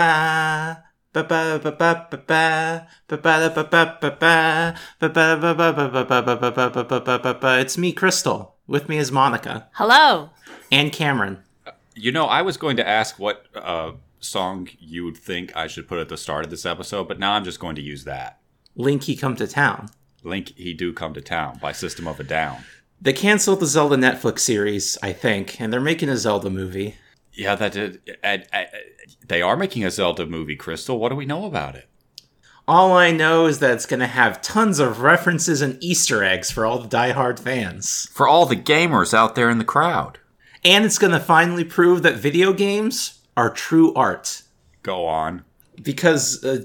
ba ba ba ba ba ba ba ba ba ba ba ba ba ba ba ba ba ba ba ba ba ba ba ba ba ba ba ba. It's me, Crystal. With me is Monica Hello. and Cameron. You know, I was going to ask what uh, song you would think I should put at the start of this episode, but now I'm just going to use that. Link, he come to town. Link, he do come to town by System of a Down. They canceled the Zelda Netflix series, I think, and they're making a Zelda movie. Yeah, that did. I, I, they are making a Zelda movie, Crystal. What do we know about it? All I know is that it's going to have tons of references and Easter eggs for all the diehard fans. For all the gamers out there in the crowd. And it's going to finally prove that video games are true art. Go on. Because, uh,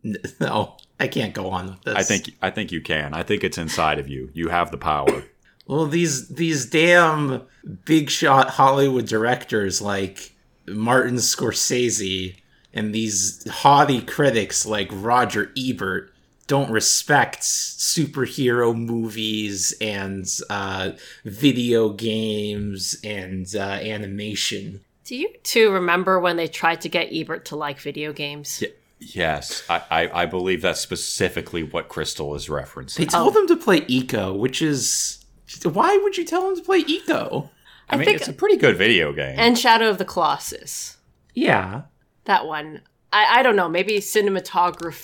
no, I can't go on with this. I think I think you can. I think it's inside of you. You have the power. Well, these these damn big shot Hollywood directors like Martin Scorsese and these haughty critics like Roger Ebert don't respect superhero movies and uh, video games and uh, animation. Do you two remember when they tried to get Ebert to like video games? yes, I, I, I believe that's specifically what Crystal is referencing. They told them to play Eco, which is why would you tell them to play Eco? I, mean, think- it's a pretty good video game. And Shadow of the Colossus. Yeah, That one. I, I don't know. Maybe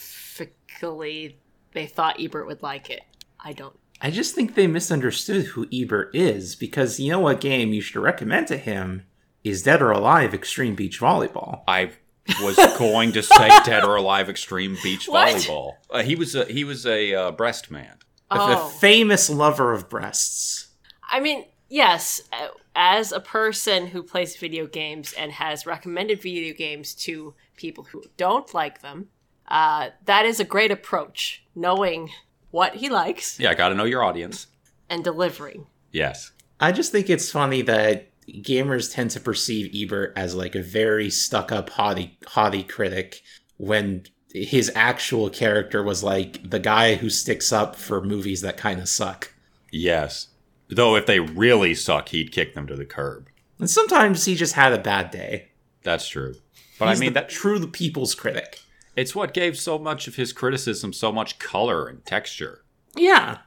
cinematographically, they thought Ebert would like it. I don't. I just think they misunderstood who Ebert is because you know what game you should recommend to him is Dead or Alive Extreme Beach Volleyball. I was going to say Dead or Alive Extreme Beach What? Volleyball. Uh, he was a, he was a uh, breast man. The Oh. famous lover of breasts. I mean, yes, uh, as a person who plays video games and has recommended video games to people who don't like them, uh, that is a great approach, knowing what he likes Yeah, I got to know your audience. and delivering. Yes. I just think it's funny that gamers tend to perceive Ebert as like a very stuck up haughty haughty critic when his actual character was like the guy who sticks up for movies that kind of suck. Yes. Though if they really suck, he'd kick them to the curb. And sometimes he just had a bad day. That's true. But He's I mean the that true people's critic. it's what gave so much of his criticism so much color and texture. Yeah.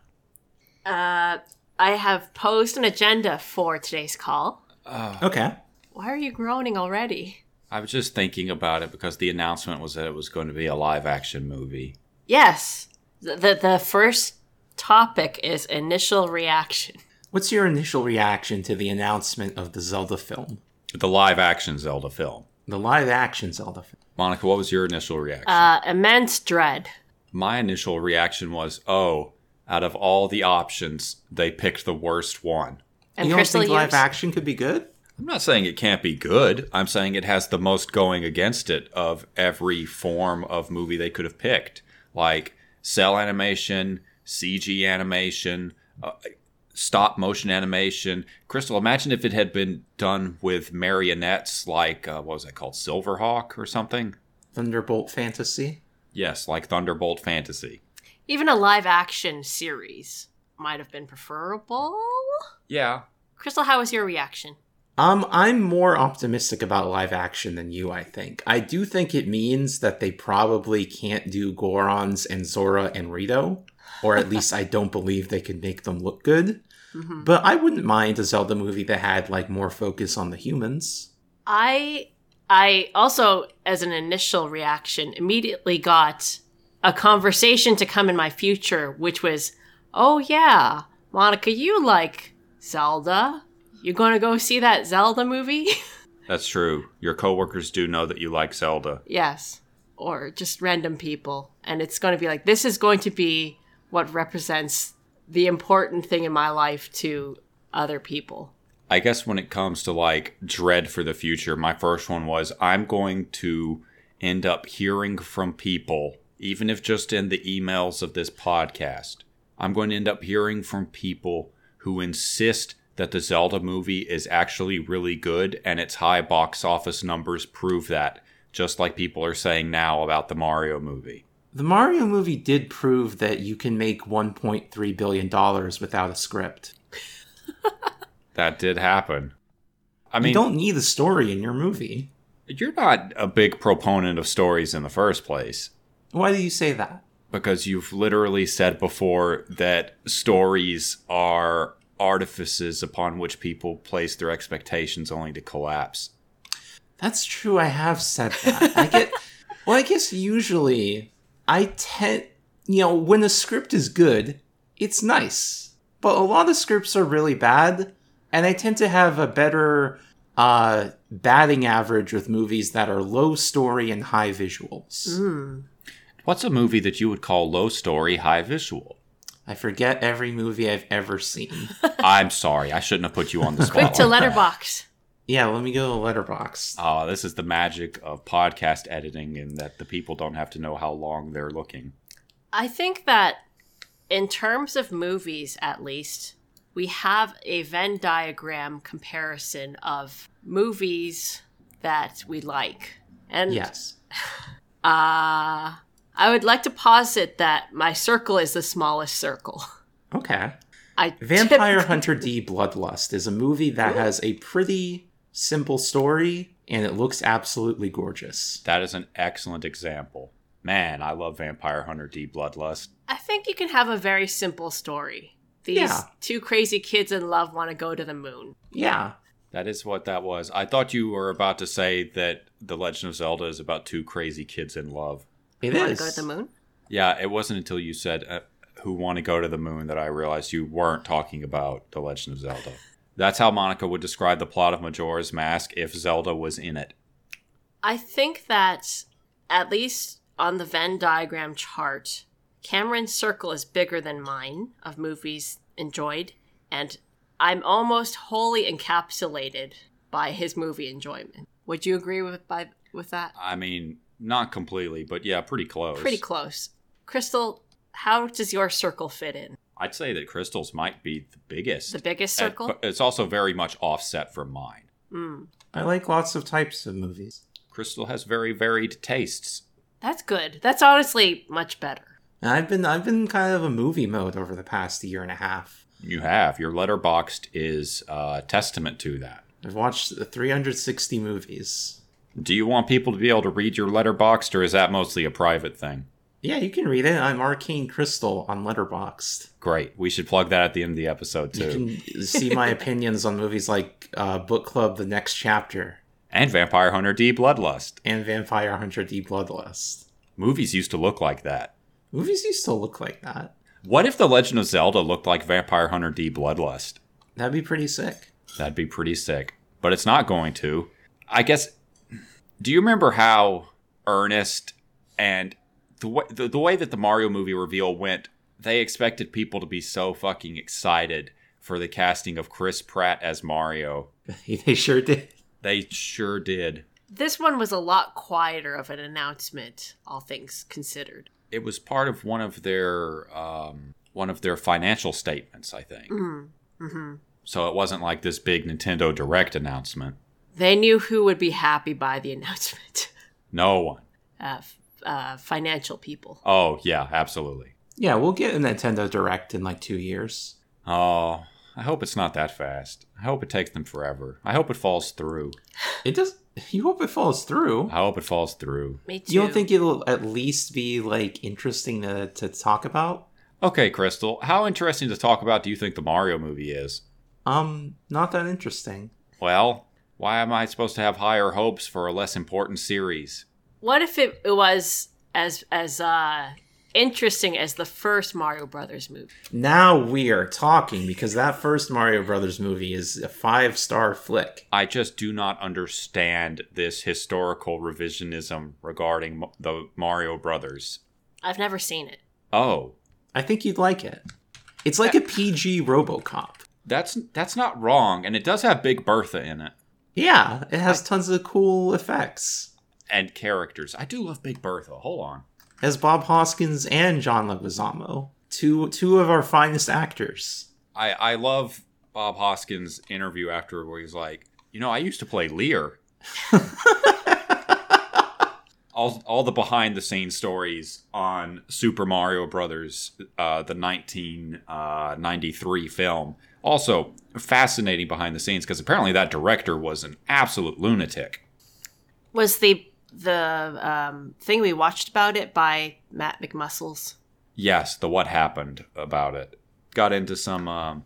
Uh, I have posed an agenda for today's call. Okay. Why are you groaning already? I was just thinking about it because the announcement was that it was going to be a live action movie. Yes, the the, the first topic is initial reaction. What's your initial reaction to the announcement of the Zelda film? The live action Zelda film. The live action Zelda film. Monica, what was your initial reaction? Uh, immense dread. my initial reaction was, oh, out of all the options, they picked the worst one. And you don't Crystal think live yours? action could be good? I'm not saying it can't be good. I'm saying it has the most going against it of every form of movie they could have picked, like cell animation, CG animation, uh, stop motion animation. Crystal, imagine if it had been done with marionettes, like uh, what was that called, Silverhawk or something? Thunderbolt Fantasy? Yes, like Thunderbolt Fantasy. Even a live action series might have been preferable. Yeah, Crystal, how was your reaction? Um, I'm more optimistic about live action than you, I think. I do think it means that they probably can't do Gorons and Zora and Rito, or at least I don't believe they could make them look good. Mhm. But I wouldn't mind a Zelda movie that had like more focus on the humans. I I also as an initial reaction immediately got a conversation to come in my future which was, "Oh yeah, Monica, you like Zelda? You're going to go see that Zelda movie?" that's true. Your coworkers do know that you like Zelda. yes. Or just random people. And it's going to be like this is going to be what represents the important thing in my life to other people. I guess when it comes to like dread for the future, my first one was I'm going to end up hearing from people, even if just in the emails of this podcast, I'm going to end up hearing from people who insist that the Zelda movie is actually really good and its high box office numbers prove that, just like people are saying now about the Mario movie. The Mario movie did prove that you can make 1.3 billion dollars without a script. That did happen. I mean, you don't need a story in your movie. You're not a big proponent of stories in the first place Why do you say that? because you've literally said before that stories are artifices upon which people place their expectations only to collapse. That's true. I have said that. I get. well, I guess usually I tend, you know, when the script is good, it's nice. But a lot of the scripts are really bad, and I tend to have a better uh, batting average with movies that are low story and high visuals. What's a movie that you would call low story, high visual? I forget every movie I've ever seen. I'm sorry, I shouldn't have put you on the spot. Quick to like that. letterbox. yeah, let me go to Letterbox. Ah, this is the magic of podcast editing, in that the people don't have to know how long they're looking. I think that in terms of movies, at least, we have a Venn diagram comparison of movies that we like. And Yes. uh, I would like to posit that my circle is the smallest circle. Okay. I Vampire typ- Hunter D Bloodlust is a movie that has a pretty simple story and it looks absolutely gorgeous. That is an excellent example. Man, I love Vampire Hunter D Bloodlust. I think you can have a very simple story. These Yeah. two crazy kids in love want to go to the moon. Yeah. That is what that was. I thought you were about to say that The Legend of Zelda is about two crazy kids in love. it is. Want to go to the moon? Yeah, it wasn't until you said uh, who want to go to the moon that I realized you weren't talking about The Legend of Zelda. That's how Monica would describe the plot of Majora's Mask if Zelda was in it. I think that at least on the Venn diagram chart, Cameron's circle is bigger than mine of movies enjoyed, and I'm almost wholly encapsulated by his movie enjoyment. Would you agree with by with that? I mean, not completely, but yeah, pretty close. Pretty close. Crystal, how does your circle fit in? I'd say that Crystal's might be the biggest. The biggest Uh, circle? but It's also very much offset from mine. Mm, I like lots of types of movies. Crystal has very varied tastes. that's good. That's honestly much better. And I've been I've been kind of a movie mode over the past year and a half. You have. Your letterboxed is uh, testament to that. I've watched 360 movies. Do you want people to be able to read your letterboxed, or is that mostly a private thing? Yeah, you can read it. I'm Arcane Crystal on Letterboxd. Great. We should plug that at the end of the episode, too. You can see my opinions on movies like uh, Book Club, The Next Chapter, And Vampire Hunter D Bloodlust. and Vampire Hunter D Bloodlust. Movies used to look like that. Movies used to look like that. What if The Legend of Zelda looked like Vampire Hunter D Bloodlust? That'd be pretty sick. That'd be pretty sick. But it's not going to. I guess. Do you remember how earnest and the way the, the way that the Mario movie reveal went? They expected people to be so fucking excited for the casting of Chris Pratt as Mario. they sure did. They sure did. This one was a lot quieter of an announcement, all things considered. It was part of one of their um, one of their financial statements, I think. Mm, Mm-hmm. hmm So it wasn't like this big Nintendo Direct announcement. They knew who would be happy by the announcement. No one. Uh, f- uh, financial people. Oh yeah, absolutely. Yeah, we'll get a Nintendo Direct in like two years. Oh, I hope it's not that fast. I hope it takes them forever. I hope it falls through. It does. You hope it falls through. I hope it falls through. Me too. You don't think it'll at least be like interesting to, to talk about? Okay, Crystal, how interesting to talk about do you think the Mario movie is? Um, not that interesting. Well, why am I supposed to have higher hopes for a less important series? What if it it was as as uh, interesting as the first Mario Brothers movie? Now we are talking because that first Mario Brothers movie is a five star flick. I just do not understand this historical revisionism regarding m- the Mario Brothers. I've never seen it. Oh, I think you'd like it. It's like a PG RoboCop. that's that's not wrong and it does have Big Bertha in it Yeah, it has tons of cool effects. and characters. I do love Big Bertha. Hold on. as Bob Hoskins and John Leguizamo, two two of our finest actors. I I love Bob Hoskins' interview after where he's like, you know, I used to play Lear. all all the behind the scenes stories on Super Mario Brothers, uh, the nineteen ninety three film. Also fascinating behind the scenes because apparently that director was an absolute lunatic. was the the um, thing we watched about it by Matt McMuscles. Yes, the what happened about it got into some. Um,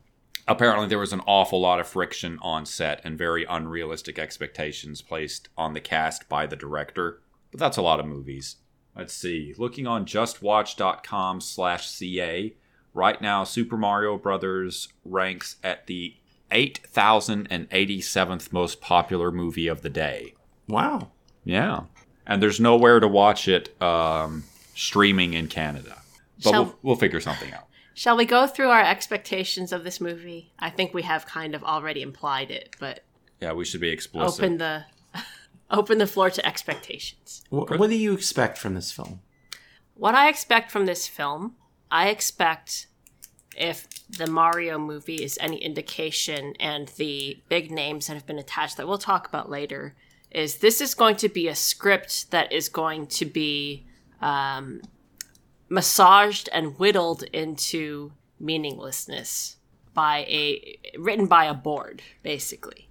apparently, there was an awful lot of friction on set and very unrealistic expectations placed on the cast by the director. But that's a lot of movies. Let's see. Looking on justwatch.com/ca right now, Super Mario Brothers ranks at the 8,087th most popular movie of the day. Wow. Yeah. And there's nowhere to watch it um, streaming in Canada. But Shall- we'll, we'll figure something out. Shall we go through our expectations of this movie? I think we have kind of already implied it, but Yeah, we should be explicit. open the open the floor to expectations. Wh- what do you expect from this film? What I expect from this film, I expect if the Mario movie is any indication and the big names that have been attached that we'll talk about later, is this is going to be a script that is going to be um, massaged and whittled into meaninglessness by a written by a board, basically.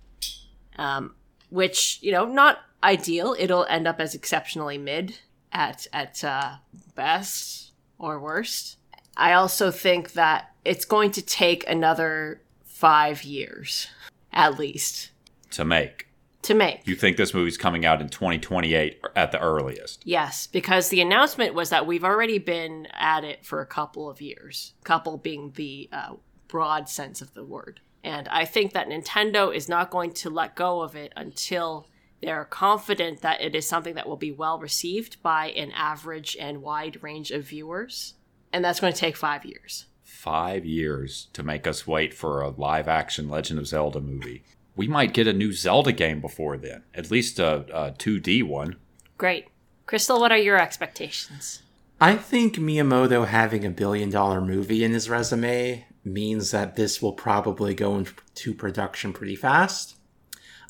Um, which you know, not ideal. It'll end up as exceptionally mid at at uh, best or worst. I also think that it's going to take another five years, at least, to make. to make. You think this movie's coming out in 2028 at the earliest? Yes, because the announcement was that we've already been at it for a couple of years. Couple being the uh, broad sense of the word. And I think that Nintendo is not going to let go of it until they're confident that it is something that will be well received by an average and wide range of viewers. And that's going to take five years. Five years to make us wait for a live action Legend of Zelda movie. We might get a new Zelda game before then, at least a, a 2D one. Great. Crystal, what are your expectations? I think Miyamoto having a billion dollar movie in his resume means that this will probably go into production pretty fast.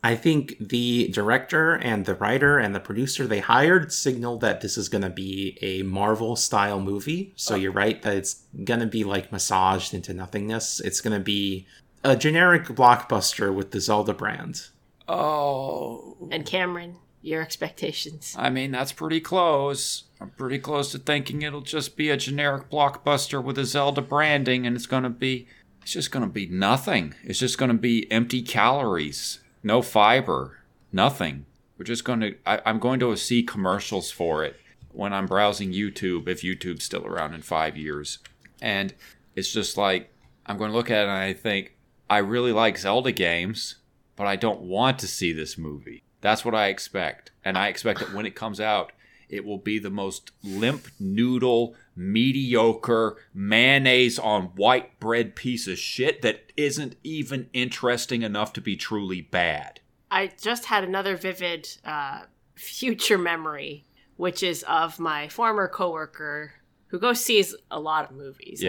I think the director and the writer and the producer they hired signaled that this is going to be a Marvel style movie. So you're right that it's going to be like massaged into nothingness. It's going to be a generic blockbuster with the Zelda brand. Oh. And Cameron, your expectations. I mean, that's pretty close. I'm pretty close to thinking it'll just be a generic blockbuster with a Zelda branding, and it's gonna be, it's just gonna be nothing. It's just gonna be empty calories, no fiber, nothing. We're just gonna, I, I'm going to see commercials for it when I'm browsing YouTube, if YouTube's still around in five years. And it's just like, I'm going to look at it and I think, I really like Zelda games, but I don't want to see this movie. That's what I expect. And I expect that when it comes out, it will be the most limp noodle, mediocre, mayonnaise on white bread piece of shit that isn't even interesting enough to be truly bad. I just had another vivid uh, future memory, which is of my former coworker who goes sees a lot of movies.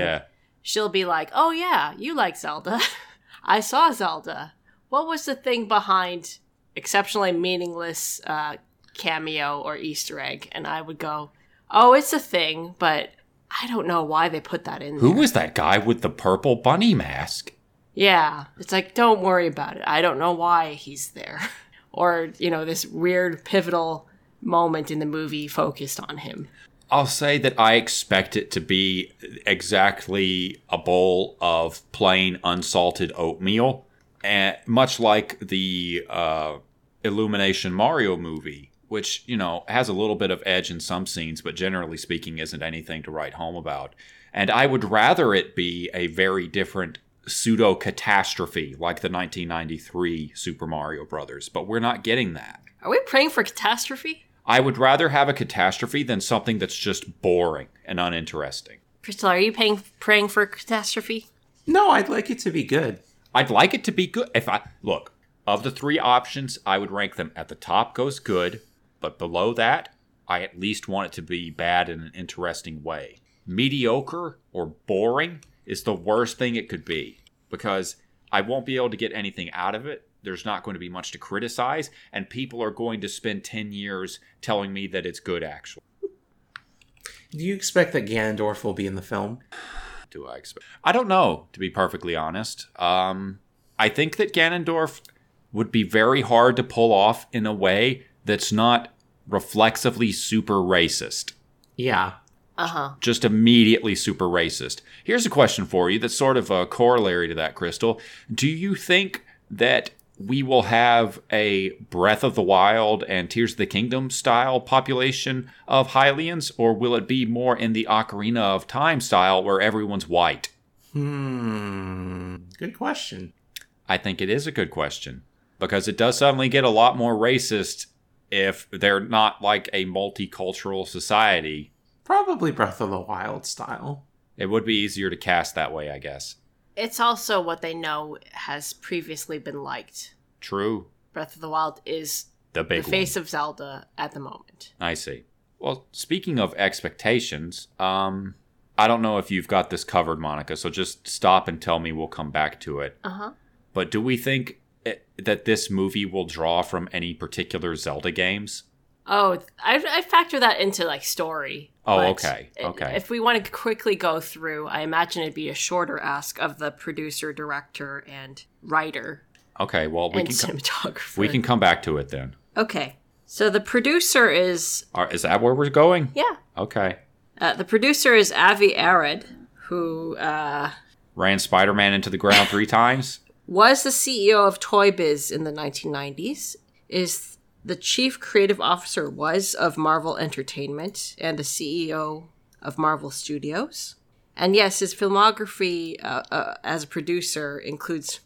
She'll be like, "Oh yeah, you like Zelda. I saw Zelda. What was the thing behind exceptionally meaningless uh, cameo or Easter egg?" And I would go, "Oh, it's a thing, but I don't know why they put that in." there." Who was that guy with the purple bunny mask? Yeah. It's like, don't worry about it. I don't know why he's there. or, you know, this weird pivotal moment in the movie focused on him. I'll say that I expect it to be exactly a bowl of plain unsalted oatmeal, and much like the uh, Illumination Mario movie, which you know has a little bit of edge in some scenes, but generally speaking, isn't anything to write home about. And I would rather it be a very different pseudo catastrophe like the 1993 Super Mario Brothers, but we're not getting that. Are we praying for catastrophe? I would rather have a catastrophe than something that's just boring and uninteresting. Crystal, are you paying, praying for catastrophe? No, I'd like it to be good. I'd like it to be good. If I look, of the three options, I would rank them at the top goes good, but below that, I at least want it to be bad in an interesting way. Mediocre or boring is the worst thing it could be because I won't be able to get anything out of it. There's not going to be much to criticize, and people are going to spend 10 years telling me that it's good, actually. Do you expect that Ganondorf will be in the film? do I expect? I don't know, to be perfectly honest. Um, I think that Ganondorf would be very hard to pull off in a way that's not reflexively super racist. Yeah. Uh huh. Just immediately super racist. Here's a question for you that's sort of a corollary to that, Crystal. Do you think that we will have a Breath of the Wild and Tears of the Kingdom style population of Hylians, or will it be more in the Ocarina of Time style where everyone's white? Hmm. Good question. I think it is a good question because it does suddenly get a lot more racist if they're not like a multicultural society. Probably Breath of the Wild style. It would be easier to cast that way, I guess. It's also what they know has previously been liked. True. Breath of the Wild is The big the face one. of Zelda at the moment. I see. Well, speaking of expectations, um, I don't know if you've got this covered, Monica. So just stop and tell me. We'll come back to it. Uh huh. But do we think it, that this movie will draw from any particular Zelda games? Oh, I, I factor that into like story. Oh, but okay, i- okay. If we want to quickly go through, I imagine it'd be a shorter ask of the producer, director, and writer Okay. Well, we and can come, cinematographer. we can come back to it then. Okay. So the producer is Are, is that where we're going? yeah. Okay. Uh, the producer is Avi Arad, who uh, Ran Spider Man into the ground three times. was the CEO of Toy Biz in the 1990s, is the chief creative officer was of Marvel Entertainment and the CEO of Marvel Studios. And yes, his filmography uh, uh, as a producer includes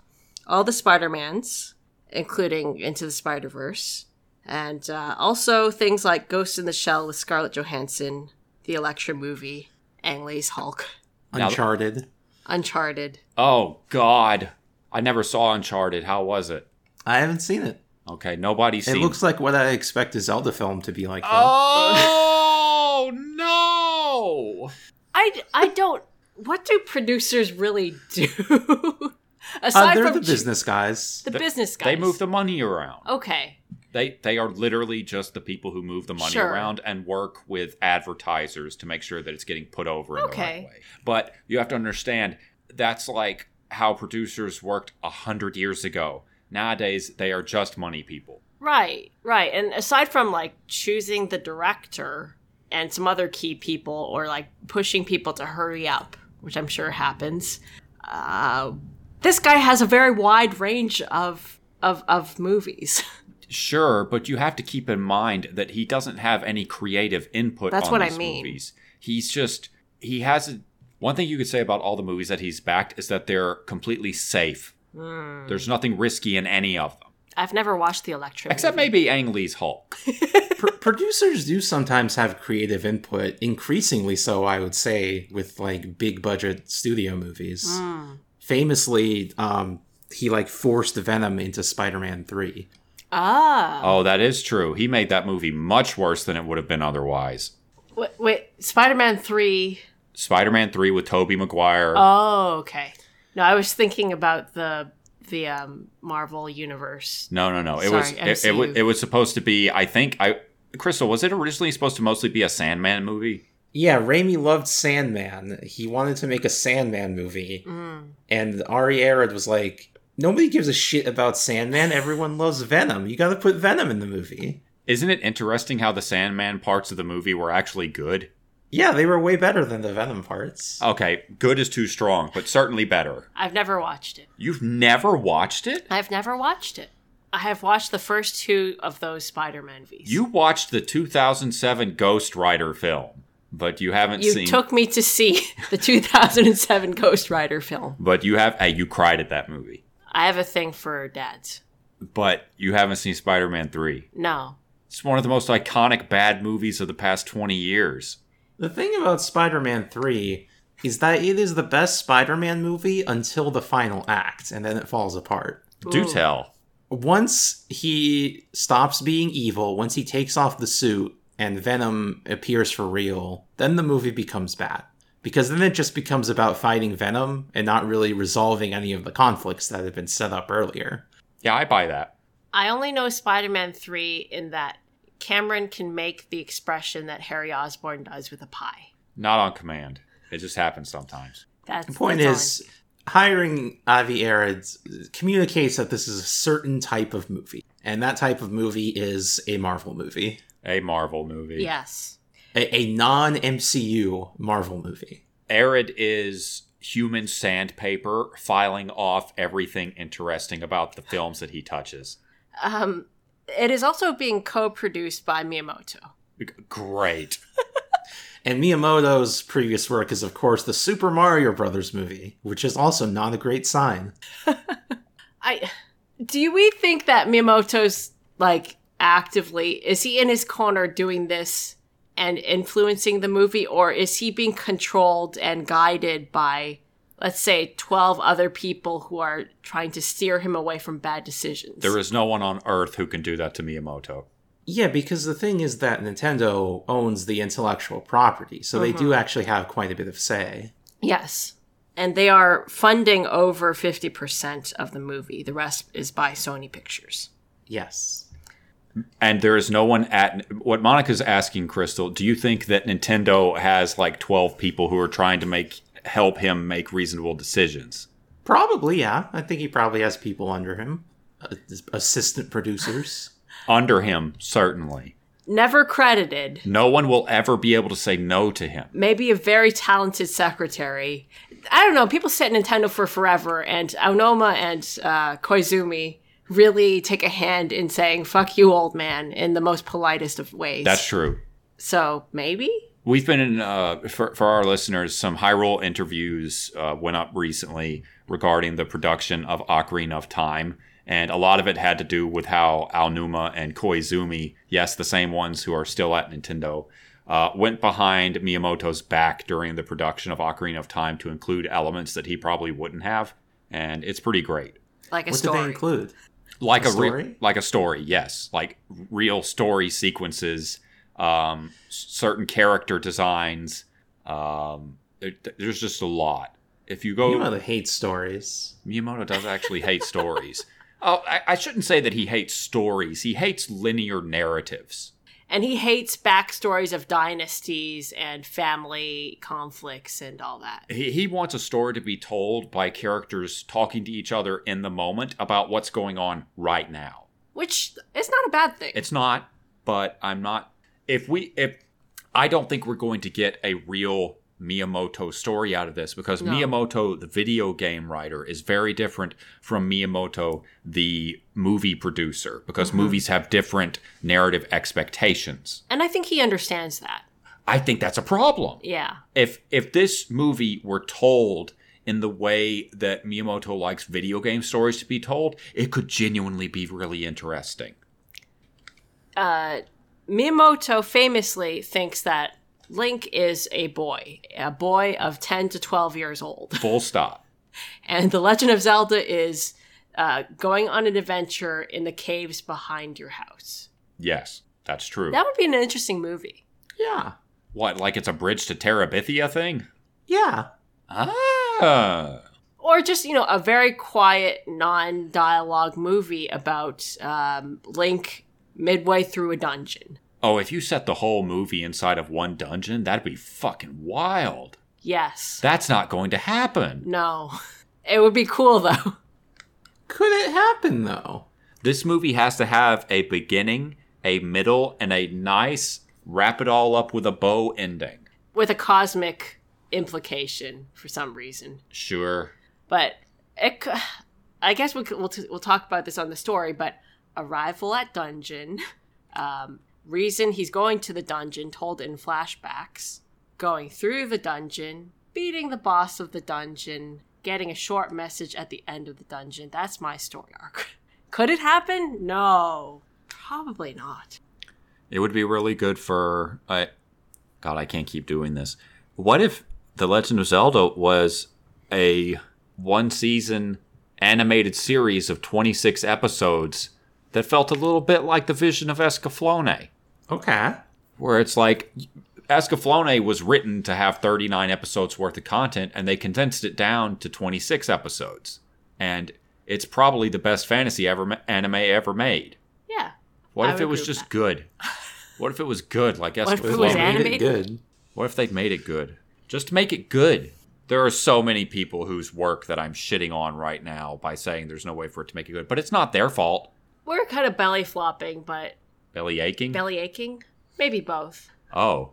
all the Spider-Mans, including Into the Spider-Verse, and uh, also things like Ghost in the Shell with Scarlett Johansson, the Electra movie, Ang Lee's Hulk, Now- Uncharted. Uncharted, Oh God! I never saw Uncharted. How was it? I haven't seen it. Okay, nobody's It seen. looks like what I expect a Zelda film to be like. though. Uh, oh no! I, I don't. What do producers really do? Uh, Aside they're from the ch- business guys. the business guys, Oh. They move the money around. Okay, They they are literally just the people who move the money Sure. around and work with advertisers to make sure that it's getting put over in the Okay. right way. But you have to understand that's like how producers worked a hundred years ago. Nowadays, they are just money people. right, right. And aside from like choosing the director and some other key people, or like pushing people to hurry up, which I'm sure happens, uh, this guy has a very wide range of of of movies. Sure, but you have to keep in mind that he doesn't have any creative input. That's on what I these mean. Movies. He's just he has a, one thing you could say about all the movies that he's backed is that they're completely safe. Hmm. There's nothing risky in any of them, I've never watched the Electric. except maybe Ang Lee's Hulk. Pro- producers do sometimes have creative input, increasingly so, I would say, with like big budget studio movies. Famously, um, he like forced Venom into Spider Man 3. Ah, Oh, that is true. He made that movie much worse than it would have been otherwise. wait, wait Spider-Man three. Spider-Man Three with Tobey Maguire. Oh, okay. No, I was thinking about the the um, Marvel universe. no, no, no. It Sorry, was it, it, wa- MCU. it was supposed to be. I think I Crystal was it originally supposed to mostly be a Sandman movie? Yeah, Raimi loved Sandman. He wanted to make a Sandman movie, Mm. and Ari Arad was like, Nobody gives a shit about Sandman. Everyone loves Venom. You gotta put Venom in the movie. Isn't it interesting how the Sandman parts of the movie were actually good? Yeah, they were way better than the Venom parts. Okay, good is too strong, but certainly better. I've never watched it. You've never watched it? I've never watched it. I have watched the first two of those Spider-Man movies. You watched the 2007 Ghost Rider film, but you haven't You seen. took me to see the 2007 Ghost Rider film. but you have. Hey, you cried at that movie, I have a thing for dads. but you haven't seen Spider Man 3. No. It's one of the most iconic bad movies of the past 20 years. The thing about Spider Man 3 is that it is the best Spider Man movie until the final act, and then it falls apart. Do Ooh. tell. Once he stops being evil, once he takes off the suit and Venom appears for real, then the movie becomes bad. Because then it just becomes about fighting Venom and not really resolving any of the conflicts that have been set up earlier. Yeah, I buy that. I only know Spider-Man 3 in that Cameron can make the expression that Harry Osborn does with a pie. Not on command. It just happens sometimes. That's The point that's is, hiring Avi Arad communicates that this is a certain type of movie. And that type of movie is a Marvel movie, A Marvel movie. Yes. a, a non MCU Marvel movie. Arid is human sandpaper filing off everything interesting about the films that he touches. Um, it is also being co-produced by Miyamoto. G- Great. And Miyamoto's previous work is, of course, the Super Mario Brothers movie, which is also not a great sign. I do we think that Miyamoto's like actively is he in his corner doing this and influencing the movie or is he being controlled and guided by let's say 12 other people who are trying to steer him away from bad decisions? There is no one on earth who can do that to Miyamoto. Yeah, because the thing is that Nintendo owns the intellectual property, so they Uh-huh. do actually have quite a bit of say. yes. And they are funding over 50% of the movie. The rest is by Sony Pictures. Yes. And there is no one at what Monica's asking Crystal, do you think that Nintendo has like 12 people who are trying to make help him make reasonable decisions? Probably, yeah. I think he probably has people under him, uh, assistant producers. Under him, certainly. Never credited. No one will ever be able to say no to him. maybe a very talented secretary. I don't know. People sit at Nintendo for forever, and Aonoma and uh, Koizumi really take a hand in saying "fuck you, old man" in the most politest of ways. That's true. so maybe We've been in uh, for for our listeners some Hyrule interviews uh, went up recently regarding the production of Ocarina of Time, and a lot of it had to do with how Aonuma and Koizumi, yes, the same ones who are still at Nintendo, uh, went behind Miyamoto's back during the production of Ocarina of Time to include elements that he probably wouldn't have, and it's pretty great. like a what did they story. include? Like A a, re- story? like a story, yes, like real story sequences um, s- certain character designs. Um, there, there's just a lot. If you go, You know the hate stories. Miyamoto does actually hate stories. Oh, I, I shouldn't say that he hates stories. He hates linear narratives. and he hates backstories of dynasties and family conflicts and all that. He, he wants a story to be told by characters talking to each other in the moment about what's going on right now. Which is not a bad thing. It's not, but I'm not. If we, if I don't think we're going to get a real Miyamoto story out of this because No. Miyamoto, the video game writer, is very different from Miyamoto, the movie producer, because movies have different narrative expectations. and I think he understands that. I think that's a problem Yeah. if if this movie were told in the way that Miyamoto likes video game stories to be told, it could genuinely be really interesting. uh, Miyamoto famously thinks that Link is a boy, a boy of 10 to 12 years old. Full stop. And The Legend of Zelda is uh, going on an adventure in the caves behind your house. Yes, that's true. That would be an interesting movie. Yeah. What, like it's a bridge to Terabithia thing? Yeah. Ah. Or just, you know, a very quiet, non dialogue movie about um, Link midway through a dungeon. Oh, if you set the whole movie inside of one dungeon, that'd be fucking wild. Yes. That's not going to happen. No. It would be cool, though. Could it happen though? This movie has to have a beginning, a middle, and a nice wrap it all up with a bow ending. With a cosmic implication for some reason. Sure. but it, c- I guess we could, we'll t- we'll talk about this on the story. But arrival at dungeon, um, reason he's going to the dungeon told in flashbacks, going through the dungeon, beating the boss of the dungeon, getting a short message at the end of the dungeon. That's my story arc. Could it happen? No, probably not. It would be really good for I God, I can't keep doing this. What if The Legend of Zelda was a one season animated series of 26 episodes that felt a little bit like the vision of Escaflowne, Okay. where it's like Escaflowne was written to have 39 episodes worth of content and they condensed it down to 26 episodes. And it's probably the best fantasy ever ma- anime ever made. Yeah, What I if would it was agree with just that. good? What if it was good? Like What if it Well, was they Escaflowne? made animated? Good. What if they'd made it good? Just to make it good. There are so many people whose work that I'm shitting on right now by saying there's no way for it to make it good, but it's not their fault. we're kind of belly flopping, but Belly aching? belly aching, maybe both. oh,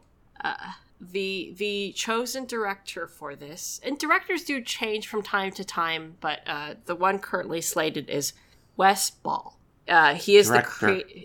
the the chosen director for this and directors do change from time to time but uh, the one currently slated is wes ball uh, he is the Director.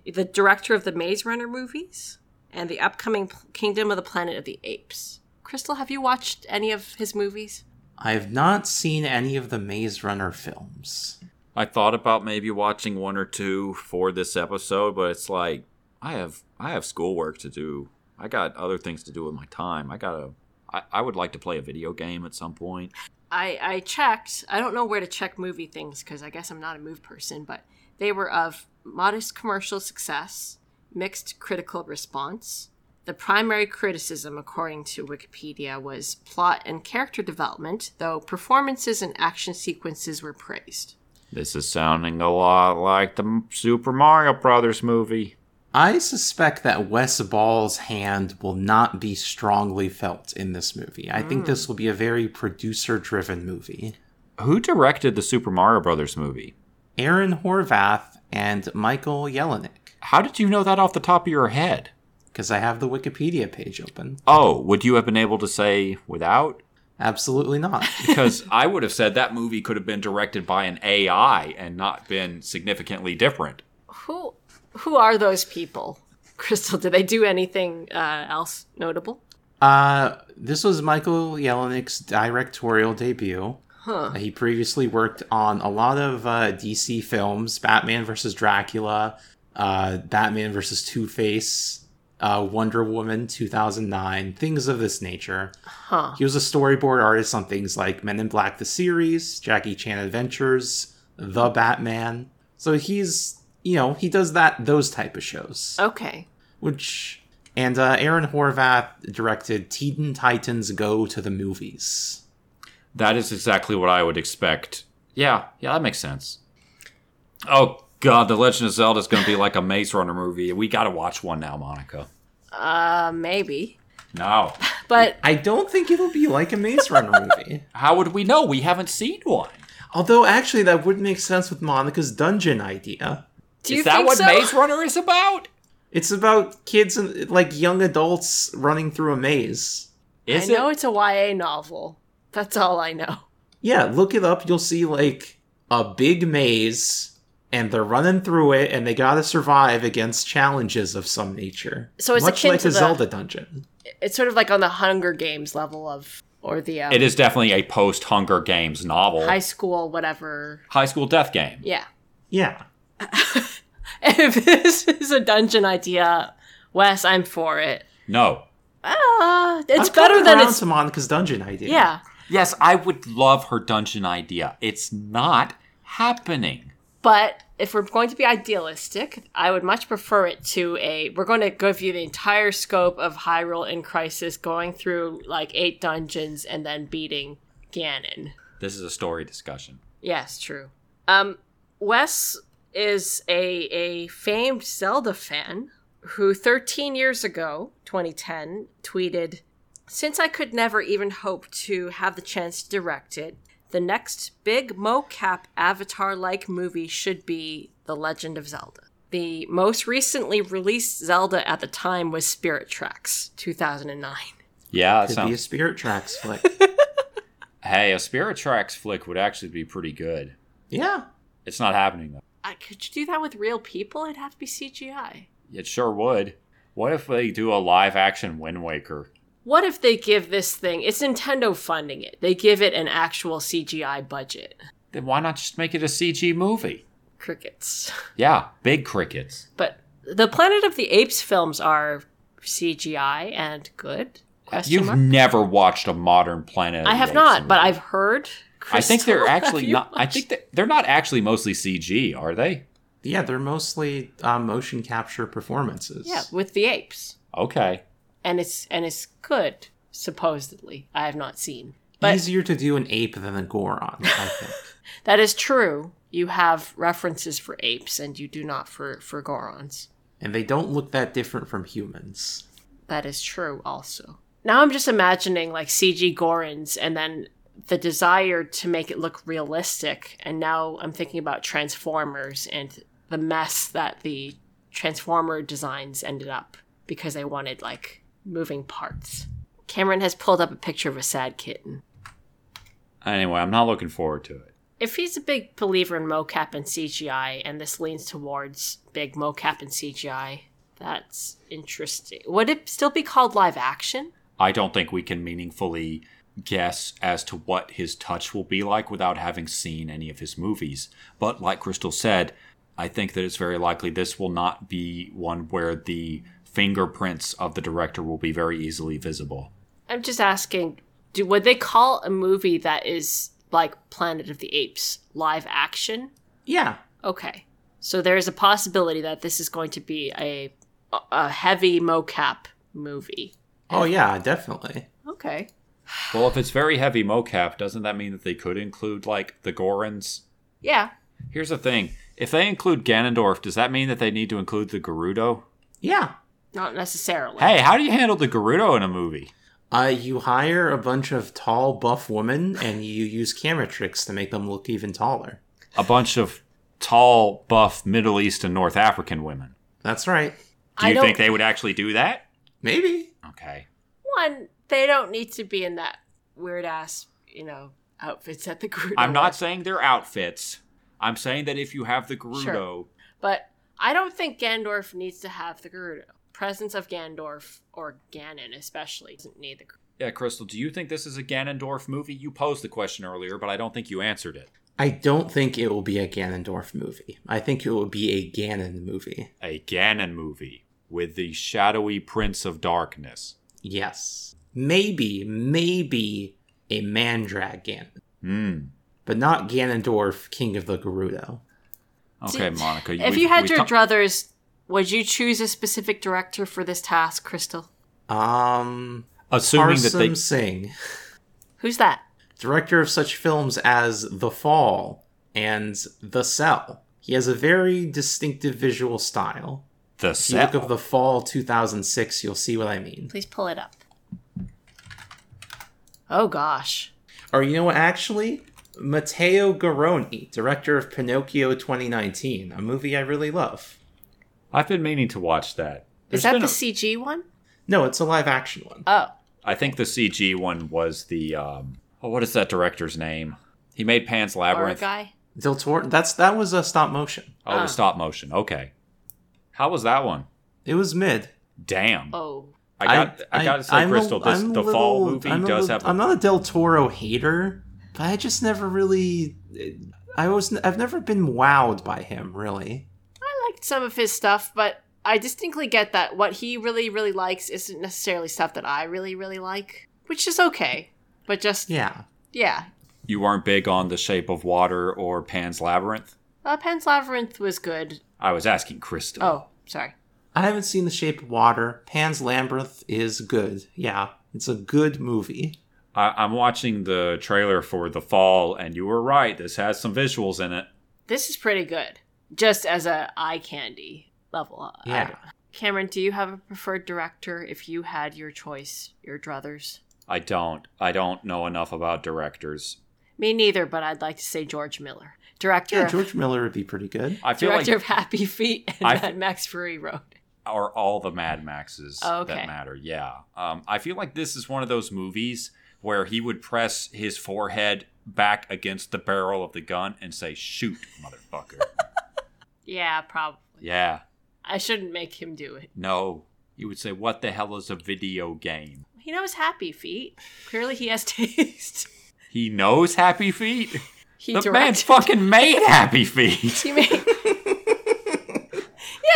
cre- the director of the maze runner movies and the upcoming P- kingdom of the planet of the apes crystal have you watched any of his movies I've not seen any of the Maze Runner films. I thought about maybe watching one or two for this episode, but it's like I have I have schoolwork to do. I got other things to do with my time. I gotta. I, I would like to play a video game at some point. I, I checked. I don't know where to check movie things because I guess I'm not a movie person, but they were of modest commercial success, mixed critical response. The primary criticism, according to Wikipedia, was plot and character development, though performances and action sequences were praised. This is sounding a lot like the M- Super Mario Brothers movie. I suspect that Wes Ball's hand will not be strongly felt in this movie. I think this will be a very producer driven movie. Who directed the Super Mario Brothers movie? Aaron Horvath and Michael Jelenic, How did you know that off the top of your head? because I have the Wikipedia page open. Oh, would you have been able to say without? Absolutely not. Because I would have said that movie could have been directed by an AI and not been significantly different. Who who are those people? Crystal, did they do anything uh, else notable? Uh, this was Michael Jelenic's directorial debut. He previously worked on a lot of uh, DC films: Batman vs. Dracula, uh, Batman vs. Two Face, uh, Wonder Woman 2009, things of this nature. He was a storyboard artist on things like Men in Black: The Series, Jackie Chan Adventures, The Batman. So he's you know he does that those type of shows Okay. which and uh, Aaron Horvath directed Teen Titans Go to the Movies. That is exactly what I would expect. Yeah, yeah, that makes sense. Oh god, The Legend of Zelda is going to be like a Maze Runner movie. We got to watch one now, Monica. Uh, maybe. No. But I don't think it'll be like a Maze Runner movie. How would we know? We haven't seen one. Although, actually, that would make sense with Monica's dungeon idea. do is you that think what so? Maze Runner is about? It's about kids and like young adults running through a maze. Is I know it? it's a YA novel. That's all I know. Yeah, look it up. You'll see like a big maze, and they're running through it, and they gotta survive against challenges of some nature. So it's much akin like to a the- Zelda dungeon. It's sort of like on the Hunger Games level of, or the um, It is definitely a post Hunger Games novel. high school, whatever. High school death game. Yeah. Yeah. If this is a dungeon idea, Wes, I'm for it. No. Ah, it's I'm better coming than around it's. to Monica's dungeon idea. Yeah. Yes, I would love her dungeon idea. It's not happening. But if we're going to be idealistic, I would much prefer it to a. We're going to give you the entire scope of Hyrule in Crisis, going through like eight dungeons and then beating Ganon. This is a story discussion. Yes, true. Um, Wes is a a famed Zelda fan who 13 years ago, 2010, tweeted, "Since I could never even hope to have the chance to direct it, the next big mocap avatar-like movie should be The Legend of Zelda." The most recently released Zelda at the time was Spirit Tracks, 2009. Yeah, that Could sounds. be a Spirit Tracks flick. hey, a Spirit Tracks flick would actually be pretty good. yeah. It's not happening though. I, Uh, could you do that with real people? It'd have to be CGI. It sure would. What if they do a live action Wind Waker? What if they give this thing? It's Nintendo funding it. They give it an actual CGI budget. Then why not just make it a CG movie? Crickets. Yeah, big crickets. But the Planet of the Apes films are CGI and good. Question You've mark. never watched a modern Planet. of I the have Apes not, but movie. I've heard. I think they're Crystal, have actually you not. I watched- think that they're not actually mostly CG, are they? Yeah, they're mostly uh, motion capture performances. Yeah, with the apes, Okay. and it's and it's good supposedly. I have not seen, but Easier to do an ape than a Goron, I think. that is true. You have references for apes, and you do not for for Gorons. and they don't look that different from humans. That is true also. Now I'm just imagining like CG Gorons and then the desire to make it look realistic. And now I'm thinking about Transformers and the mess that the Transformer designs ended up because they wanted like moving parts. Cameron has pulled up a picture of a sad kitten. Anyway, I'm not looking forward to it. If he's a big believer in mocap and CGI, and this leans towards big mocap and CGI, that's interesting. Would it still be called live action? I don't think we can meaningfully guess as to what his touch will be like without having seen any of his movies. But like Crystal said, I think that it's very likely this will not be one where the fingerprints of the director will be very easily visible. I'm just asking, do would they call a movie that is like Planet of the Apes live action? Yeah. Okay. So there is a possibility that this is going to be a a heavy mocap movie. Oh yeah, definitely. Okay. Well, if it's very heavy mocap, doesn't that mean that they could include like the Gorons? Yeah. Here's the thing: if they include Ganondorf, does that mean that they need to include the Gerudo? Yeah. Not necessarily. Hey, how do you handle the Gerudo in a movie? Uh, you hire a bunch of tall, buff women, and you use camera tricks to make them look even taller. A bunch of tall, buff Middle East and North African women. That's right. Do I you don't, think they would actually do that? Maybe. Okay. one, they don't need to be in that weird ass, you know, outfits at the group. I'm not saying their outfits. I'm saying that if you have the Gerudo, Sure. But I don't think Gandorf needs to have the Gerudo. Presence of Gandorf or Ganon especially doesn't need the Gerudo. yeah, Crystal, do you think this is a Ganondorf movie? You posed the question earlier, but I don't think you answered it. I don't think it will be a Ganondorf movie. I think it will be a Ganon movie. A Ganon movie with the shadowy Prince of Darkness. Yes. Maybe, maybe a Mandrag Ganon, Hmm. but not Ganondorf, King of the Gerudo. Okay, Monica. If we've- you had we've your come- druthers, would you choose a specific director for this task, Crystal? Um, assuming that Parsam they Singh, Who's that? director of such films as The Fall and The Cell. He has a very distinctive visual style. the If you look set up The Fall 2006, you'll see what I mean. Please pull it up. Oh gosh. Or you know what? Actually, Matteo Garoni, director of Pinocchio 2019, a movie I really love. I've been meaning to watch that. Is There's that been the a- CG one? No, it's a live action one. Oh. I think the CG one was the um oh, what is that director's name? He made Pan's Labyrinth. Origai? Del Toro. That's that was a stop motion. Oh, Ah. the stop motion. Okay. How was that one? It was mid. Damn. Oh. I got I, got to say I'm a- Crystal this I'm a the fall little- movie I'm a does little- have I'm not a Del Toro hater, but I just never really. I was. I've never been wowed by him really. I liked some of his stuff, but I distinctly get that what he really, really likes isn't necessarily stuff that I really, really like. Which is okay. But just yeah. Yeah. You weren't big on The Shape of Water or Pan's Labyrinth? Uh, Pan's Labyrinth was good. I was asking Crystal. Oh, sorry. I haven't seen The Shape of Water. Pan's Labyrinth is good. Yeah, it's a good movie. I, I'm watching the trailer for The Fall, and you were right. This has some visuals in it. This is pretty good. Just as a eye candy level. I Yeah. don't- Cameron, do you have a preferred director if you had your choice, your druthers? I don't. I don't know enough about directors. Me neither, but I'd like to say George Miller. Director Yeah, of George Miller would be pretty good. I feel Director like of Happy Feet and I- Mad Max Fury Road. are all the Mad Maxes Oh, okay. that matter. Yeah. Um, I feel like this is one of those movies where he would press his forehead back against the barrel of the gun and say, "Shoot, motherfucker." Yeah, probably. yeah. I shouldn't make him do it. No. He would say, "What the hell is a video game?" He knows Happy Feet. Clearly, he has taste. He knows Happy Feet. He the man's directed. fucking made Happy Feet. He made.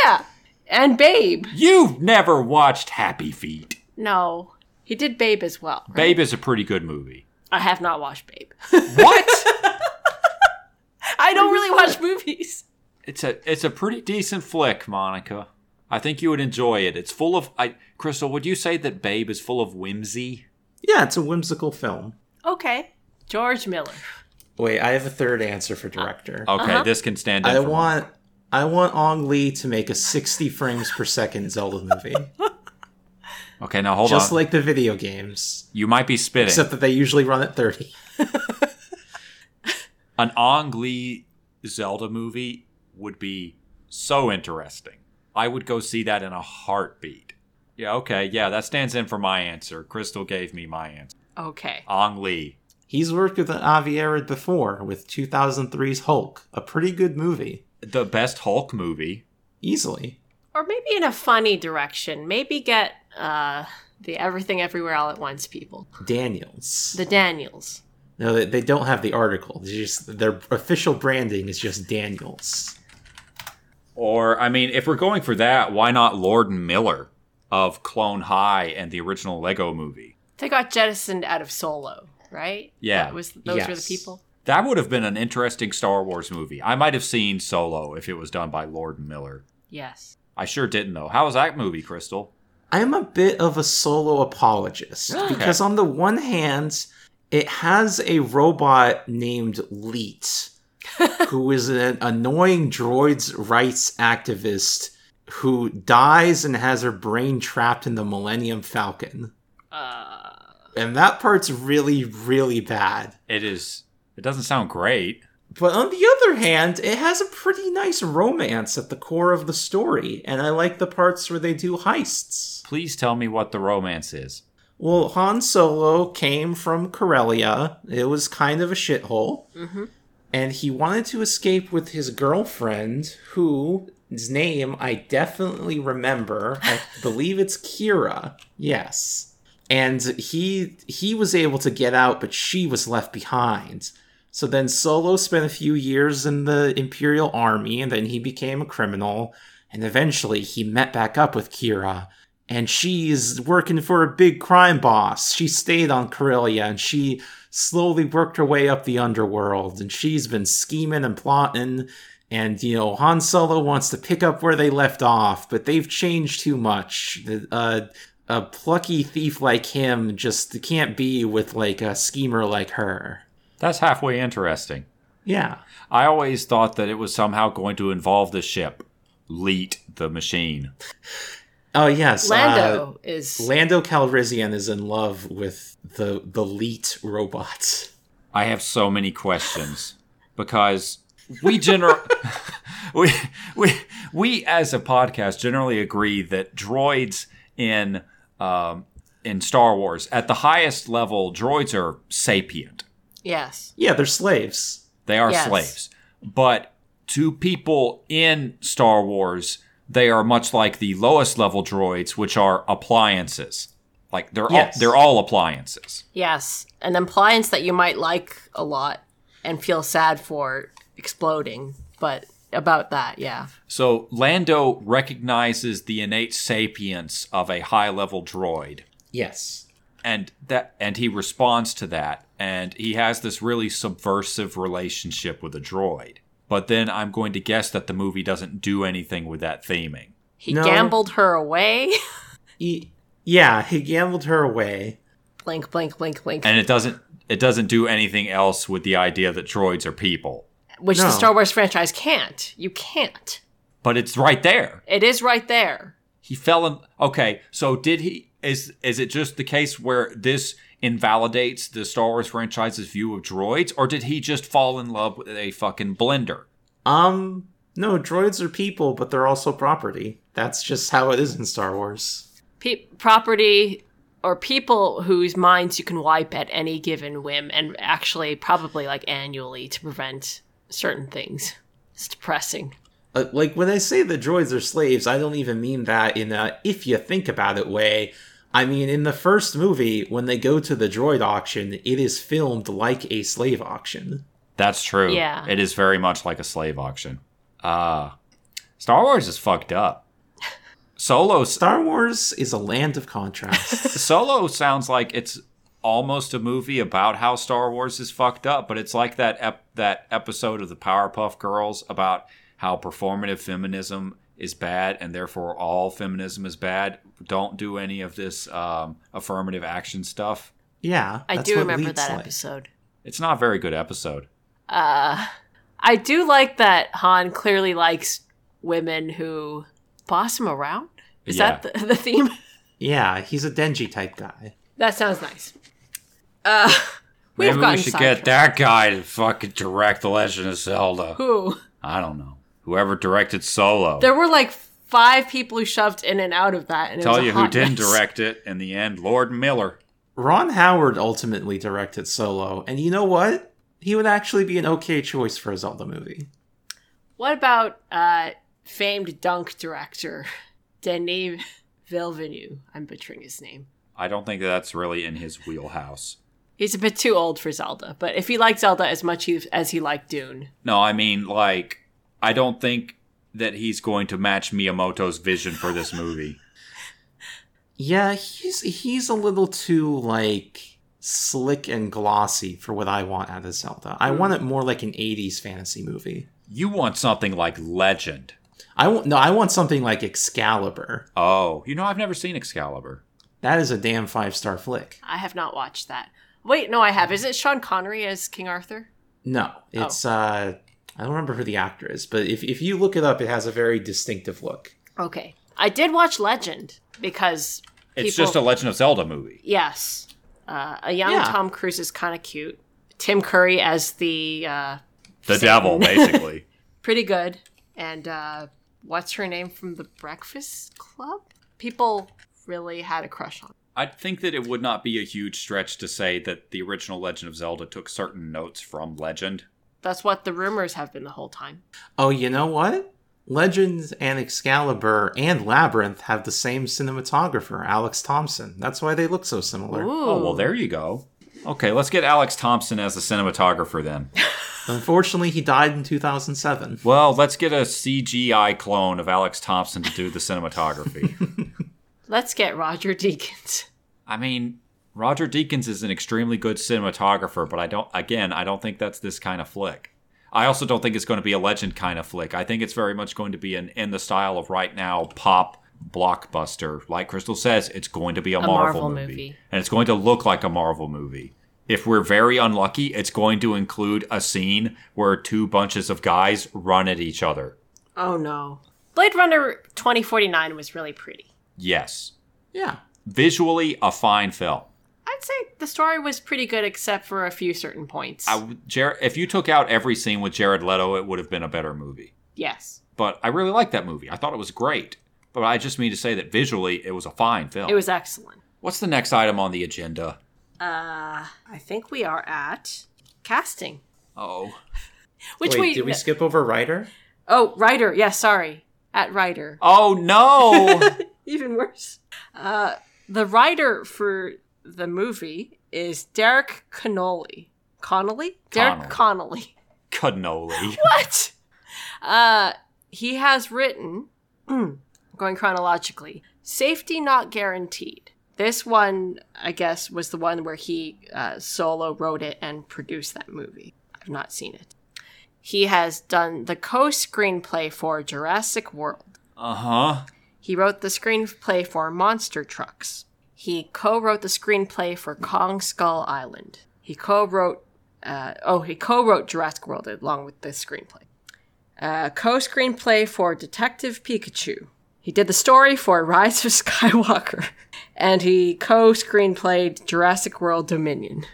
yeah, and Babe. You've never watched Happy Feet. No, he did Babe as well. right? Babe is a pretty good movie. I have not watched Babe. What? I don't really watch movies. It's a it's a pretty decent flick, Monica. I think you would enjoy it. It's full of I Crystal, would you say that Babe is full of whimsy? Yeah, it's a whimsical film. Okay, George Miller. Wait, I have a third answer for director. Okay, this can stand in I for want I want Ong Lee to make a 60 frames per second Zelda movie, Monica. Okay, now hold just on. like the video games, you might be spitting. except that they usually run at 30. An Ong Lee Zelda movie would be So interesting. I would go see that in a heartbeat. Yeah, okay. Yeah, that stands in for my answer. Crystal gave me my answer. Okay. Ong Lee. He's worked with Avi Arad before with 2003's Hulk, a pretty good movie, The best Hulk movie. easily. Or maybe in a funny direction. Maybe get uh, the Everything Everywhere All at Once people, Daniels. the Daniels. no, they, they don't have the article. They just their official branding is just Daniels. Or, I mean, if we're going for that, why not Lord Miller of Clone High and the original Lego movie? They got jettisoned out of Solo, right? Yeah. That was those were the Yes. people. That would have been an interesting Star Wars movie. I might have seen Solo if it was done by Lord Miller. Yes. I sure didn't, though. How was that movie, Crystal? I'm a bit of a solo apologist because on the one hand, it has a robot named Leet, who is an annoying droids rights activist who dies and has her brain trapped in the Millennium Falcon. Uh, And that part's really, really bad. It is. It doesn't sound great. But on the other hand, it has a pretty nice romance at the core of the story, and I like the parts where they do heists. Please tell me what the romance is. Well, Han Solo came from Corellia. It was kind of a shithole. mm-hmm. And he wanted to escape with his girlfriend, who his name I definitely remember. I believe it's Kira. Yes. And he he was able to get out, but she was left behind. So then Solo spent a few years in the Imperial Army, and then he became a criminal. And eventually he met back up with Kira and she's working for a big crime boss. She stayed on Corellia and she slowly worked her way up the underworld and she's been scheming and plotting and you know Han Solo wants to pick up where they left off, but they've changed too much. The- Uh, a plucky thief like him just can't be with like a schemer like her. That's halfway interesting. Yeah. I always thought that it was somehow going to involve the ship, Leet the machine. Oh yes. uh, Lando is Lando Calrissian is in love with the the Leet robot. I have so many questions because we general we we we as a podcast generally agree that droids in um, in Star Wars at the highest level droids are sapient. yes. Yeah, they're slaves. They are Yes. slaves. But to people in Star Wars, they are much like the lowest level droids, which are appliances. Like they're Yes. all they're all appliances. Yes, an appliance that you might like a lot and feel sad for exploding, but about that, yeah. So Lando recognizes the innate sapience of a high level droid. Yes. And that and he responds to that and he has this really subversive relationship with a droid. But then I'm going to guess that the movie doesn't do anything with that theming. He No. gambled her away. He, yeah, he gambled her away. blink, blink, blink, blink. and it doesn't it doesn't do anything else with the idea that droids are people which the No. Star Wars franchise can't. You can't. but it's right there It is right there. he fell in okay so did he is is it just the case where this invalidates the star wars franchise's view of droids or did he just fall in love with a fucking blender Um, no, droids are people, but they're also property. That's just how it is in Star Wars. Pe- property or people whose minds you can wipe at any given whim, and actually probably like annually to prevent certain things. It's depressing. Uh, like when I say the droids are slaves, I don't even mean that in a if you think about it way. I mean, in the first movie, when they go to the droid auction, it is filmed like a slave auction. that's true Yeah. it is very much like a slave auction ah star wars is fucked up solo Star Wars is a land of contrasts. Solo sounds like it's almost a movie about how Star Wars is fucked up, but it's like that ep- that episode of the Powerpuff Girls about how performative feminism is bad and therefore all feminism is bad. Don't do any of this um, affirmative action stuff. yeah, I that's do what remember Leet's that like. episode. It's not a very good episode. Uh, I do like that Han clearly likes women who boss him around. Is that the, the theme? Yeah, he's a Denji type guy. That sounds nice. Uh, we've Maybe we gotten should sidetracked. get that guy to fucking direct The Legend of Zelda. Who? I don't know. Whoever directed Solo. There were like five people who shoved in and out of that. And it Tell was a you who hot didn't mess. direct it in the end, Lord Miller. Ron Howard ultimately directed Solo, and you know what? He would actually be an okay choice for a Zelda movie. What about uh, famed dunk director Denis Villeneuve? I'm butchering his name. I don't think that's really in his wheelhouse. He's a bit too old for Zelda, but if he liked Zelda as much he- as he liked Dune, No, I mean, like, I don't think that he's going to match Miyamoto's vision for this movie. Yeah, he's he's a little too like slick and glossy for what I want out of Zelda. I want it more like an 80s fantasy movie. you want something like Legend. I want no, I want something like Excalibur. Oh, you know, I've never seen Excalibur. That is a damn five-star flick. I have not watched that. Wait, no, I have. Is it Sean Connery as King Arthur? No, it's uh I don't remember who the actor is, but if if you look it up it has a very distinctive look. Okay. I did watch Legend because It's people- just a Legend of Zelda movie. Yes. Uh, a young Yeah. Tom Cruise is kind of cute. Tim Curry as the uh, The devil, basically. pretty good. And uh, what's her name from the Breakfast Club? People really had a crush on. her. I think that it would not be a huge stretch to say that the original Legend of Zelda took certain notes from Legend. That's what the rumors have been the whole time. Oh, you know what? Legends and Excalibur and Labyrinth have the same cinematographer, Alex Thompson. That's why they look so similar. Oh, well, there you go. Okay, let's get Alex Thompson as the cinematographer then. Unfortunately, he died in 2007. Well, let's get a CGI clone of Alex Thompson to do the cinematography. Let's get Roger Deakins. I mean, Roger Deakins is an extremely good cinematographer, but I don't, again, I don't think that's this kind of flick. I also don't think it's going to be a legend kind of flick. I think it's very much going to be an in the style of right now pop blockbuster. Like Crystal says, it's going to be a, Marvel, Marvel movie. movie. And it's going to look like a Marvel movie. If we're very unlucky, it's going to include a scene where two bunches of guys run at each other. Oh no. Blade Runner 2049 was really pretty. Yes. Yeah. Visually, a fine film. I'd say the story was pretty good except for a few certain points. I w Jar if you took out every scene with Jared Leto, it would have been a better movie. yes. But I really liked that movie. I thought it was great. But I just mean to say that visually, it was a fine film. It was excellent. What's the next item on the agenda? Uh, I think we are at casting. Oh, Which Wait, we, did we skip over Ryder? Oh, writer. Yes, sorry. At writer. oh no! Even worse. Uh, the writer for the movie is Derek Connolly. Connolly? Derek Connolly. Connolly. Cannoli. What? Uh, he has written, hmm, going chronologically, Safety Not Guaranteed. This one, I guess, was the one where he uh, solo wrote it and produced that movie. I've not seen it. He has done the co screenplay for Jurassic World. Uh huh. He wrote the screenplay for Monster Trucks. He co-wrote the screenplay for Kong Skull Island. He co-wrote, uh, oh, he co-wrote Jurassic World along with the screenplay. Uh, co-screenplay for Detective Pikachu. He did the story for Rise of Skywalker, and he co-screenplayed Jurassic World Dominion.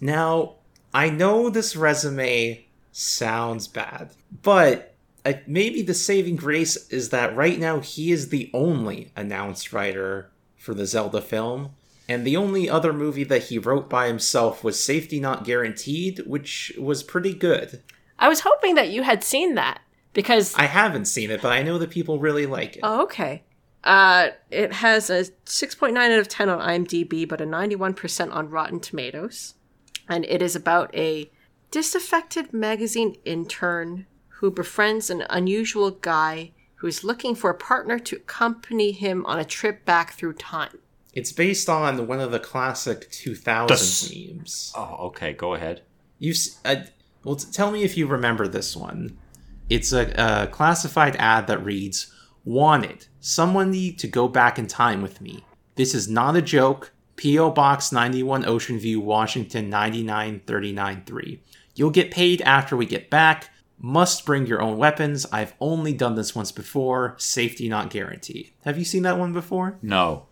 Now, I know this resume sounds bad, but uh, maybe the saving grace is that right now he is the only announced writer for the Zelda film, and the only other movie that he wrote by himself was Safety Not Guaranteed, which was pretty good. I was hoping that you had seen that because I haven't seen it, but I know that people really like it. Oh, okay. Uh, it has a 6.9 out of 10 on IMDb, but a 91% on Rotten Tomatoes. And it is about a disaffected magazine intern who befriends an unusual guy who is looking for a partner to accompany him on a trip back through time. It's based on one of the classic 2000s The memes. Oh, okay. Go ahead. You s- uh, well, t- tell me if you remember this one. It's a, a classified ad that reads, "Wanted someone need to go back in time with me. This is not a joke." P.O. Box 91 Ocean View, Washington 99393. You'll get paid after we get back. Must bring your own weapons. I've only done this once before. Safety not guaranteed. Have you seen that one before? No.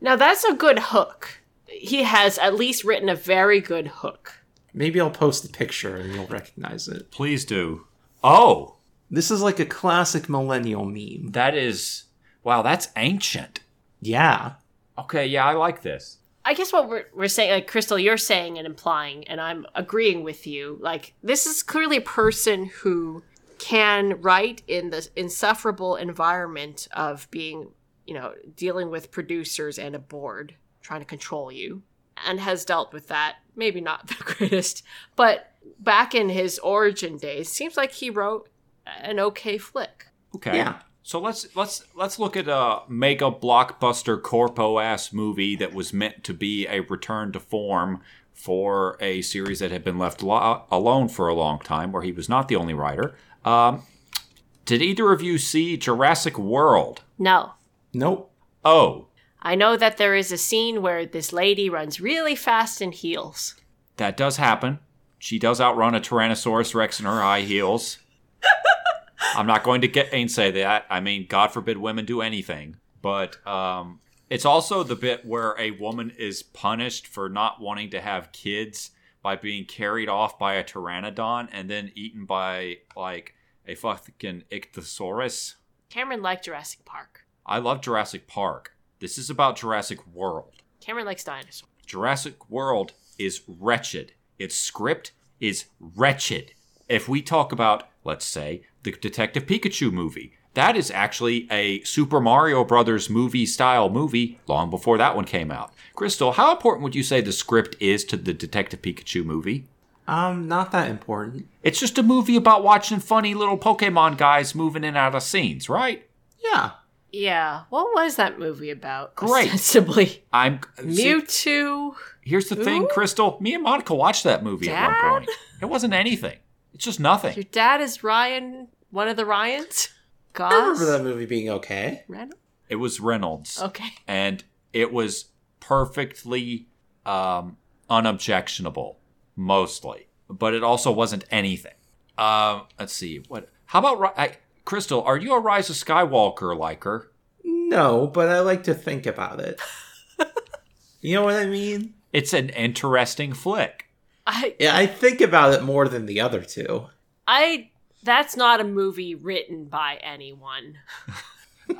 Now, that's a good hook. He has at least written a very good hook. Maybe I'll post a picture and you'll recognize it. Please do. Oh, This is like a classic millennial meme. That is wow, that's ancient. Yeah. Okay, yeah, I like this. I guess what we're, we're saying, like Crystal, you're saying and implying, and I'm agreeing with you. Like this is clearly a person who can write in the insufferable environment of being, you know, dealing with producers and a board trying to control you, and has dealt with that. Maybe not the greatest, but back in his origin days, seems like he wrote an okay flick. Okay. Yeah. So let's let's let's look at a mega blockbuster corpo ass movie that was meant to be a return to form for a series that had been left lo- alone for a long time, where he was not the only writer. Um, did either of you see Jurassic World? No, Nope. Oh, I know that there is a scene where this lady runs really fast in heels. that does happen. She does outrun a Tyrannosaurus Rex in her high heels. I'm not going to get say that. I mean, God forbid women do anything. But um, it's also the bit where a woman is punished for not wanting to have kids by being carried off by a pteranodon and then eaten by like a fucking ichthyosaurus. Cameron liked Jurassic Park. I love Jurassic Park. This is about Jurassic World. Cameron likes dinosaurs. Jurassic World is wretched. Its script is wretched. If we talk about, let's say, the Detective Pikachu movie, that is actually a Super Mario Brothers movie style movie long before that one came out. Crystal, how important would you say the script is to the Detective Pikachu movie? Um, not that important. It's just a movie about watching funny little Pokemon guys moving in and out of scenes, right? Yeah. Yeah, what was that movie about? Great. Ostensibly. I'm see, Mewtwo. Here's the thing, Ooh. Crystal. Me and Monica watched that movie at Dad? one point. It wasn't anything. It's just nothing. Your dad is Ryan, one of the Ryans? Goss? I remember that movie being okay. Ren- It was Reynolds, Okay. and it was perfectly um, unobjectionable, mostly. But it also wasn't anything. Um, let's see. What? How about Ri- I, Crystal? Are you a Rise of Skywalker liker? No, but I like to think about it. you know what I mean? It's an interesting flick. I, Yeah, I think about it more than the other two. I, that's not a movie written by anyone.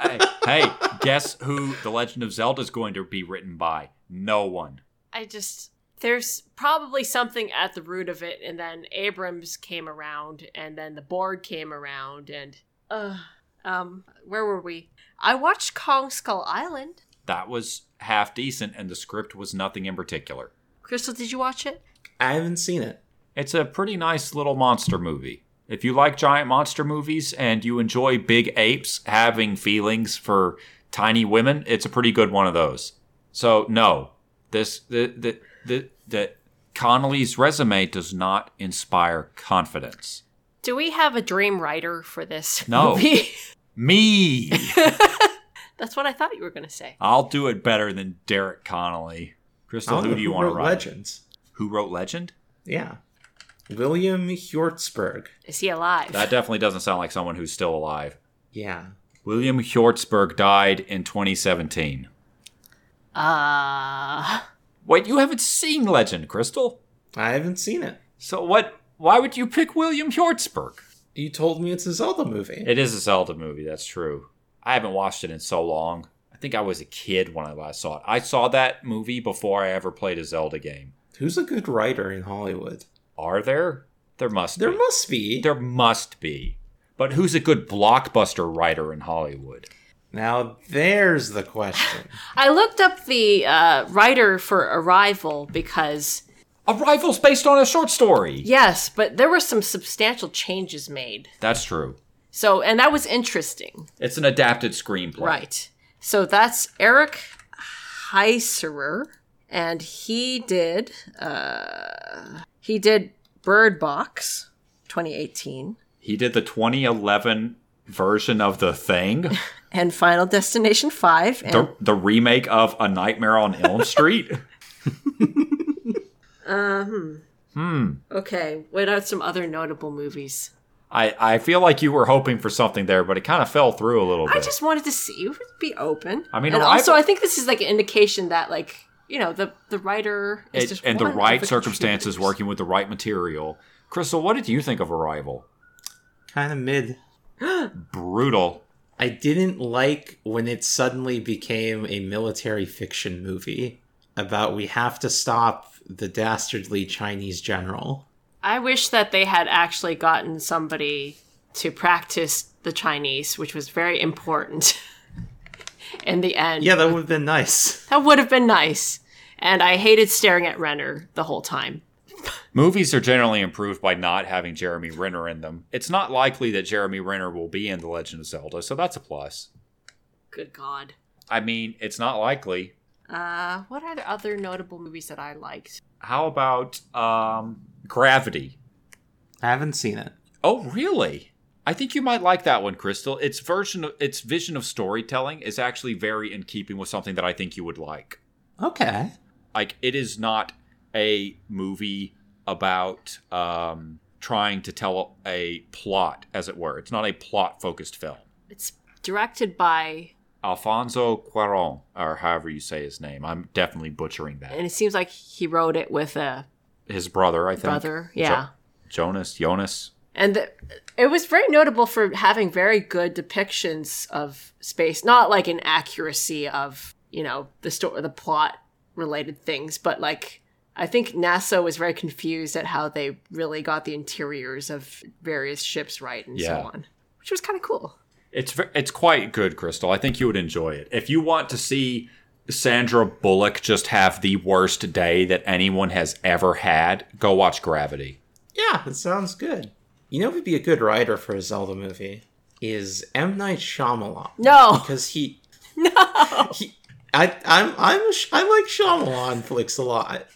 hey, hey, guess who The Legend of Zelda is going to be written by? No one. I just there's probably something at the root of it, and then Abrams came around, and then the board came around, and uh, um, where were we? I watched Kong Skull Island. That was half decent, and the script was nothing in particular. Crystal, did you watch it? I haven't seen it. It's a pretty nice little monster movie. If you like giant monster movies and you enjoy big apes having feelings for tiny women, it's a pretty good one of those. So no, this the the the, the Connolly's resume does not inspire confidence. Do we have a dream writer for this? No. movie? Me, that's what I thought you were gonna say. I'll do it better than Derek Connolly. I Crystal, don't who know do you want to wrote write? Legends. Who wrote Legend? Yeah. William Hjortsberg. Is he alive? That definitely doesn't sound like someone who's still alive. Yeah. William Hjortsberg died in 2017. uh, Wait, you haven't seen Legend, Crystal? I haven't seen it. So what? Why would you pick William Hjortsberg? You told me it's a Zelda movie. It is a Zelda movie. That's true. I haven't watched it in so long. I think I was a kid when I last saw it. I saw that movie before I ever played a Zelda game. Who's a good writer in Hollywood? Are there? There must There be. must be. There must be. But who's a good blockbuster writer in Hollywood? Now there's the question. I looked up the uh, writer for Arrival because Arrival's based on a short story. yes, but there were some substantial changes made. That's true. So, and that was interesting. It's an adapted screenplay. Right. So that's Eric Heiserer, and he did uh, he did Bird Box, 2018, He did the 2011 version of The Thing. and Final Destination 5, and the, the remake of A Nightmare on Elm Street. um, hmm. okay, what are some other notable movies? I, I feel like you were hoping for something there, but it kind of fell through a little bit. I just wanted to see you be open. I mean, and Arrival- also I think this is like an indication that like you know the the writer is It- just and the one of right circumstances, contributors. working with the right material. Crystal, what did you think of Arrival? kind of mid. Brutal. I didn't like when it suddenly became a military fiction movie about we have to stop the dastardly Chinese general. I wish that they had actually gotten somebody to practice the Chinese, which was very important in the end. Yeah, that would have been nice. That would have been nice. And I hated staring at Renner the whole time. Movies are generally improved by not having Jeremy Renner in them. It's not likely that Jeremy Renner will be in The Legend of Zelda, so that's a plus. Good God. I mean, it's not likely. Uh, what are the other notable movies that I liked? How about um, Gravity? I haven't seen it. Oh, really? I think you might like that one, Crystal. Its version, of, its vision of storytelling is actually very in keeping with something that I think you would like. Okay. Like, it is not a movie about um, trying to tell a plot, as it were. It's not a plot-focused film. It's directed by, Alfonso Cuaron, or however you say his name. I'm definitely butchering that. and it seems like he wrote it with a His brother, I think. brother. Yeah. Jonas, Jonas. and the, it was very notable for having very good depictions of space not like an accuracy of you know the story the plot related things but like i think nasa was very confused at how they really got the interiors of various ships right and Yeah. so on which was kind of cool It's ve- it's quite good, Crystal. I think you would enjoy it. If you want to see Sandra Bullock just have the worst day that anyone has ever had, go watch Gravity. Yeah, it sounds good. You know who'd be a good writer for a Zelda movie is M Night Shyamalan. no because he no he, I I'm I'm a, I like Shyamalan flicks a lot,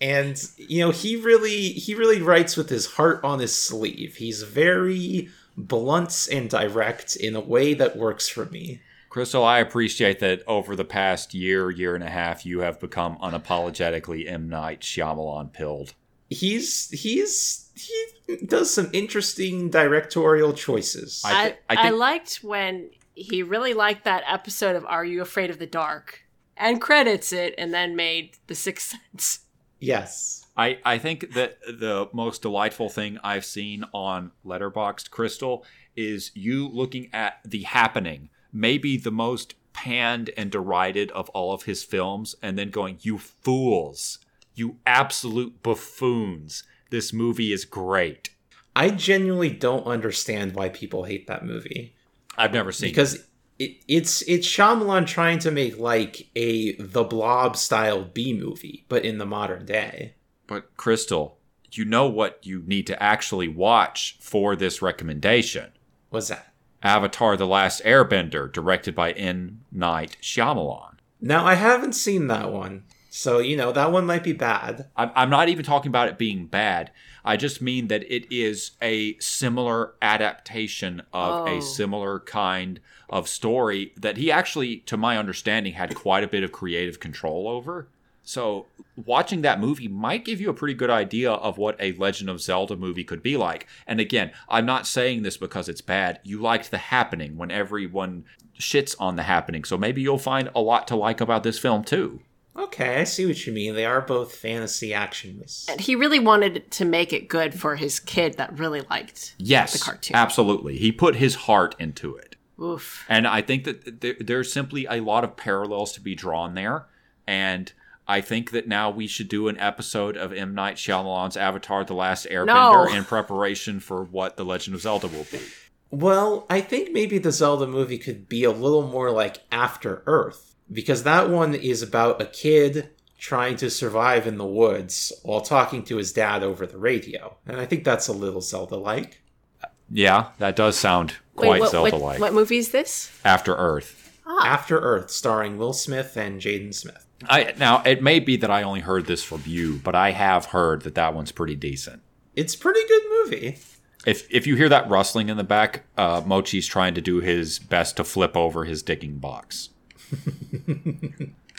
and you know he really he really writes with his heart on his sleeve. He's very blunt and direct in a way that works for me. Crystal, I appreciate that over the past year, year and a half, you have become unapologetically M. Night Shyamalan pilled. He's he's he does some interesting directorial choices. I I, thi- I, I think- liked when he really liked that episode of are you afraid of the dark and credits it and then made the sixth sense yes. I, I think that the most delightful thing I've seen on Letterboxd Crystal is you looking at The Happening, maybe the most panned and derided of all of his films, and then going, You fools, you absolute buffoons. This movie is great. I genuinely don't understand why people hate that movie. I've never seen it. because it, it's it's Shyamalan trying to make like a The Blob style B movie, but in the modern day. But Crystal, you know what you need to actually watch for this recommendation. What's that? Avatar The Last Airbender, directed by N. Night Shyamalan. Now I haven't seen that one, so you know that one might be bad. I'm, I'm not even talking about it being bad. I just mean that it is a similar adaptation of Oh. a similar kind of story that he actually, to my understanding, had quite a bit of creative control over. So watching that movie might give you a pretty good idea of what a Legend of Zelda movie could be like. And again, I'm not saying this because it's bad. You liked The Happening when everyone shits on The Happening. So maybe you'll find a lot to like about this film too. Okay, I see what you mean. They are both fantasy action movies. And he really wanted to make it good for his kid that really liked. Yes, the cartoon. Absolutely, he put his heart into it, Oof. and I think that there, there's simply a lot of parallels to be drawn there. And I think that now we should do an episode of M Night Shyamalan's Avatar: The Last Airbender in preparation for what The Legend of Zelda will be. Well, I think maybe the Zelda movie could be a little more like After Earth, because that one is about a kid trying to survive in the woods while talking to his dad over the radio. And I think that's a little Zelda like. Yeah, that does sound what, quite what, Zelda-like. what movie is this? After Earth. After Earth, starring Will Smith and Jaden Smith. I, now it may be that I only heard this from you, but I have heard that that one's pretty decent. It's a pretty good movie. If if you hear that rustling in the back, uh, Mochi's trying to do his best to flip over his digging box.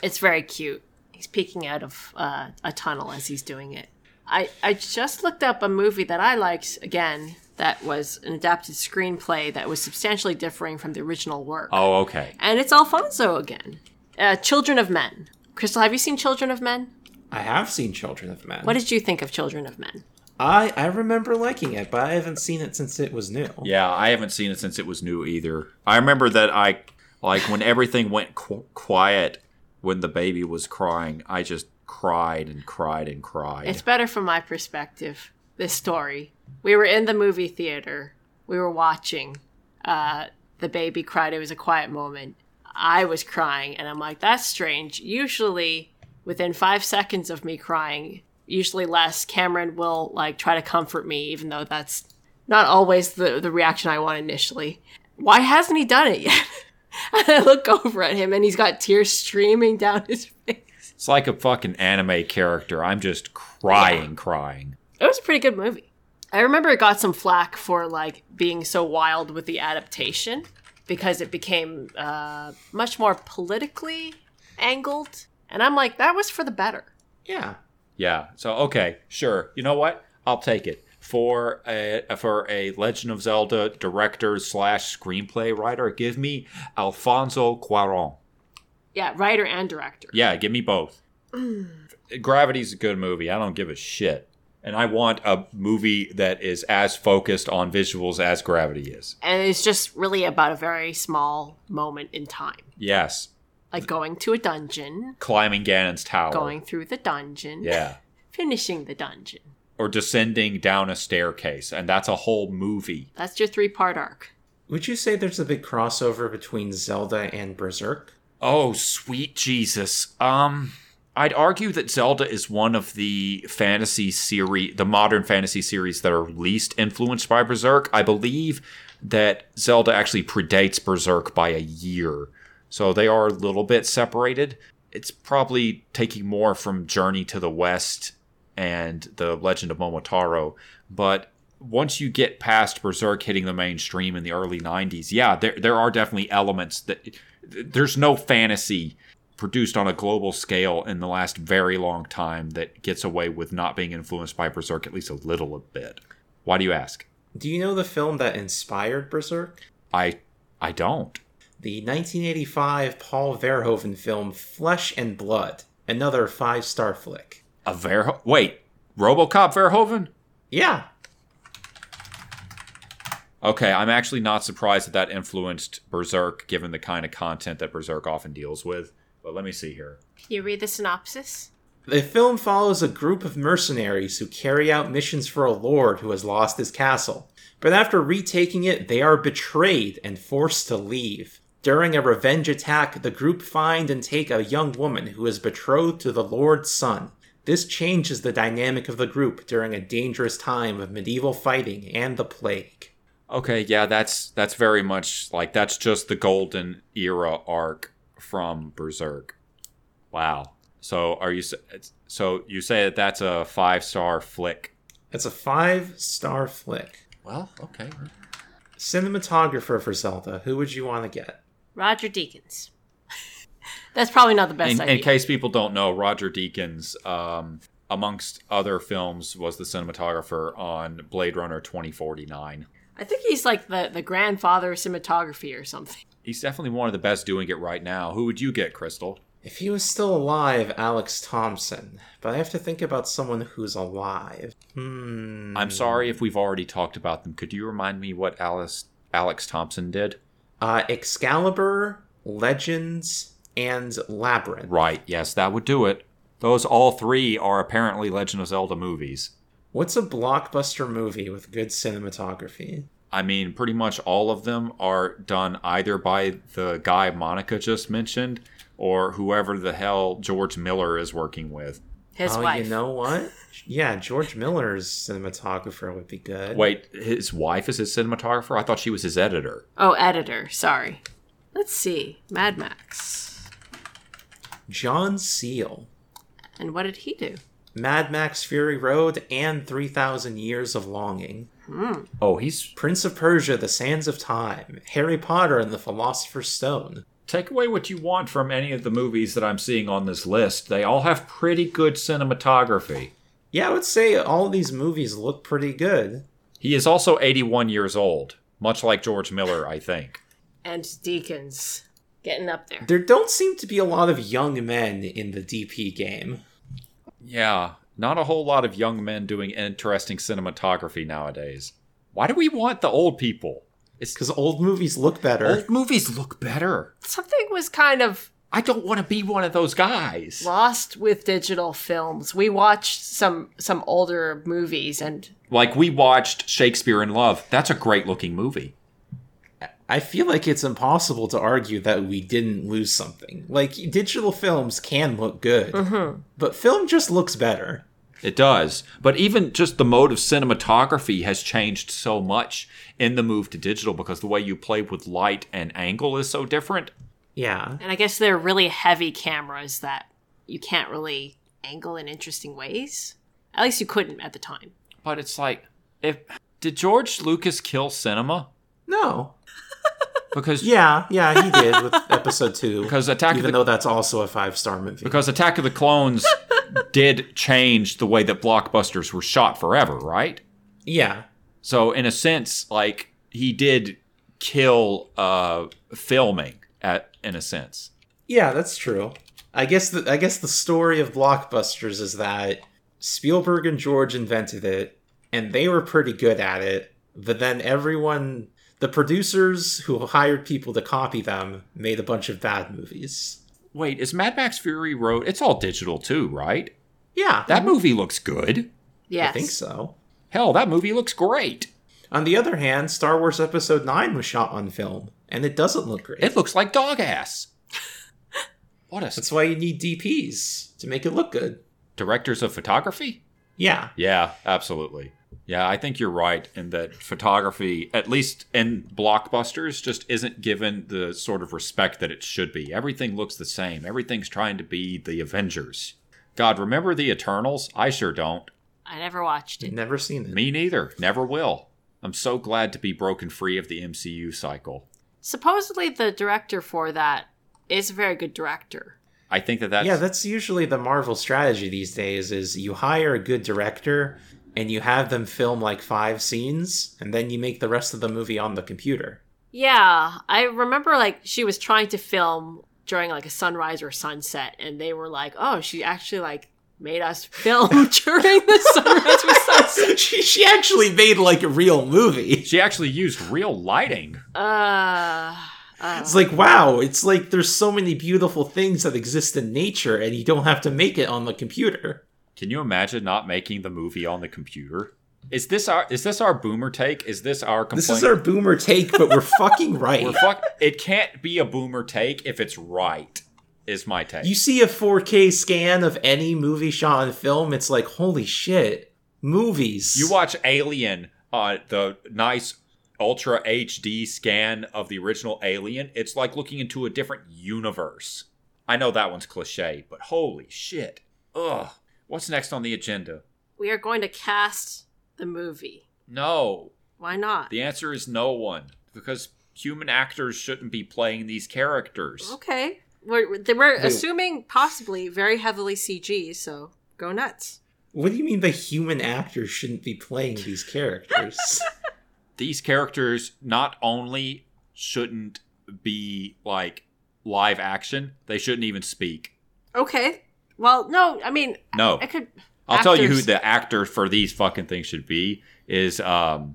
It's very cute. He's peeking out of uh, a tunnel as he's doing it. I, I just looked up a movie that I liked again that was an adapted screenplay that was substantially differing from the original work. Oh, okay. And it's Alfonso again. Uh, Children of Men. Crystal, have you seen Children of Men? I have seen Children of Men. What did you think of Children of Men? I I remember liking it, but I haven't seen it since it was new. Yeah, I haven't seen it since it was new either. I remember that I like when everything went qu- quiet when the baby was crying. I just cried and cried and cried. It's better from my perspective, this story. We were in the movie theater. We were watching. Uh, the baby cried. It was a quiet moment. I was crying, and I'm like, that's strange. Usually, within five seconds of me crying, usually less, Cameron will like try to comfort me, even though that's not always the, the reaction I want initially. Why hasn't he done it yet? and I look over at him, and he's got tears streaming down his face. It's like a fucking anime character. I'm just crying, crying. It was a pretty good movie. I remember it got some flack for like being so wild with the adaptation because it became uh, much more politically angled, and I'm like, that was for the better. Yeah. Yeah. So okay, sure. You know what? I'll take it for a for a Legend of Zelda director slash screenplay writer. Give me Alfonso Cuarón. Yeah, writer and director. Yeah, give me both. Gravity's a good movie. I don't give a shit. And I want a movie that is as focused on visuals as Gravity is. And it's just really about a very small moment in time, Yes. like going to a dungeon, Climbing Ganon's tower. going through the dungeon, Yeah. finishing the dungeon. Or descending down a staircase. And that's a whole movie. That's your three part arc. Would you say there's a big crossover between Zelda and Berserk? Oh, sweet Jesus. Um I'd argue that Zelda is one of the fantasy series, the modern fantasy series that are least influenced by Berserk. I believe that Zelda actually predates Berserk by a year. So they are a little bit separated. It's probably taking more from Journey to the West and The Legend of Momotaro, but once you get past Berserk hitting the mainstream in the early 90s, yeah, there there are definitely elements that there's no fantasy produced on a global scale in the last very long time that gets away with not being influenced by Berserk at least a little bit. Why do you ask? Do you know the film that inspired Berserk? I I don't. The 1985 Paul Verhoeven film Flesh and Blood, another five star flick. A Verho wait, RoboCop Verhoeven? Yeah, Okay, I'm actually not surprised that that influenced Berserk given the kind of content that Berserk often deals with. But let me see here. Can you read the synopsis? The film follows a group of mercenaries who carry out missions for a lord who has lost his castle. But after retaking it, they are betrayed and forced to leave. During a revenge attack, the group find and take a young woman who is betrothed to the lord's son. This changes the dynamic of the group during a dangerous time of medieval fighting and the plague. Okay, yeah, that's that's very much like that's just the golden era arc from Berserk. Wow. So are you s- it's- so you say that that's a five star flick? It's a five star flick. Well, okay. Cinematographer for Zelda, who would you want to get? Roger Deakins. That's probably not the best In, idea. in case people don't know, Roger Deakins, um, amongst other films, was the cinematographer on Blade Runner twenty forty nine. I think he's like the, the grandfather of cinematography or something. He's definitely one of the best doing it right now. Who would you get, Crystal? If he was still alive, Alex Thompson. But I have to think about someone who's alive. Hmm. I'm sorry if we've already talked about them. Could you remind me what Alice Alex Thompson did? Uh, Excalibur, Legends, and Labyrinth. Right, yes, that would do it. Those all three are apparently Legend of Zelda movies. What's a blockbuster movie with good cinematography? I mean, pretty much all of them are done either by the guy Monica just mentioned or whoever the hell George Miller is working with. His oh, wife. you know what? yeah, George Miller's cinematographer would be good. Wait, his wife is his cinematographer? I thought she was his editor. Oh, editor. Sorry. Let's see. Mad Max. John Seal. And what did he do? Mad Max Fury Road and 3,000 Years of Longing. Oh, he's. Prince of Persia, The Sands of Time. Harry Potter and the Philosopher's Stone. Take away what you want from any of the movies that I'm seeing on this list. They all have pretty good cinematography. Yeah, I would say all these movies look pretty good. He is also 81 years old, much like George Miller, I think. And Deacons. Getting up there. There don't seem to be a lot of young men in the DP game. Yeah, Not a whole lot of young men doing interesting cinematography nowadays. Why do we want the old people? It's Because old movies look better. old movies look better. Something was kind of I don't want to be one of those guys. lost with digital films. We watched some some older movies and Like we watched Shakespeare in Love. That's a great looking movie. I feel like it's impossible to argue that we didn't lose something. Like, digital films can look good, Mm-hmm. but film just looks better. It does. But even just the mode of cinematography has changed so much in the move to digital because the way you play with light and angle is so different. Yeah. and I guess they're really heavy cameras that you can't really angle in interesting ways. At least you couldn't at the time. But it's like if did George Lucas kill cinema? No. Because Yeah, yeah, he did with episode two. Because Attack of even the- though that's also a five star movie. because Attack of the Clones did change the way that blockbusters were shot forever, right? yeah. So in a sense, like he did kill uh filming at in a sense. Yeah, that's true. I guess the I guess the story of blockbusters is that Spielberg and George invented it, and they were pretty good at it. But then everyone, the producers who hired people to copy them, made a bunch of bad movies. Wait, is Mad Max Fury Road? It's all digital too, right? Yeah, That movie looks good. Yes. I think so. Hell, that movie looks great. On the other hand, Star Wars Episode Nine was shot on film, and it doesn't look great. It looks like dog ass. What a that's why you need DPs to make it look good. directors of photography? Yeah, Yeah, absolutely. Yeah, I think you're right in that photography, at least in blockbusters, just isn't given the sort of respect that it should be. Everything looks the same. Everything's trying to be the Avengers. God, remember the Eternals? I sure don't. I never watched it. never seen it. Me neither. Never will. I'm so glad to be broken free of the MCU cycle. Supposedly the director for that is a very good director. I think that that's yeah, that's usually the Marvel strategy these days is you hire a good director and you have them film like five scenes and then you make the rest of the movie on the computer. Yeah, I remember like she was trying to film during like a sunrise or sunset, and they were like, "Oh, she actually like made us film during the sunrise or sunset." she, she actually made like a real movie. she actually used real lighting. Uh, uh, It's like wow, it's like there's so many beautiful things that exist in nature and you don't have to make it on the computer. Can you imagine not making the movie on the computer? Is this our is this our boomer take? Is this our complaint? This is our boomer take, but we're fucking right. We're fuck. It can't be a boomer take if it's right. Is my take. you see a 4K scan of any movie shot on film, it's like holy shit, movies. You watch Alien, uh, the nice ultra HD scan of the original Alien. It's like looking into a different universe. I know that one's cliche, but holy shit! Ugh. What's next on the agenda? we are going to cast the movie. No. Why not? The answer is no one because human actors shouldn't be playing these characters. Okay, we're they we're Wait. assuming possibly very heavily CG, so go nuts. What do you mean the human actors shouldn't be playing these characters? these characters not only shouldn't be like live action, they shouldn't even speak. Okay. Well, no, I mean, No. I could. Oh, I'll tell you who actors- the actor for these fucking things should be is um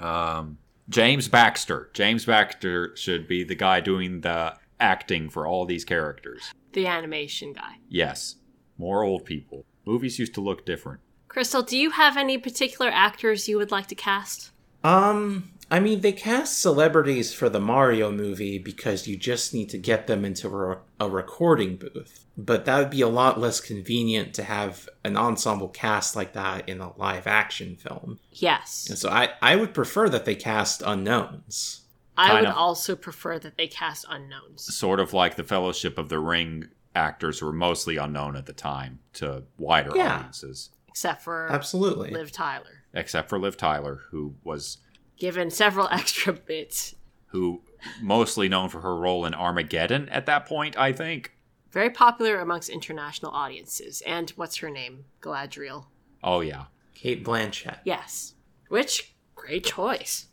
um James Baxter. James Baxter should be the guy doing the acting for all these characters. the animation guy. Yes. More old people. Movies used to look different. Crystal, do you have any particular actors you would like to cast? um, I mean, they cast celebrities for the Mario movie because you just need to get them into a, a recording booth. But that would be a lot less convenient to have an ensemble cast like that in a live action film. Yes. And so I, I would prefer that they cast unknowns. I would Kinda. also prefer that they cast unknowns. Sort of like the Fellowship of the Ring actors were mostly unknown at the time to wider Yeah. audiences. Except for Absolutely. Liv Tyler. except for Liv Tyler, who was Given several extra bits. who mostly known for her role in Armageddon at that point, I think. Very popular amongst international audiences. And what's her name? Galadriel. Oh yeah. Kate Blanchett. Yes. Which great choice.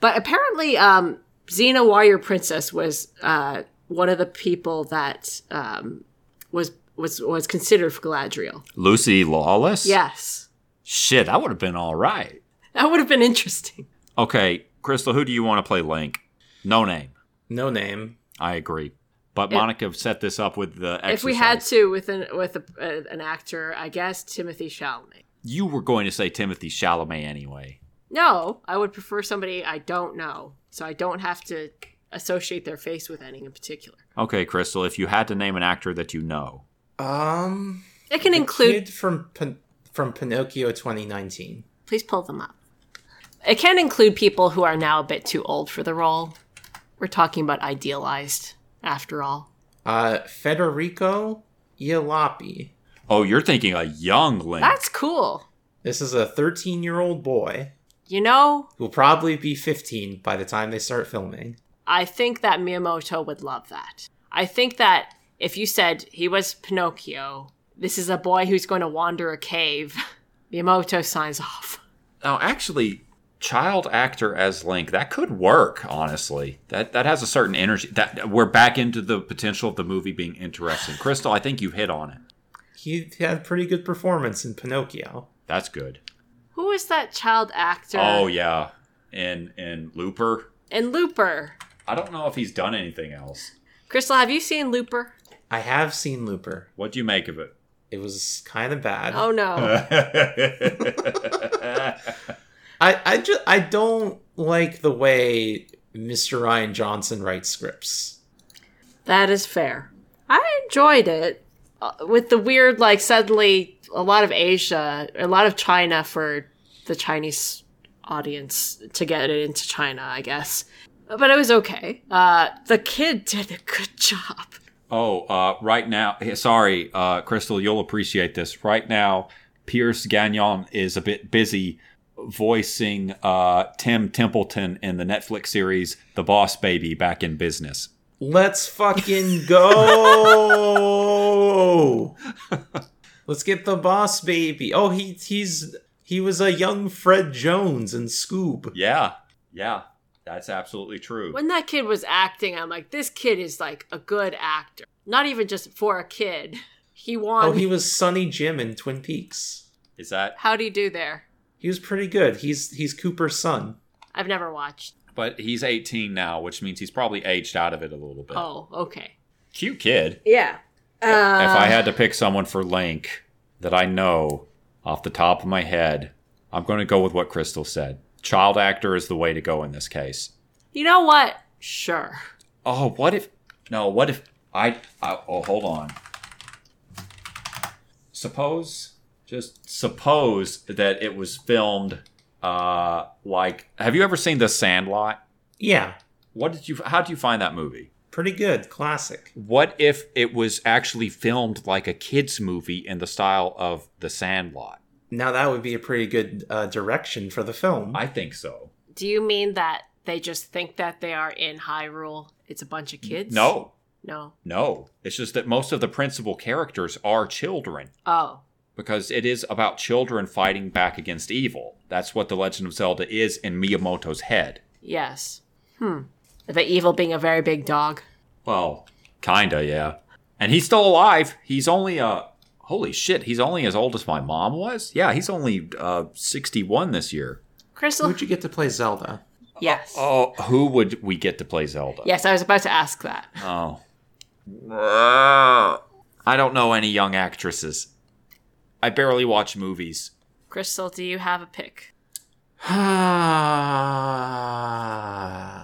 But apparently, um, Xena Warrior Princess was uh, one of the people that um, was was was considered for Galadriel. Lucy Lawless? Yes, Shit, that would have been all right. that would have been interesting. Okay, Crystal, who do you want to play Link? No name. No name. I agree. But Monica set this up with the exercise. If we had to with an with a, uh, an actor, I guess Timothy Chalamet. You were going to say Timothy Chalamet anyway. No, I would prefer somebody I don't know, so I don't have to associate their face with anything in particular. Okay, Crystal, if you had to name an actor that you know. Um, It can the include. kid from Pin- from Pinocchio 2019. Please pull them up. It can include people who are now a bit too old for the role. We're talking about idealized, after all. Uh, Federico Yalapi. Oh, you're thinking a young Link. That's cool. This is a 13 year old boy You know, who will probably be 15 by the time they start filming. I think that Miyamoto would love that. I think that if you said he was Pinocchio, this is a boy who's going to wander a cave, Miyamoto signs off. Now, actually, child actor as Link that could work. Honestly, that that has a certain energy. That we're back into the potential of the movie being interesting. Crystal, I think you hit on it. He had a pretty good performance in Pinocchio. That's good. Who is that child actor? Oh yeah, and and Looper. And Looper. I don't know if he's done anything else. Crystal, have you seen Looper? I have seen Looper. What do you make of it? It was kind of bad. Oh no. I, I just I don't like the way Mr. Ryan Johnson writes scripts. that is fair. I enjoyed it. Uh, With the weird, like, suddenly a lot of Asia, a lot of China for the Chinese audience to get it into China, I guess. But it was okay. Uh, the kid did a good job. oh, uh, right now. Sorry, uh, Crystal, you'll appreciate this. Right now, Pierce Gagnon is a bit busy voicing uh, Tim Templeton in the Netflix series The Boss Baby back in business. Let's fucking go. Let's get the boss baby. Oh, he he's he was a young Fred Jones in Scoob. Yeah, yeah, that's absolutely true. When that kid was acting, I'm like, this kid is like a good actor. Not even just for a kid. He won. Oh, he was Sonny Jim in Twin Peaks. Is that? How'd he do there? He was pretty good. He's he's Cooper's son. I've never watched. But he's 18 now, which means he's probably aged out of it a little bit. Oh, okay. Cute kid. Yeah. Uh, if I had to pick someone for Link that I know off the top of my head, I'm going to go with what Crystal said. Child actor is the way to go in this case. you know what? Sure. Oh, what if? No, what if I? I oh, hold on. Suppose, just suppose that it was filmed. Uh, like, have you ever seen The Sandlot? Yeah, What did you? How did you find that movie? pretty good. Classic. What if it was actually filmed like a kids' movie in the style of The Sandlot? Now that would be a pretty good uh, direction for the film. I think so. Do you mean that they just think that they are in Hyrule? It's a bunch of kids? No, No. no. It's just that most of the principal characters are children Oh. because it is about children fighting back against evil. That's what The Legend of Zelda is in Miyamoto's head. Yes. Hmm. The evil being a very big dog. Well, kinda, yeah. And he's still alive. He's only uh holy shit, he's only as old as my mom was? Yeah, he's only uh 61 this year. Crystal? Who'd you get to play Zelda? yes. Oh, who would we get to play Zelda? Yes, I was about to ask that. Oh. I don't know any young actresses. I barely watch movies. Crystal, do you have a pick?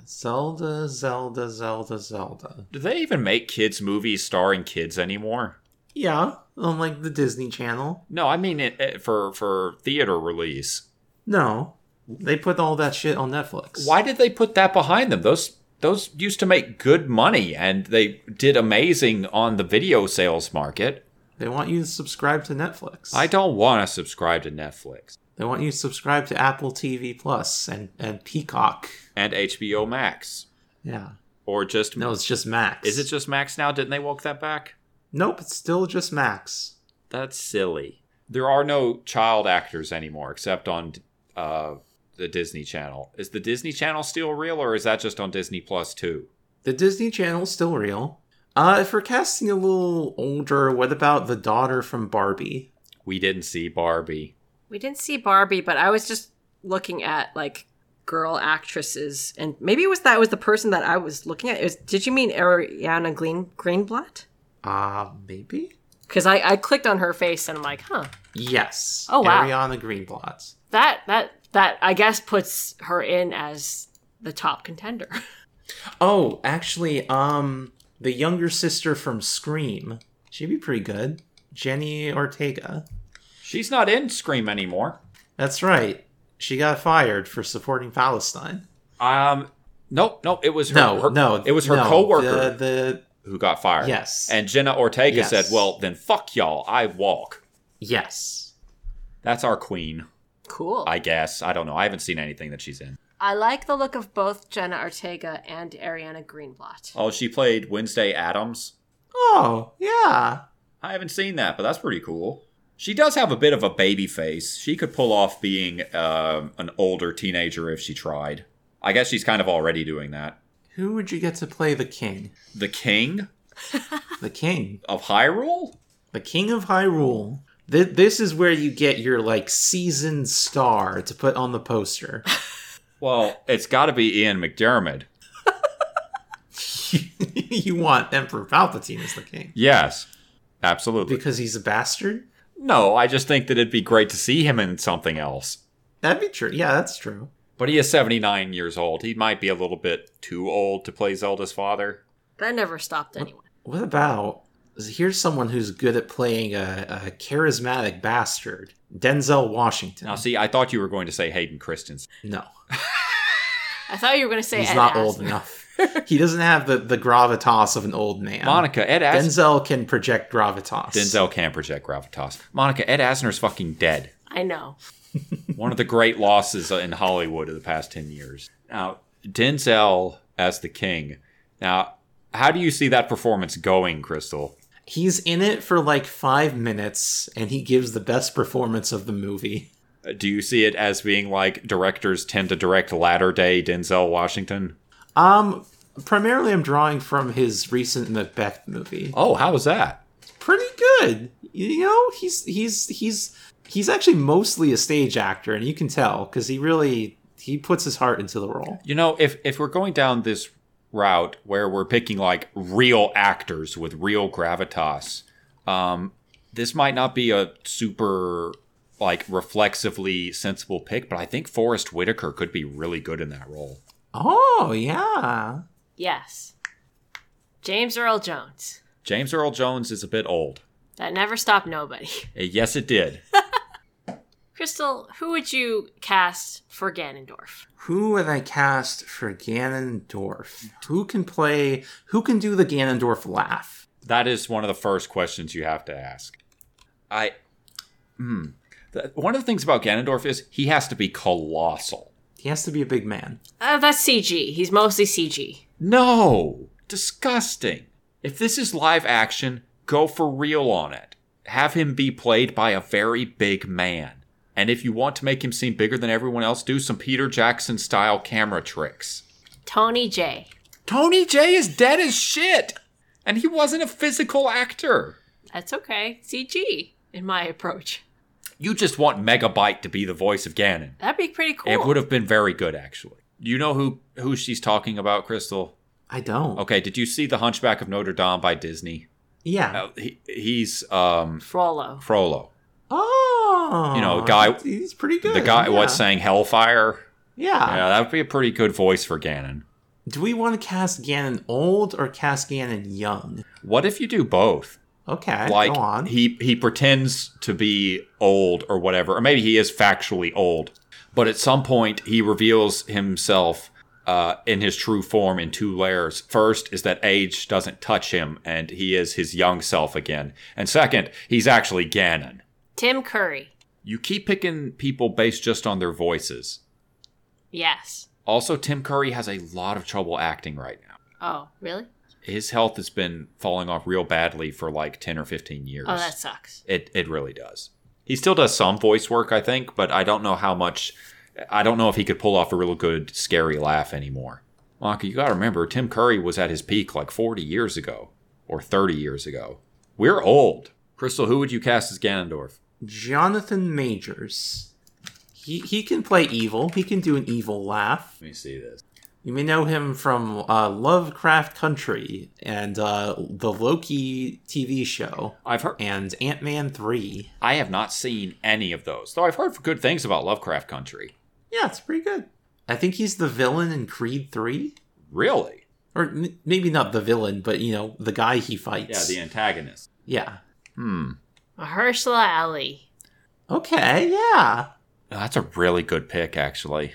Zelda, Zelda, Zelda, Zelda. Do they even make kids movies starring kids anymore? Yeah, on like the Disney Channel. No, I mean it, it- for for theater release. No, they put all that shit on Netflix. Why did they put that behind them? Those those used to make good money and they did amazing on the video sales market. They want you to subscribe to Netflix. I don't want to subscribe to Netflix They want you to subscribe to Apple TV Plus and and Peacock. and HBO Max Yeah. or just No, it's just Max. Is it just Max now? Didn't they walk that back? Nope, it's still just Max. That's silly. There are no child actors anymore except on uh, the Disney Channel. Is the Disney Channel still real or is that just on Disney Plus too? The Disney Channel's still real. Uh, if we're casting a little older, what about the daughter from Barbie? We didn't see Barbie. We didn't see Barbie, but I was just looking at like girl actresses, and maybe it was that was the person that I was looking at. It was, did you mean Ariana Green Greenblatt? Uh, maybe? Because I, I clicked on her face and I'm like, huh, Yes. Oh, wow. Ariana Greenblatt. that that that I guess puts her in as the top contender. Oh, actually, um, the younger sister from Scream. She'd be pretty good. Jenny Ortega. She's not in Scream anymore. That's right. She got fired for supporting Palestine. Um, nope, nope. It was her. No, her- no, it was her no, coworker The, the who got fired. Yes. and Jenna Ortega Yes. said, "Well, then fuck y'all. I walk." yes, That's our queen, cool. I guess. I don't know. I haven't seen anything that she's in. I like the look of both Jenna Ortega and Ariana Greenblatt. Oh, she played Wednesday Adams. Oh, yeah. I haven't seen that, but that's pretty cool. She does have a bit of a baby face. She could pull off being um an older teenager if she tried. I guess she's kind of already doing that. Who would you get to play the king? The king The king. of Hyrule? The king of Hyrule. Th- this is where you get your, like, seasoned star to put on the poster. Well, it's got to be Ian McDermott. you want Emperor Palpatine as the king. Yes, absolutely. Because he's a bastard? No, I just think that it'd be great to see him in something else. That'd be true. Yeah, that's true. But he is 79 years old. He might be a little bit too old to play Zelda's father. That never stopped anyone. What about here's someone who's good at playing a, a charismatic bastard, Denzel Washington? Now, see, I thought you were going to say Hayden Christensen. no, I thought you were going to say he's Ed not Asner. old enough. he doesn't have the, the gravitas of an old man. Monica, Ed Asner. Um, Denzel can project gravitas. Denzel can project gravitas. Monica, Ed Asner's fucking dead. I know. One of the great losses in Hollywood of the past 10 years. Now, Denzel as the king. Now, how do you see that performance going, Crystal? He's in it for like five minutes, and he gives the best performance of the movie. Uh, Do you see it as being like directors tend to direct latter day Denzel Washington? Um, primarily, I'm drawing from his recent Macbeth movie. Oh, how was that? pretty good. You know, he's he's he's he's actually mostly a stage actor, and you can tell because he really he puts his heart into the role. You know, if if we're going down this route where we're picking like real actors with real gravitas, um, this might not be a super like reflexively sensible pick, but I think Forrest Whitaker could be really good in that role. Oh yeah, Yes. James Earl Jones. James Earl Jones is a bit old. That never stopped nobody. Uh, Yes, it did. Crystal, who would you cast for Ganondorf? who would I cast for Ganondorf? Who can play? Who can do the Ganondorf laugh? That is one of the first questions you have to ask. I, hmm. Th- One of the things about Ganondorf is he has to be colossal. He has to be a big man. Uh, that's CG. He's mostly CG. No, disgusting. If this is live action, go for real on it. Have him be played by a very big man. And if you want to make him seem bigger than everyone else, do some Peter Jackson style camera tricks. Tony J. Tony J is dead as shit, and he wasn't a physical actor. That's okay. CG in my approach. You just want Megabyte to be the voice of Ganon. That'd be pretty cool. It would have been very good, actually. You know who who she's talking about, Crystal? I don't. Okay, did you see The Hunchback of Notre Dame by Disney? Yeah. Uh, he, he's um, Frollo. Frollo. Oh, You know, guy- He's pretty good. The guy yeah. Ah. what sang Hellfire. Yeah. yeah, that would be a pretty good voice for Ganon. Do we want to cast Ganon old or cast Ganon young? What if you do both? Okay, Like go on. he he pretends to be old or whatever, or maybe he is factually old, but at some point he reveals himself uh, in his true form in two layers. First is that age doesn't touch him, and he is his young self again. And second, he's actually Ganon. Tim Curry. You keep picking people based just on their voices. Yes. Also, Tim Curry has a lot of trouble acting right now. Oh, really? His health has been falling off real badly for like 10 or 15 years. Oh, that sucks. it, it really does. He still does some voice work, I think, but I don't know how much. I don't know if he could pull off a real good, scary laugh anymore. Monica, you gotta remember, Tim Curry was at his peak like 40 years ago. or 30 years ago. We're old. Crystal, who would you cast as Ganondorf? Jonathan Majors. He he can play evil. He can do an evil laugh. Let me see this. You may know him from uh, Lovecraft Country and uh, the Loki TV show I've heard. and Ant Man three. I have not seen any of those, though I've heard good things about Lovecraft Country. Yeah, it's pretty good. I think he's the villain in Creed three, Really? or m- maybe not the villain, but you know the guy he Yeah, fights. the antagonist. yeah. Hmm. Mahershala Ali. Okay. Yeah. That's a really good pick, actually.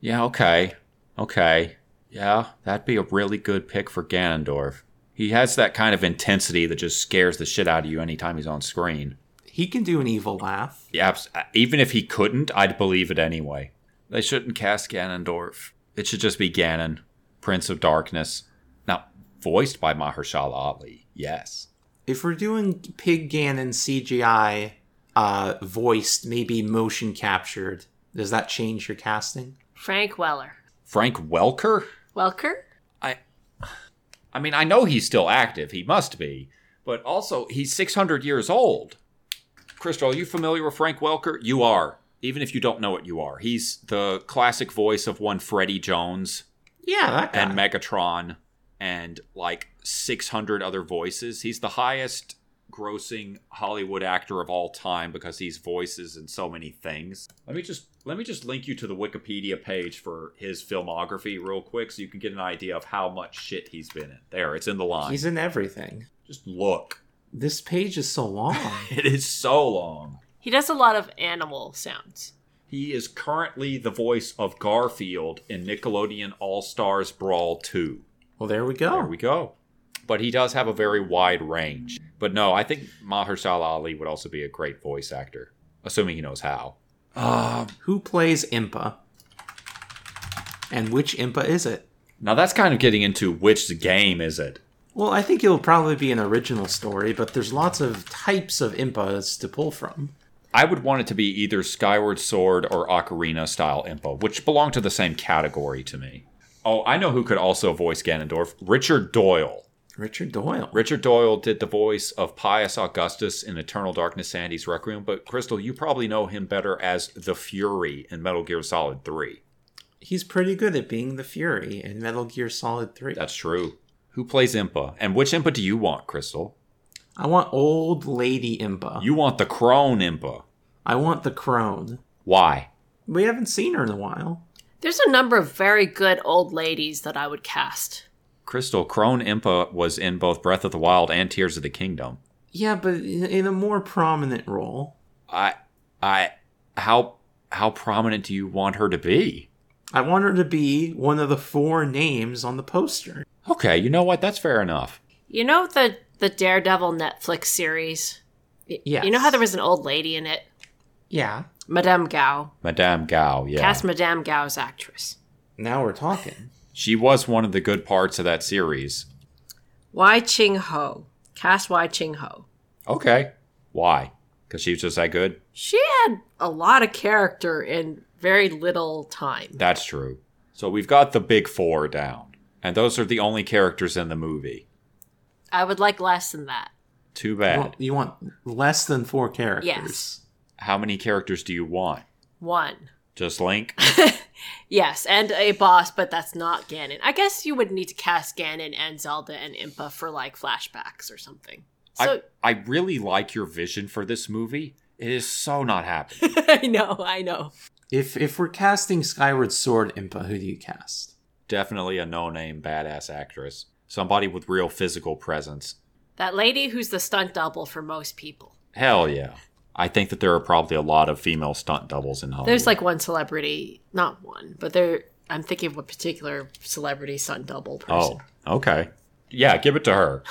Yeah, okay. Okay. Yeah, that'd be a really good pick for Ganondorf. He has that kind of intensity that just scares the shit out of you anytime he's on screen. He can do an evil laugh. Yeah, abs- uh, even if he couldn't, I'd believe it anyway. They shouldn't cast Ganondorf. It should just be Ganon, Prince of Darkness. Now, voiced by Mahershala Ali, yes. If we're doing Pig Ganon CGI, uh, voiced, maybe motion captured, does that change your casting? Frank Weller. Frank Welker? Welker? I I mean, I know he's still active. He must be. But also, he's 600 years old. Crystal, are you familiar with Frank Welker? You are. Even if you don't know it, you are. He's the classic voice of one Freddie Jones Yeah, that guy. and Megatron and like 600 other voices. He's the highest grossing Hollywood actor of all time because he's voices in so many things. Let me just let me just link you to the Wikipedia page for his filmography real quick so you can get an idea of how much shit he's been in. There, it's in the line. He's in everything. just look. This page is so long. It is so long. He does a lot of animal sounds. He is currently the voice of Garfield in Nickelodeon All-Stars Brawl 2. well, there we go. There we go. But he does have a very wide range. But no, I think Mahershala Ali would also be a great voice actor, assuming he knows how. Um, Who plays Impa? And which Impa is it? now that's kind of getting into which game is it? Well, I think it'll probably be an original story, but there's lots of types of Impas to pull from. I would want it to be either Skyward Sword or Ocarina style Impa, which belong to the same category to me. Oh, I know who could also voice Ganondorf Richard Doyle. Richard Doyle. Richard Doyle did the voice of Pius Augustus in Eternal Darkness Sandy's Requiem, but Crystal, you probably know him better as the Fury in Metal Gear Solid 3. He's pretty good at being the Fury in Metal Gear Solid 3. That's true. Who plays Impa? And which Impa do you want, Crystal? I want old lady Impa. You want the crone Impa. I want the crone. Why? We haven't seen her in a while. There's a number of very good old ladies that I would cast. Crystal, crone Impa was in both Breath of the Wild and Tears of the Kingdom. Yeah, but in in a more prominent role. I I how how prominent do you want her to be? I want her to be one of the four names on the poster. Okay, you know what? That's fair enough. You know the the Daredevil Netflix series? Y- Yes. You know how there was an old lady in it? Yeah. Madame Gao. Madame Gao, yeah. Cast Madame Gao's actress. Now we're talking. she was one of the good parts of that series. Wai Ching Ho. Cast Wai Ching Ho. Okay. Why? Because she was just that good? She had a lot of character in very little time. That's true. So we've got the big four down. And those are the only characters in the movie. I would like less than that. Too You bad. want, you want less than four characters. Yes. How many characters do you want? One. Just Link? Yes, and a boss, but that's not Ganon. I guess you would need to cast Ganon and Zelda and Impa for like flashbacks or something. So I, I really like your vision for this movie. It is so not happening. I, know, I know. If if we're casting Skyward Sword Impa, who do you cast? Definitely a no name badass actress. Somebody with real physical presence. That lady who's the stunt double for most people. Hell yeah. I think that there are probably a lot of female stunt doubles in Hollywood. There's like one celebrity, not one, but there. I'm thinking of a particular celebrity stunt double person. Oh, okay. Yeah, give it to her.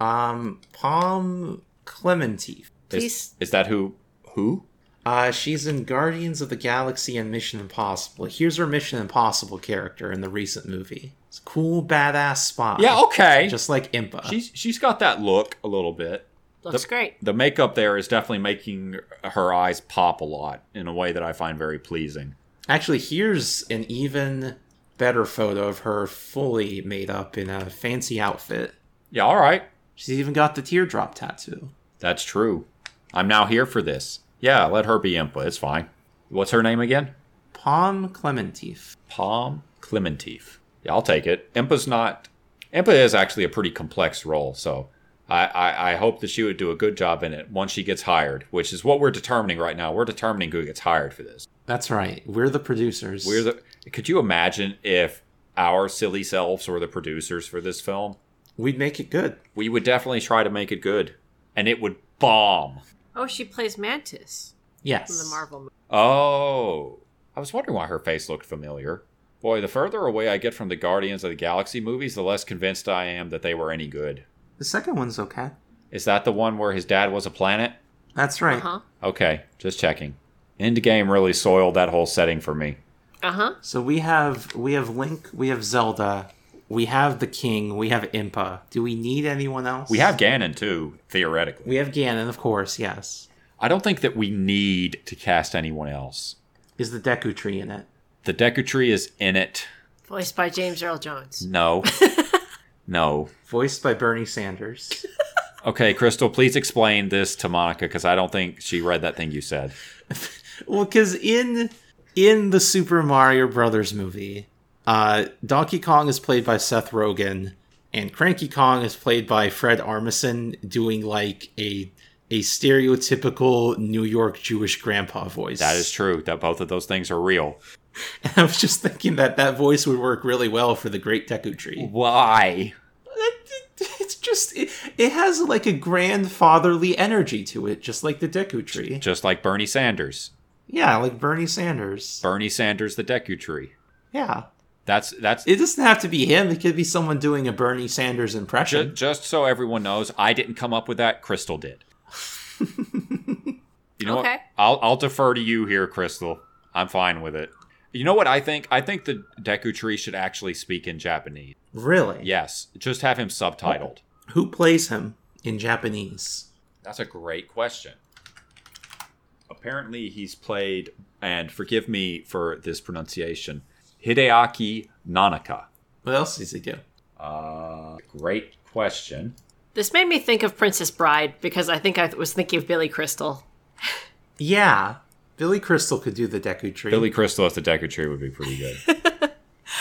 Um, Palm Clementif. Is, Please. is that who? Who? Uh, she's in Guardians of the Galaxy and Mission Impossible. Here's her Mission Impossible character in the recent movie. It's a cool, badass spy. Yeah, okay. Just like Impa. She's she's got that look a little bit. Looks the- great. The makeup there is definitely making her eyes pop a lot in a way that I find very pleasing. Actually, here's an even better photo of her fully made up in a fancy outfit. Yeah, all right. She's even got the teardrop tattoo. That's true. I'm now here for this. Yeah, let her be Impa. It's fine. What's her name again? Palm Clementif. Palm Clementif. Yeah, I'll take it. Impa's not. Impa is actually a pretty complex role, so I, I, I hope that she would do a good job in it once she gets hired, which is what we're determining right now. We're determining who gets hired for this. That's right. We're the producers. We're the. Could you imagine if our silly selves were the producers for this film? We'd make it good. We would definitely try to make it good, and it would bomb. Oh, she plays Mantis from Yes. the Marvel movie. Oh, I was wondering why her face looked familiar. Boy, the further away I get from the Guardians of the Galaxy movies, the less convinced I am that they were any good. The second one's okay. Is that the one where his dad was a planet? That's right. Uh-huh. Okay, just checking. Endgame really soiled that whole setting for me. Uh-huh. So we have we have Link, we have Zelda, we have the King, we have Impa. Do we need anyone else? We have Ganon too, theoretically. we have Ganon, of course. Yes. I don't think that we need to cast anyone else. Is the Deku Tree in it? The Deku Tree is in it. Voiced by James Earl Jones. No. no. Voiced by Bernie Sanders. Okay, Crystal, please explain this to Monica because I don't think she read that thing you said. well, because in in the Super Mario Brothers movie, uh, Donkey Kong is played by Seth Rogen, and Cranky Kong is played by Fred Armisen, doing like a a stereotypical New York Jewish grandpa voice. That is true. That both of those things are real. I was just thinking that that voice would work really well for the Great Deku Tree. Why? It's just it, it has like a grandfatherly energy to it, just like the Deku Tree. Just like Bernie Sanders. Yeah, like Bernie Sanders. Bernie Sanders, the Deku Tree. Yeah, That's that's it doesn't have to be him. It could be someone doing a Bernie Sanders ju- impression. just so everyone knows. I didn't come up with that. Crystal did. you know Okay. what? I'll I'll defer to you here, Crystal. I'm fine with it. You know what I think? I think the Deku Tree should actually speak in Japanese. Really? Yes, just have him subtitled. Who plays him in Japanese? That's a great question. Apparently, he's played, and forgive me for this pronunciation, Hideaki Nanaka. What else does he do? Uh, great question. This made me think of Princess Bride because I think I was thinking of Billy Crystal. Yeah, Billy Crystal could do the Deku Tree. Billy Crystal as the Deku Tree would be pretty good.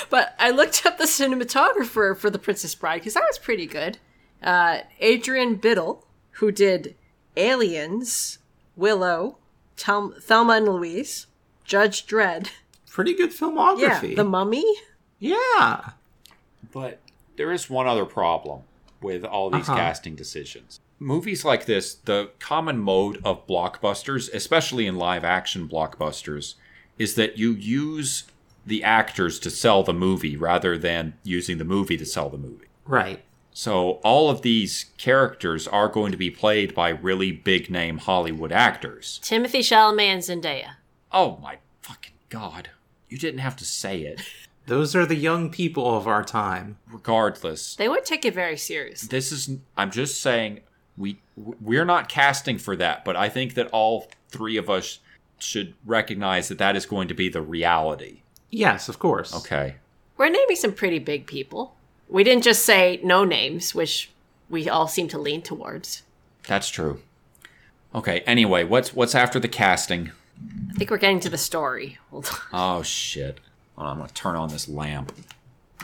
But I looked up the cinematographer for The Princess Bride because that was pretty good. Uh, Adrian Biddle, who did Aliens, Willow, Thel- Thelma and Louise, Judge Dredd, Pretty good yeah, filmography. The Mummy. yeah. but there is one other problem with all these Uh-huh. casting decisions. Movies like this, the common mode of blockbusters, especially in live action blockbusters, is that you use the actors to sell the movie rather than using the movie to sell the movie. Right. So all of these characters are going to be played by really big name Hollywood actors. Timothy Chalamet and Zendaya. Oh my fucking god. You didn't have to say it. Those are the young people of our time. Regardless, They would take it very seriously. this is I'm just saying we we're not casting for that, but I think that all three of us should recognize that that is going to be the reality. Yes, of course. Okay. We're naming some pretty big people. We didn't just say no names, which we all seem to lean towards. That's true. Okay, anyway, what's what's after the casting? I think we're getting to the story. Hold on. Oh shit. Hold on, I'm going to turn on this lamp.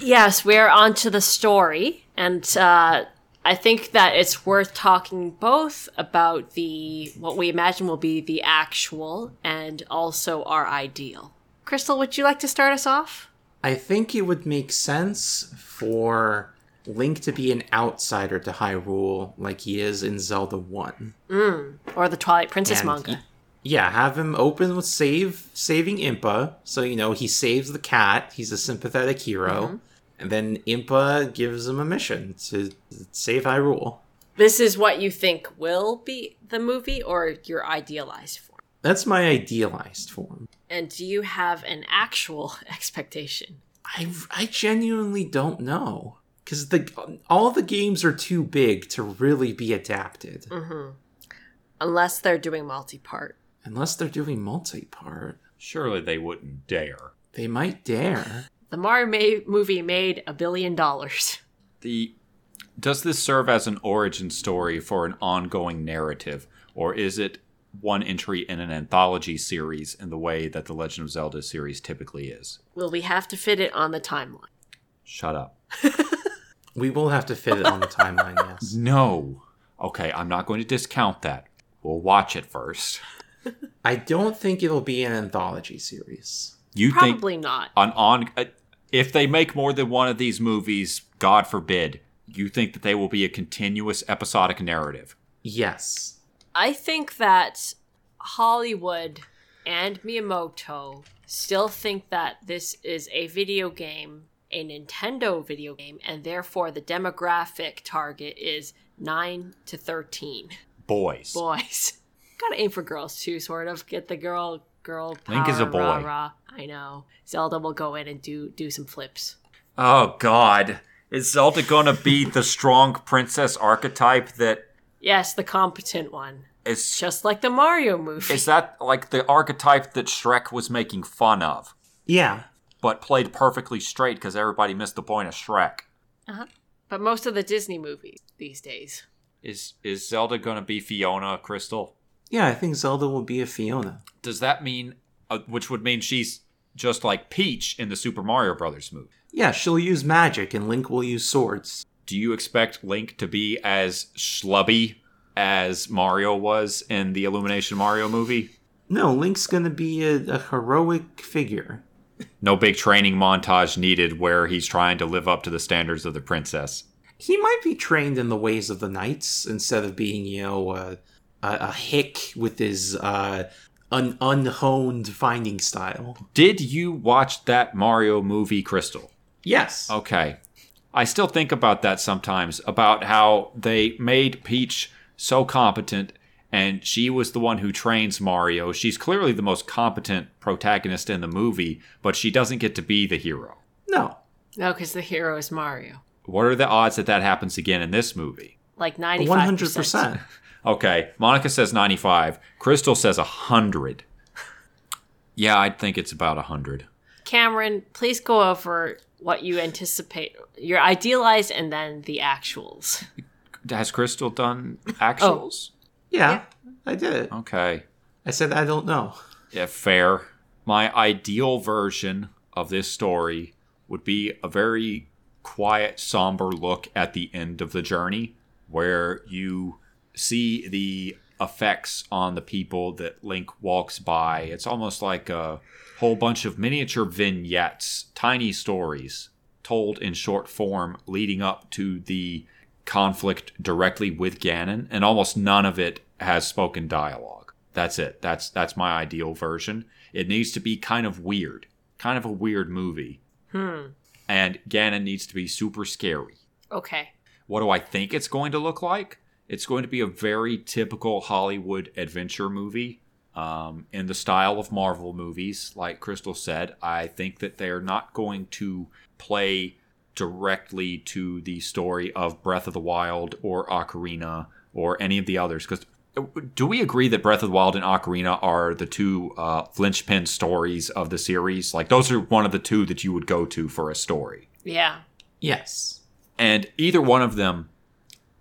Yes, we're on to the story, and uh, I think that it's worth talking both about the what we imagine will be the actual and also our ideal. Crystal, would you like to start us off? I think it would make sense for Link to be an outsider to Hyrule like he is in Zelda 1. Or the Twilight Princess And- manga? Yeah, have him open with save saving Impa, so you know he saves the cat, he's a sympathetic hero, and then Impa gives him a mission to save Hyrule. This is what you think will be the movie or your idealized form. That's my idealized form. And do you have an actual expectation? I I genuinely don't know because the all the games are too big to really be adapted Unless they're doing multi part. unless they're doing multi-part. Surely they wouldn't dare. They might dare. The Mario ma- movie made a billion dollars. The Does this serve as an origin story for an ongoing narrative, or is it one entry in an anthology series in the way that the Legend of Zelda series typically is? Well, we have to fit it on the timeline. Shut up. We will have to fit it on the timeline, yes. No. Okay, I'm not going to discount that. We'll watch it first. I don't think it'll be an anthology series. You think Probably not. on on uh, if they make more than one of these movies, God forbid, you think that they will be a continuous episodic narrative. Yes. I think that Hollywood and Miyamoto still think that this is a video game, a Nintendo video game, and therefore the demographic target is 9 to 13 Boys. boys. Gotta aim for girls too, sort of. Get the girl, girl power. Link is a boy. Rah, rah. I know. Zelda will go in and do do some flips. Oh God, is Zelda gonna be the strong princess archetype that Yes, the competent one, is? just like the Mario movie. Is that like the archetype that Shrek was making fun of, Yeah. but played perfectly straight because everybody missed the point of Shrek? but most of the Disney movies these days. Is is Zelda gonna be Fiona Crystal? Yeah, I think Zelda will be a Fiona. Does that mean, uh, which would mean she's just like Peach in the Super Mario Brothers movie? Yeah, she'll use magic and Link will use swords. Do you expect Link to be as schlubby as Mario was in the Illumination Mario movie? No, Link's gonna be a, a heroic figure. No big training montage needed where he's trying to live up to the standards of the princess. He might be trained in the ways of the knights instead of being, you know, uh, a, a hick with his uh, un- unhoned finding style. Did you watch that Mario movie, Crystal? Yes. Okay. I still think about that sometimes about how they made Peach so competent and she was the one who trains Mario. She's clearly the most competent protagonist in the movie, but she doesn't get to be the hero. No. No, because the hero is Mario. What are the odds that that happens again in this movie? Like 95%. 100%. Okay, Monica says 95, Crystal says 100. Yeah, I'd think it's about 100. Cameron, please go over what you anticipate, your idealized and then the actuals. Has Crystal done actuals? Yeah, I did it. Okay. I said I don't know. Yeah, fair. My ideal version of this story would be a very quiet, somber look at the end of the journey where you see the effects on the people that Link walks by. It's almost like a whole bunch of miniature vignettes, tiny stories told in short form leading up to the conflict directly with Ganon, and almost none of it has spoken dialogue. That's it. That's that's my ideal version. It needs to be kind of weird, kind of a weird movie, Hmm. and Ganon needs to be super scary. Okay. What do I think it's going to look like? It's going to be a very typical Hollywood adventure movie um, in the style of Marvel movies. Like Crystal said, I think that they're not going to play directly to the story of Breath of the Wild or Ocarina or any of the others. Because do we agree that Breath of the Wild and Ocarina are the two uh, linchpin stories of the series? Like, those are one of the two that you would go to for a story. Yeah. Yes. And either one of them,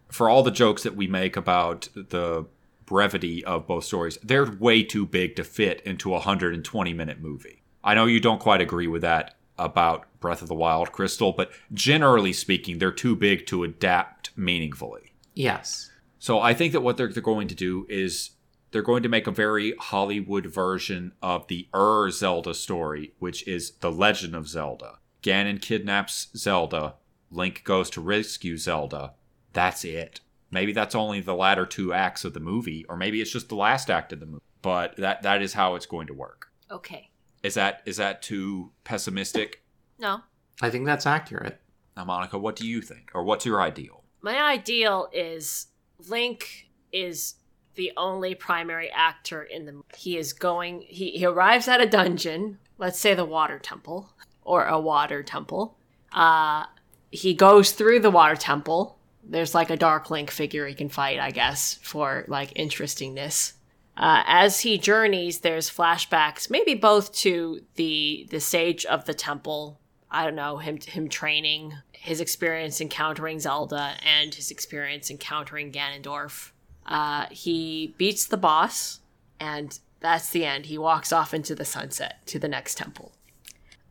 for all the jokes that we make about the brevity of both stories, they're way too big to fit into a 120 minute movie. I know you don't quite agree with that about Breath of the Wild, Crystal, but generally speaking, they're too big to adapt meaningfully. Yes. So I think that what they're, they're going to do is they're going to make a very Hollywood version of the Ur Zelda story, which is The Legend of Zelda. Ganon kidnaps Zelda, Link goes to rescue Zelda. That's it. Maybe that's only the latter two acts of the movie, or maybe it's just the last act of the movie. But that that is how it's going to work. Okay. Is that is that too pessimistic? No. I think that's accurate. Now, Monica, what do you think? Or what's your ideal? My ideal is Link is the only primary actor in the he is going he, he arrives at a dungeon, let's say the water temple or a water temple. Uh he goes through the water temple. There's like a dark link figure he can fight, I guess, for like interestingness. Uh, as he journeys, there's flashbacks, maybe both to the the sage of the temple I don't know him him training his experience encountering Zelda and his experience encountering Ganondorf. Uh, he beats the boss, and that's the end. He walks off into the sunset to the next temple.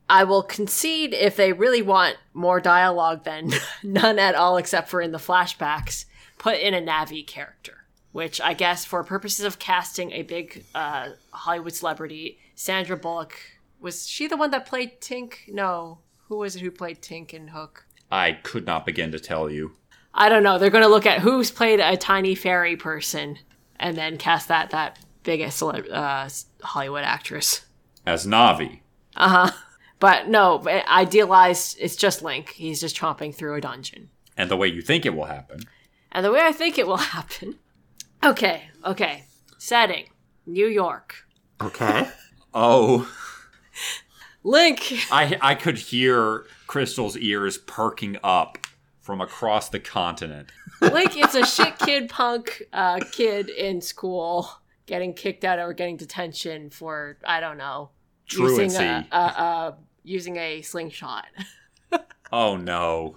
I will concede if they really want more dialogue, then none at all, except for in the flashbacks, put in a Navi character, which I guess for purposes of casting a big uh, Hollywood celebrity, Sandra Bullock was she the one that played Tink? No, who was it who played Tink and Hook? I could not begin to tell you. I don't know. They're going to look at who's played a tiny fairy person and then cast that that biggest celeb- uh, Hollywood actress. As Navi, Uh huh. But no, but idealized. It's just Link. He's just chomping through a dungeon, and the way you think it will happen. and the way I think it will happen. Okay, okay. Setting: New York. Okay. Oh, Link. I I could hear Crystal's ears perking up from across the continent. Link is a shit kid punk uh, kid in school getting kicked out or getting detention for I don't know using a, Truancy. a, a using a slingshot. Oh no.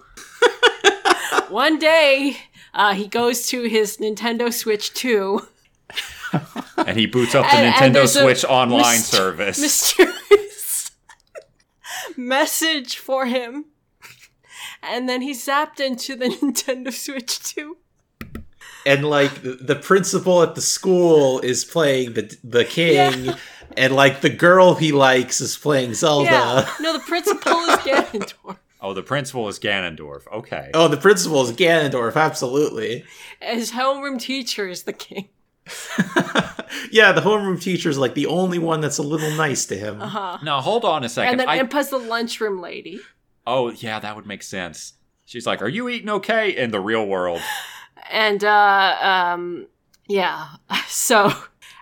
One day uh, he goes to his Nintendo Switch 2 And he boots up the And- and Nintendo there's a Switch online myst- service. mysterious message for him, and then he's zapped into the Nintendo Switch 2. and like th- the principal at the school is playing the the king and like the girl he likes is playing zelda Yeah, no, the principal is Ganondorf. oh, the principal is Ganondorf. Okay. oh the principal is ganondorf absolutely His homeroom teacher is the king. yeah the homeroom teacher is like the only one that's a little nice to him Uh-huh. Now hold on a And second. then I- Impa's the lunchroom lady. oh yeah, that would make sense. She's like, "Are you eating okay?" In the real world, And uh um yeah. So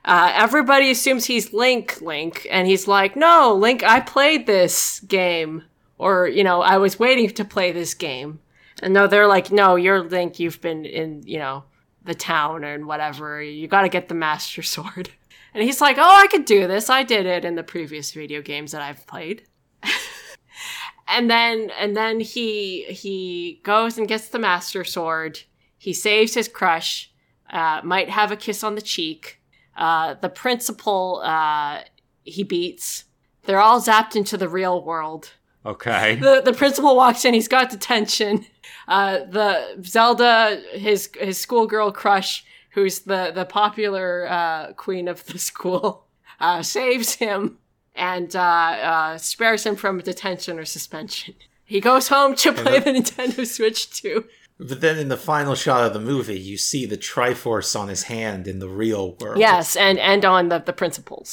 uh everybody assumes he's Link Link and he's like, "No, Link, I played this game or, you know, I was waiting to play this game." And no, they're like, "No, you're Link. You've been in, you know, the town and whatever. You got to get the master sword." And he's like, "Oh, I could do this. I did it in the previous video games that I've played." and then and then he he goes and gets the master sword. He saves his crush, uh, might have a kiss on the cheek. Uh, the principal uh, he beats. They're all zapped into the real world. okay. The the principal walks in. He's got detention. Uh, the Zelda, his his schoolgirl crush, who's the the popular uh, queen of the school, uh, saves him and uh, uh, spares him from detention or suspension. He goes home to play the Nintendo Switch 2. but then in the final shot of the movie you see the triforce on his hand in the real world Yes, and and on the the principles.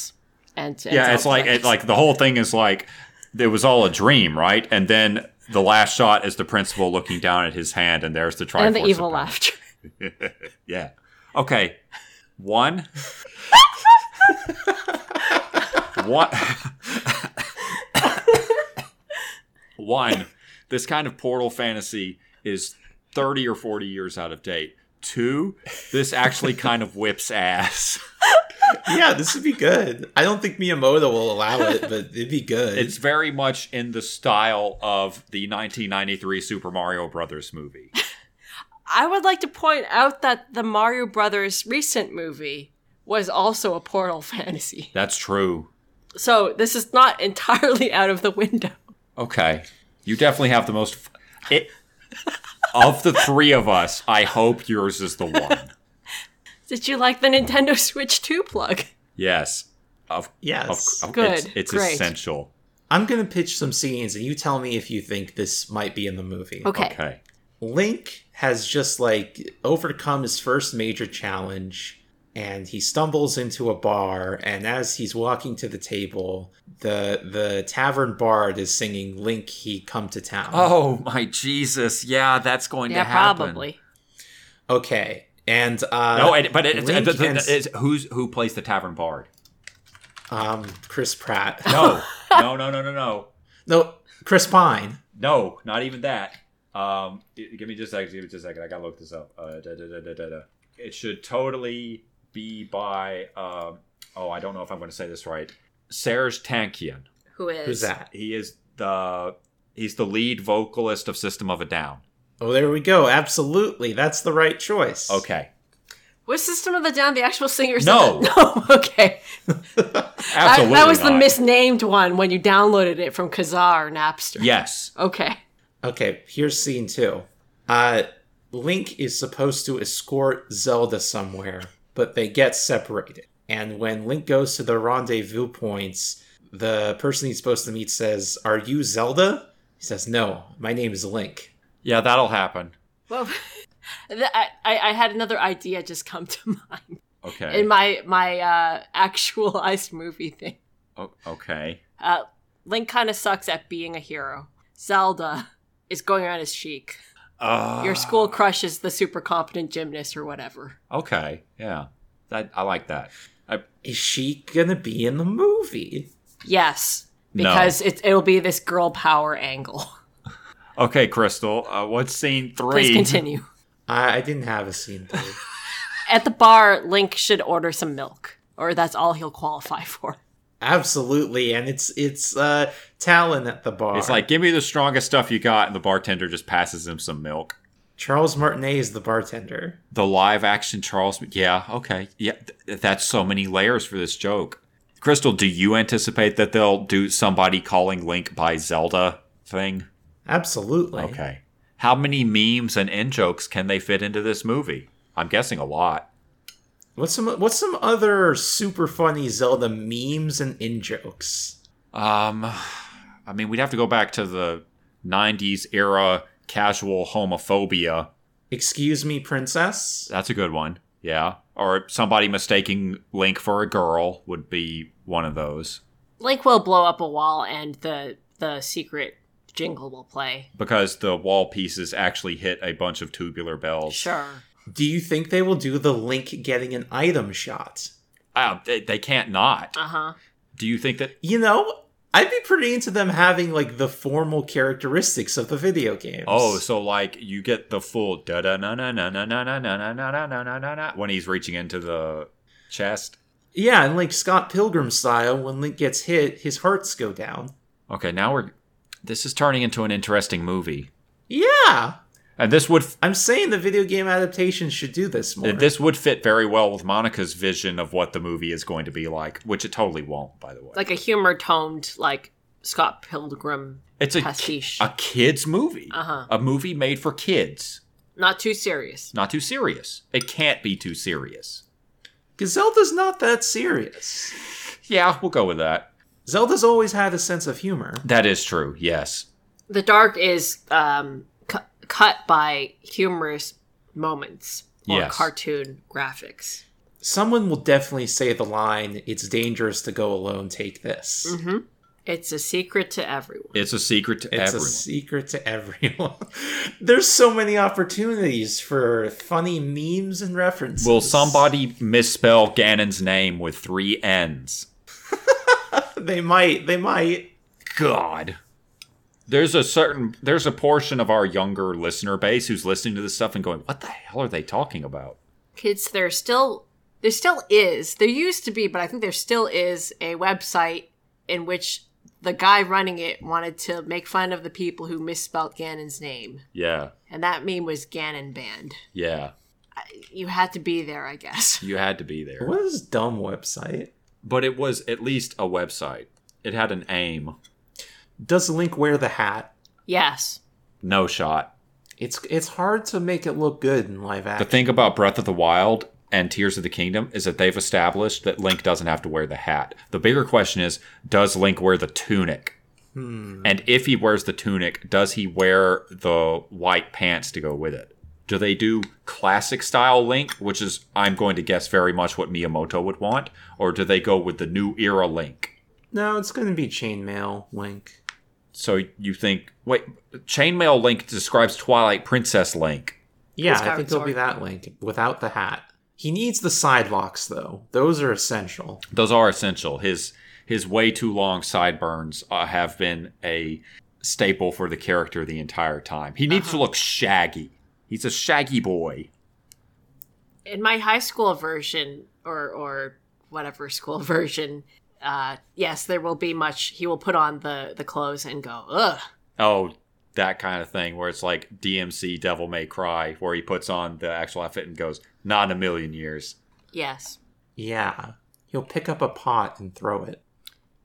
And, and yeah, it's Zelda. like it, like the whole thing is like it was all a dream, right? And then the last shot is the principal looking down at his hand, and there's the triforce. and the evil of power. laughter. Yeah. Okay. One. one. one. This kind of portal fantasy is 30 or 40 years out of date. Two, this actually kind of whips ass. yeah this would be good i don't think miyamoto will allow it but it'd be good It's very much in the style of the 1993 Super Mario Brothers movie. I would like to point out that the Mario Brothers recent movie was also a portal fantasy. That's true. So this is not entirely out of the window. Okay. You definitely have the most. F- it, of the three of us, I hope yours is the one. Did you like the Nintendo Switch 2 plug? Yes. Of, of, yes of- Good. It's, it's Great. essential. i'm gonna pitch some scenes and you tell me if you think this might be in the movie Okay. Okay. Link has just like overcome his first major challenge and he stumbles into a bar and as he's walking to the table the the tavern bard is singing Link he come to town. Oh my Jesus! Yeah, that's going Yeah, to happen. probably. Okay. And uh no, it, but it, it's- Link it- it- and- it's- who's who plays the tavern bard? um Chris Pratt. No, no, no, no, no, no, no, Chris Pine. no, not even that. Um, g- give me just a second. Give me just a second. I gotta look this up. Uh, da, da, da, da, da, da. It should totally be by. Um, oh, I don't know if I'm going to say this right. Serge Tankian. Who is? Who's that? He is the He's the lead vocalist of System of a Down. Oh, there we go. Absolutely. That's the right choice. Okay. Was System of a Down the actual singer? No. No. Okay. I, Absolutely. that was the not. misnamed one when you downloaded it from Kazaa or Napster. Yes. Okay. Okay, here's scene two. Uh, Link is supposed to escort Zelda somewhere, but they get separated. And when Link goes to the rendezvous points, the person he's supposed to meet says, Are you Zelda? He says, No, my name is Link. Yeah, that'll happen. Well, th- I, I I had another idea just come to mind Okay. in my my uh, actualized movie thing. O- okay. Uh, Link kind of sucks at being a hero. Zelda is going around as chic. Uh, Your school crush is the super competent gymnast or whatever. Okay. Yeah. That I like that. I, Is she gonna be in the movie? Yes, No. because it, it'll be this girl power angle. okay, Crystal. Uh, what's scene three? Please continue. I, I didn't have a scene three. At the bar, Link should order some milk, or that's all he'll qualify for. Absolutely, and it's it's uh Talon at the bar. It's like, give me the strongest stuff you got, and the bartender just passes him some milk. Charles Martinet is the bartender. The live action Charles. Yeah, okay. Yeah, th- that's so many layers for this joke. Crystal, do you anticipate that they'll do somebody calling Link by Zelda thing? Absolutely. Okay. How many memes and in jokes can they fit into this movie? I'm guessing a lot. What's some what's some other super funny Zelda memes and in jokes? Um, I mean, we'd have to go back to the 90s era casual homophobia. Excuse me, princess. That's a good one. Yeah. Or somebody mistaking Link for a girl would be one of those. Link will blow up a wall, and the the secret jingle will play. Because the wall pieces actually hit a bunch of tubular bells. Sure. Do you think they will do the Link getting an item shot? Uh, they, they can't not. Uh huh. Do you think that. You know, I'd be pretty into them having like the formal characteristics of the video games. Oh, so like you get the full da da na na na na na na na na na na na na na when he's reaching into the chest. yeah, and like Scott Pilgrim style, when Link gets hit, his hearts go down. Okay, now we're. This is turning into an interesting movie, Yeah, and this would I'm saying the video game adaptation should do this more. this would fit very well with Monica's vision of what the movie is going to be like, which it totally won't, by the way. Like a humor toned, like Scott Pilgrim. it's a pastiche. a kids movie, Uh-huh. a movie made for kids, Not too serious. not too serious. It can't be too serious. 'Cause Zelda's not that serious. Yeah, we'll go with that. Zelda's always had a sense of humor. That is true. Yes, The dark is um, cu- cut by humorous moments or Yes. cartoon graphics. someone will definitely say the line it's dangerous to go alone take this Mm-hmm. hmm It's a secret to everyone. it's a secret to it's a everyone. secret to everyone there's so many opportunities for funny memes and references Will somebody misspell Ganon's name with three N's? they might they might God. There's a certain there's a portion of our younger listener base who's listening to this stuff and going, "What the hell are they talking about?" Kids, there still there still is. There used to be, but I think there still is a website in which the guy running it wanted to make fun of the people who misspelled Ganon's name. Yeah. And that meme was Ganon banned. Yeah. You had to be there, I guess. You had to be there. what is dumb website But it was at least a website. It had an aim. does link wear the hat Yes. No shot. it's it's hard to make it look good in live The action thing about Breath of the Wild and Tears of the Kingdom is that they've established that Link doesn't have to wear the hat. The bigger question is, does Link wear the tunic? And if he wears the tunic, does he wear the white pants to go with it? Do they do classic style Link, which is, I'm going to guess, very much what Miyamoto would want? Or do they go with the new era Link? no it's gonna be chainmail link So you think, wait, Chainmail Link describes Twilight Princess Link. yeah His i think carrots it'll be are- that link without the hat he needs the sidewalks though those are essential those are essential. His his way too long sideburns uh, have been a staple for the character the entire time. He needs to look shaggy. He's a shaggy boy. In my high school version or or whatever school version, uh yes, there will be much he will put on the the clothes and go, "Ugh, Oh, that kind of thing where it's like DMC Devil May Cry, where he puts on the actual outfit and goes, "Not in a million years." Yes. Yeah. He'll pick up a pot and throw it.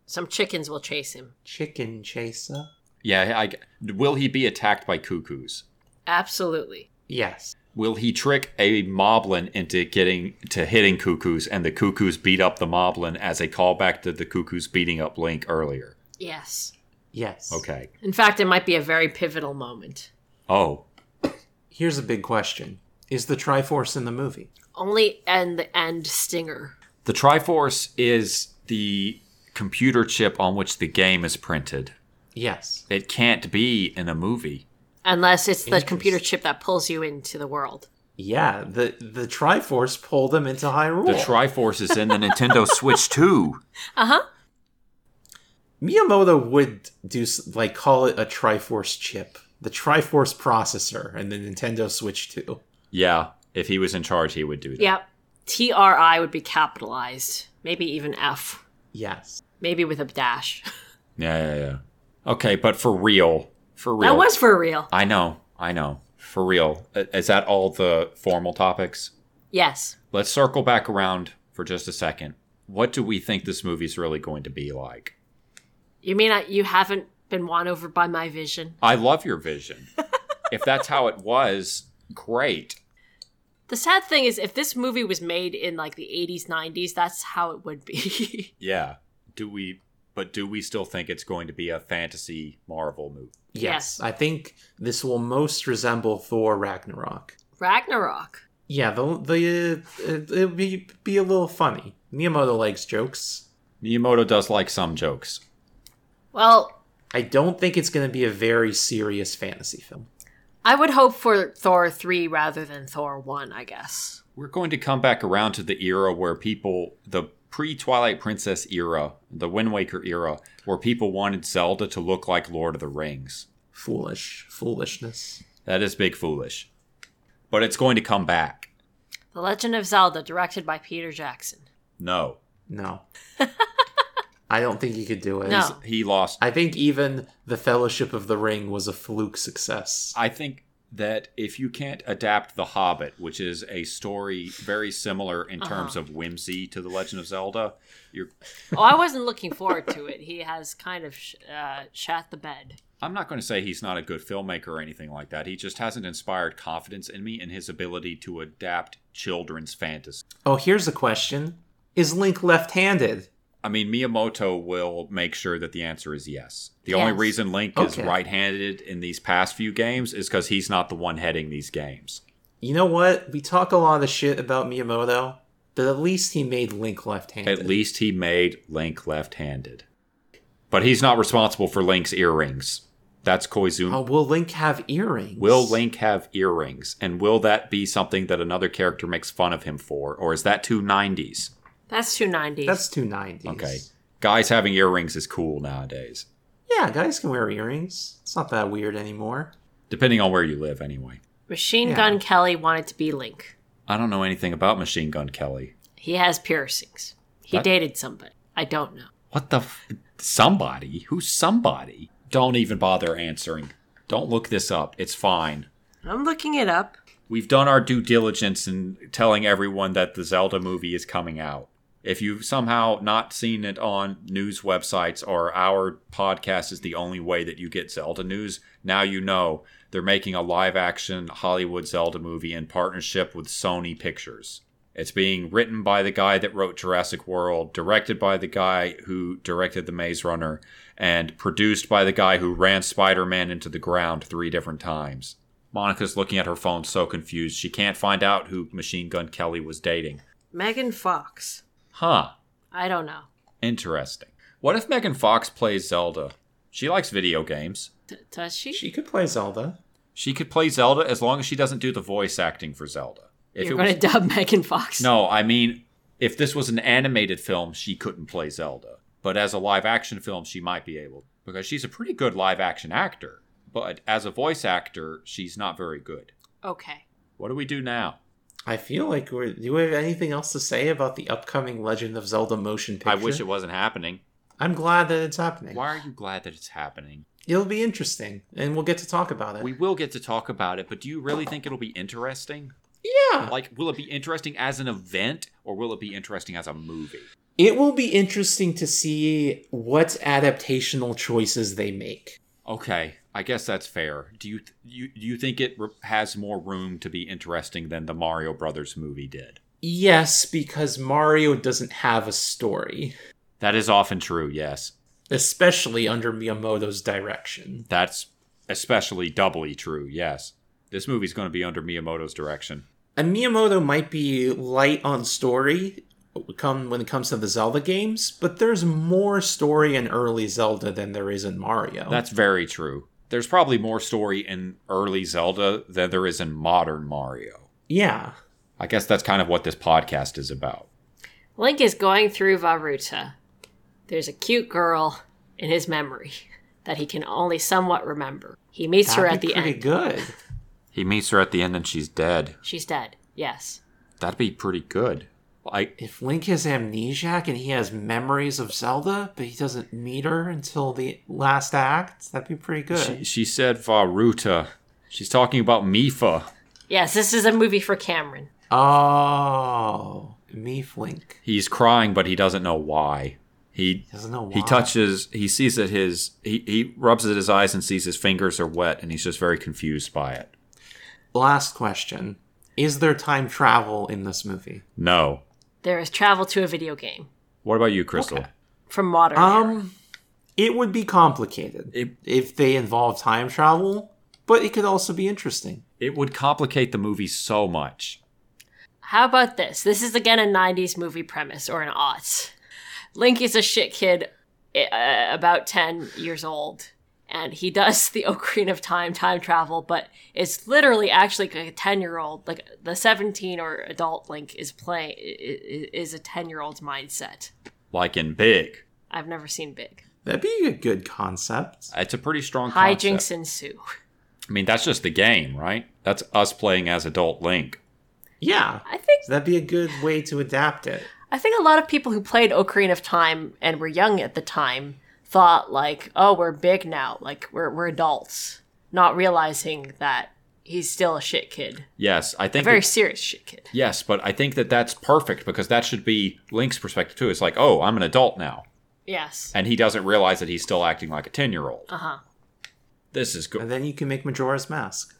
Some chickens will chase him. Chicken chaser? Yeah, I, will he be attacked by cuckoos? Absolutely. Yes. Will he trick a moblin into getting to hitting cuckoos, and the cuckoos beat up the moblin as a callback to the cuckoos beating up Link earlier? Yes. Yes. Okay. In fact, it might be a very pivotal moment. Oh, Here's a big question Is the Triforce in the movie? Only and the end stinger. the Triforce is the computer chip on which the game is printed. Yes. It can't be in a movie. Unless it's the Interesting. computer chip that pulls you into the world. Yeah, the, the Triforce pulled him into Hyrule. The Triforce is in the Nintendo Switch 2. Uh huh. Miyamoto would do s- like call it a Triforce chip, the Triforce processor, and the Nintendo Switch 2. Yeah, if he was in charge, he would do that. Yep. T R I would be capitalized. Maybe even F. Yes. Maybe with a dash. Yeah, yeah, yeah. Okay, but for real, for real. That was for real. I know, I know. For real. I- Is that all the formal topics? Yes. Let's circle back around for just a second. What do we think this movie's really going to be like? You mean I, you haven't been won over by my vision? I love your vision. if that's how it was, great. The sad thing is, if this movie was made in like the 80s, 90s, that's how it would be. Yeah. Do we but do we still think it's going to be a fantasy Marvel movie? Yes. Yes. I think this will most resemble Thor Ragnarok. Ragnarok. Yeah, the the uh, it'll be be a little funny. Miyamoto likes jokes. Miyamoto does like some jokes. Well, I don't think it's going to be a very serious fantasy film. I would hope for Thor 3 rather than Thor 1, I guess. We're going to come back around to the era where people, the pre Twilight Princess era, the Wind Waker era, where people wanted Zelda to look like Lord of the Rings. Foolish, foolishness. That is big foolish. But it's going to come back. The Legend of Zelda, directed by Peter Jackson. No. No. I don't think you could do it. No. He lost. I think even The Fellowship of the Ring was a fluke success. I think that if you can't adapt The Hobbit, which is a story very similar in terms of whimsy to The Legend of Zelda, you're. Oh, I wasn't looking forward to it. He has kind of sh- uh, shat the bed. I'm not going to say he's not a good filmmaker or anything like that. He just hasn't inspired confidence in me in his ability to adapt children's fantasy. Oh, here's a question. Is Link left-handed? I mean, Miyamoto will make sure that the answer is yes. The only Yes. reason Link is Okay. right handed in these past few games is because he's not the one heading these games. You know what? We talk a lot of shit about Miyamoto, but at least he made Link left-handed. At least he made Link left handed. But he's not responsible for Link's earrings. That's Koizumi. Oh, will Link have earrings? Will Link have earrings? And will that be something that another character makes fun of him for? Or is that too 90s? That's 290. That's 290. Okay. Guys having earrings is cool nowadays, Yeah, guys can wear earrings. It's not that weird anymore. depending on where you live, anyway. Machine Yeah. Gun Kelly wanted to be Link. I don't know anything about Machine Gun Kelly. He has piercings. He That- dated somebody. I don't know. What the? F- somebody? Who's somebody? Don't even bother answering. Don't look this up. It's fine. I'm looking it up. We've done our due diligence in telling everyone that the Zelda movie is coming out. If you've somehow not seen it on news websites or our podcast is the only way that you get Zelda news, now you know they're making a live action Hollywood Zelda movie in partnership with Sony Pictures. It's being written by the guy that wrote Jurassic World, directed by the guy who directed The Maze Runner, and produced by the guy who ran Spider Man into the ground three different times. Monica's looking at her phone so confused she can't find out who Machine Gun Kelly was dating. Megan Fox. Huh, I don't know. interesting. What if Megan Fox plays Zelda? She likes video games. D- does she? She could play Zelda. She could play Zelda as long as she doesn't do the voice acting for Zelda. If You're it going was to dub Megan Fox? No, I mean, if this was an animated film, she couldn't play Zelda. But as a live action film, she might be able because she's a pretty good live action actor. But as a voice actor, she's not very good. Okay. What do we do now? I feel like we're. Do you have anything else to say about the upcoming Legend of Zelda motion picture? I wish it wasn't happening. I'm glad that it's happening. Why are you glad that it's happening? it'll be interesting, and we'll get to talk about it. We will get to talk about it, but do you really think it'll be interesting? yeah, Like, will it be interesting as an event or will it be interesting as a movie? it will be interesting to see what adaptational choices they make. Okay, I guess that's fair. Do you th- you do you think it re- has more room to be interesting than the Mario Brothers movie did? Yes, because Mario doesn't have a story, That is often true. Yes, especially under Miyamoto's direction. that's especially doubly true. Yes, this movie's going to be under Miyamoto's direction. And Miyamoto might be light on story come when it comes to the Zelda games, but there's more story in early Zelda than there is in Mario. That's very true. There's probably more story in early Zelda than there is in modern Mario. yeah. I guess that's kind of what this podcast is about. Link is going through Varuta. There's a cute girl in his memory that he can only somewhat remember. He meets her That'd at be the pretty end. good. He meets her at the end and she's dead. She's dead. Yes. That'd be pretty good. Like If Link has amnesiac and he has memories of Zelda, but he doesn't meet her until the last act, that'd be pretty good. she, she said Varuta. She's talking about Mifa. Yes, this is a movie for Cameron. Oh, Meef Link. He's crying but he doesn't know why. He He doesn't know why. he touches he sees that his he, he rubs at his eyes and sees his fingers are wet and he's just very confused by it. Last question: Is there time travel in this movie? No. There is travel to a video game What about you, Crystal? Okay. from modern. era. Um, it would be complicated It- if they involve time travel, but it could also be interesting. It would complicate the movie so much. How about this? This is again a 90s movie premise or an aughts. Link is a shit kid, uh, about 10 years old, and he does the Ocarina of Time time travel, but it's literally actually like a 10 year old, like the 17 or adult Link is playing, is a 10 year old's mindset. Like in Big. I've never seen Big. That'd be a good concept. It's a pretty strong concept. Hijinks ensue. I mean, that's just the game, right? That's us playing as adult Link. Yeah, I think that'd be a good way to adapt it. I think a lot of people who played Ocarina of Time and were young at the time thought like, "Oh, we're big now. Like we're we're adults," not realizing that he's still a shit kid, Yes, I a think. very that- serious shit kid. yes, but I think that that's perfect because that should be Link's perspective too. It's like, oh, I'm an adult now, Yes. and he doesn't realize that he's still acting like a ten-year-old. Uh huh. This is good. And then you can make Majora's Mask.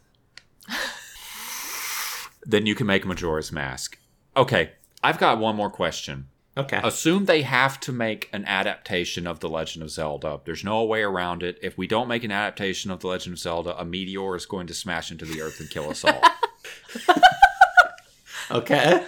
Then you can make Majora's Mask. Okay, I've got one more question. Okay. Assume they have to make an adaptation of The Legend of Zelda. There's no way around it. If we don't make an adaptation of The Legend of Zelda, a meteor is going to smash into the earth and kill us all. Okay.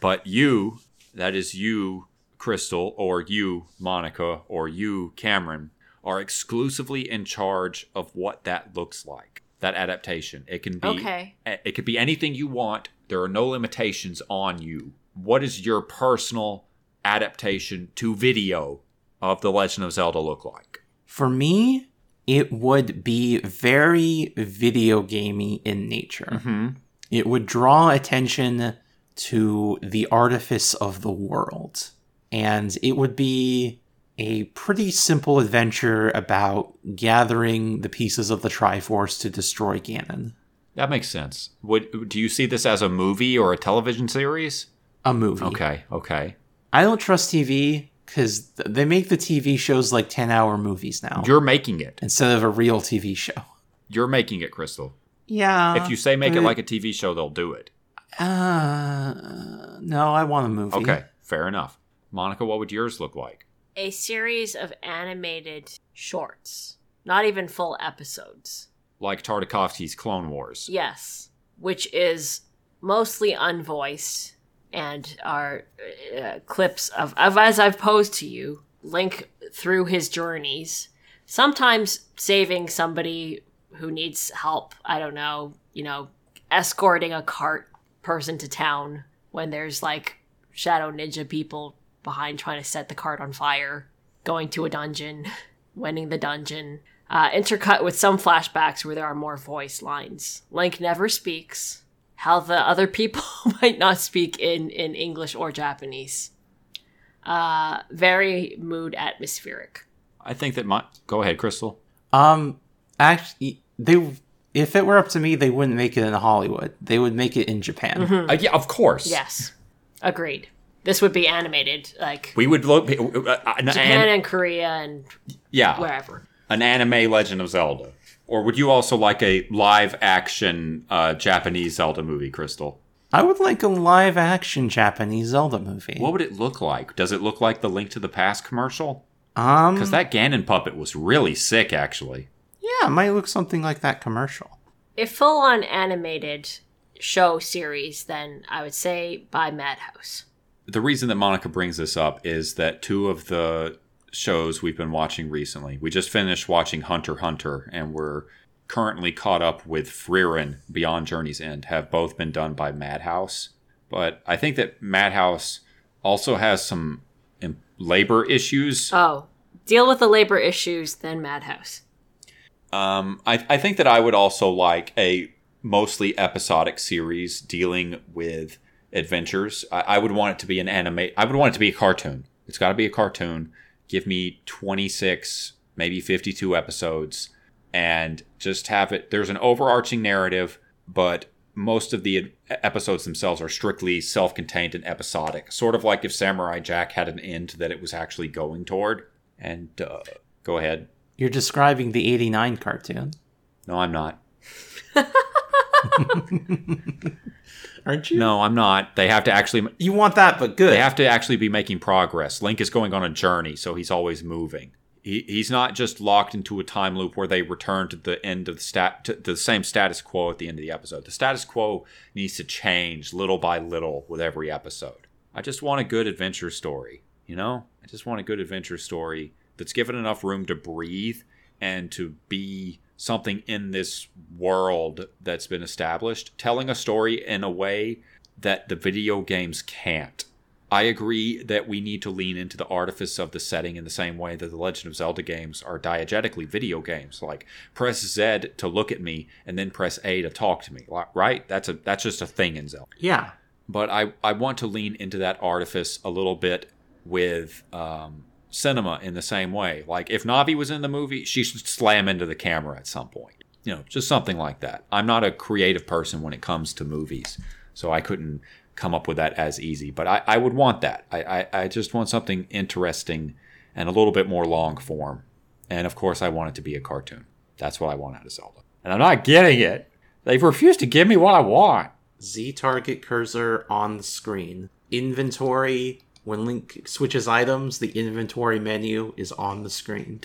But you, that is you, Crystal, or you, Monica, or you, Cameron, are exclusively in charge of what that looks like. That adaptation. It can be Okay. a- it could be anything you want. There are no limitations on you. What is your personal adaptation to video of The Legend of Zelda look like? For me, it would be very video gamey in nature. Mm-hmm. It would draw attention to the artifice of the world. And it would be a pretty simple adventure about gathering the pieces of the Triforce to destroy Ganon. That makes sense. Would do you see this as a movie or a television series? A movie. Okay, okay. I don't trust TV because they make the TV shows like 10 hour movies now You're making it. instead of a real TV show. You're making it, Crystal. Yeah. If you say make it but- like a TV show, they'll do it. Uh, no, I want a movie. Okay, fair enough. Monica, what would yours look like? A series of animated shorts, not even full episodes. Like Tartakovsky's Clone Wars. Yes, which is mostly unvoiced and are uh, clips of, of as I've posed to you, Link through his journeys, sometimes saving somebody who needs help. I don't know, you know, escorting a cart person to town when there's like shadow ninja people behind trying to set the cart on fire, going to a dungeon, winning the dungeon, uh, intercut with some flashbacks where there are more voice lines. Link never speaks. How the other people might not speak in, in English or Japanese. Uh, very mood atmospheric. I think that my. Go ahead, Crystal. Um, actually, they if it were up to me, they wouldn't make it in Hollywood. They would make it in Japan. Uh, yeah, of course. Yes. Agreed. This would be animated, like We would look. Uh, an, Japan an- and Korea and yeah, wherever. an anime Legend of Zelda. Or would you also like a live action uh, Japanese Zelda movie, Crystal? I would like a live action Japanese Zelda movie. What would it look like? Does it look like the Link to the Past commercial? Um, Because that Ganon puppet was really sick, actually. yeah, it might look something like that commercial. A full on animated show series, then I would say by Madhouse. The reason that Monica brings this up is that two of the shows we've been watching recently, we just finished watching Hunter x Hunter, and we're currently caught up with Frieren Beyond Journey's End, have both been done by Madhouse. But I think that Madhouse also has some em- labor issues. Oh, deal with the labor issues, then Madhouse. Um, I, I think that I would also like a mostly episodic series dealing with adventures. I, I would want it to be an anime. I would want it to be a cartoon. It's got to be a cartoon. Give me 26, maybe 52 episodes and just have it. There's an overarching narrative, but most of the ed- episodes themselves are strictly self contained and episodic. Sort of like if Samurai Jack had an end that it was actually going toward. And uh, go ahead. You're describing the '89 cartoon, No, I'm not. aren't you? No, I'm not. They have to actually You want that, but good. they have to actually be making progress. Link is going on a journey, so he's always moving. He, he's not just locked into a time loop where they return to the end of the stat to the same status quo at the end of the episode. The status quo needs to change little by little with every episode. I just want a good adventure story, you know? I just want a good adventure story that's given enough room to breathe and to be something in this world that's been established, telling a story in a way that the video games can't. I agree that we need to lean into the artifice of the setting in the same way that the Legend of Zelda games are diegetically video games. Like press Z to look at me and then press A to talk to me. li- Right? That's a that's just a thing in Zelda yeah, but I, I want to lean into that artifice a little bit with um, cinema in the same way. Like if Navi was in the movie, she should slam into the camera at some point. You know, just something like that. I'm not a creative person when it comes to movies, so I couldn't come up with that as easy. But I, I would want that. I, I, I just want something interesting and a little bit more long form. And of course, I want it to be a cartoon. That's what I want out of Zelda. And I'm not getting it. They've refused to give me what I want. Z target cursor on the screen. Inventory. When Link switches items, the inventory menu is on the screen.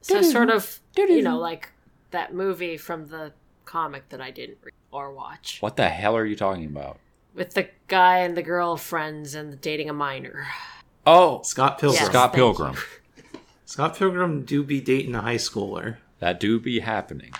So, sort of, you know, like that movie from the comic that I didn't read or watch What the hell are you talking about? with the guy and the girlfriends and dating a minor. Oh, Scott Pilgrim. Yes. Scott thank you. Pilgrim. Scott Pilgrim do be dating a high schooler. That do be happening.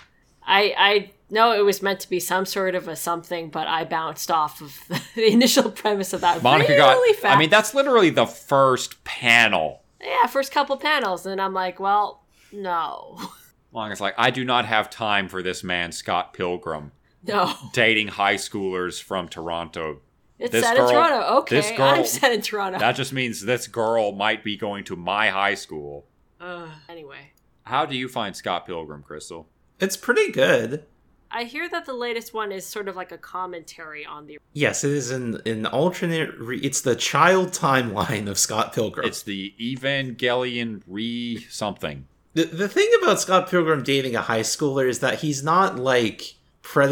I I know it was meant to be some sort of a something, but I bounced off of the initial premise of that Monica really got. fast. I mean, that's literally the first panel. yeah, first couple panels, and I'm like, well, no, Monica's like, I do not have time for this man, Scott Pilgrim, no. dating high schoolers from Toronto. It's This set girl- in Toronto. Okay, this girl- I'm set in Toronto. That just means this girl might be going to my high school. Ugh. anyway, How do you find Scott Pilgrim, Crystal? It's pretty good. I hear that the latest one is sort of like a commentary on the. Yes, it is an an alternate. Re- it's the child timeline of Scott Pilgrim. It's the Evangelion re something. the the thing about Scott Pilgrim dating a high schooler is that he's not like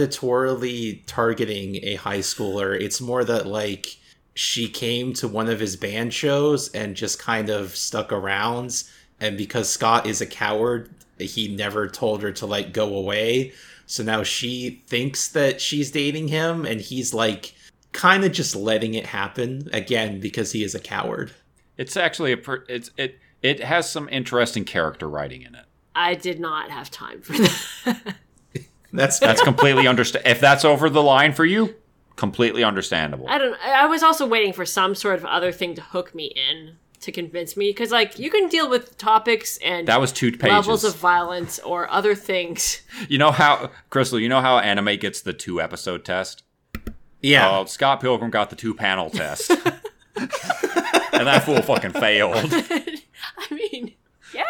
predatorily targeting a high schooler. It's more that like she came to one of his band shows and just kind of stuck around. And because Scott is a coward, he never told her to like go away. So now she thinks that she's dating him, and he's like kind of just letting it happen again because he is a coward. It's actually a. Per- it's it. It has some interesting character writing in it. I did not have time for that. That's That's completely understand. If that's over the line for you, completely understandable. I don't. I I was also waiting for some sort of other thing to hook me in to convince me because, like, you can deal with topics and That was two pages. levels of violence or other things. you know how Crystal, you know how anime gets the two episode test? yeah. Oh, Scott Pilgrim got the two panel test. and that fool fucking failed. I mean, yeah.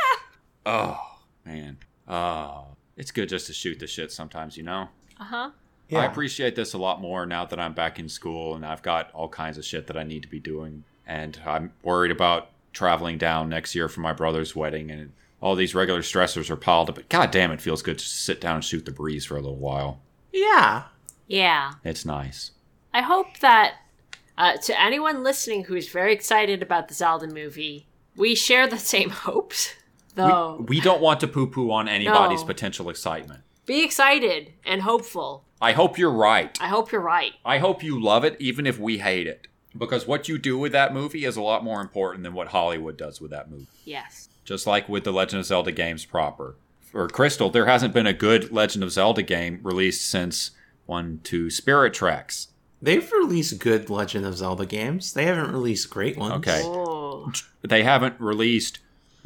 Oh, man. Uh, it's good just to shoot the shit sometimes, you know? Uh huh. I Yeah. appreciate this a lot more now that I'm back in school and I've got all kinds of shit that I need to be doing. And I'm worried about traveling down next year for my brother's wedding and all these regular stressors are piled up. But god damn, it feels good to sit down and shoot the breeze for a little while. yeah. Yeah. It's nice. I hope that uh, to anyone listening who's very excited about the Zelda movie, we share the same hopes. Though, We, we don't want to poo poo on anybody's Oh. No. potential excitement. be excited and hopeful. I hope you're right. I hope you're right. I hope you love it, even if we hate it. Because what you do with that movie is a lot more important than what Hollywood does with that movie. Yes. just like with the Legend of Zelda games proper. For Crystal, there hasn't been a good Legend of Zelda game released since 1 2 Spirit Tracks. They've released good Legend of Zelda games. They haven't released great ones. Okay. Oh. They haven't released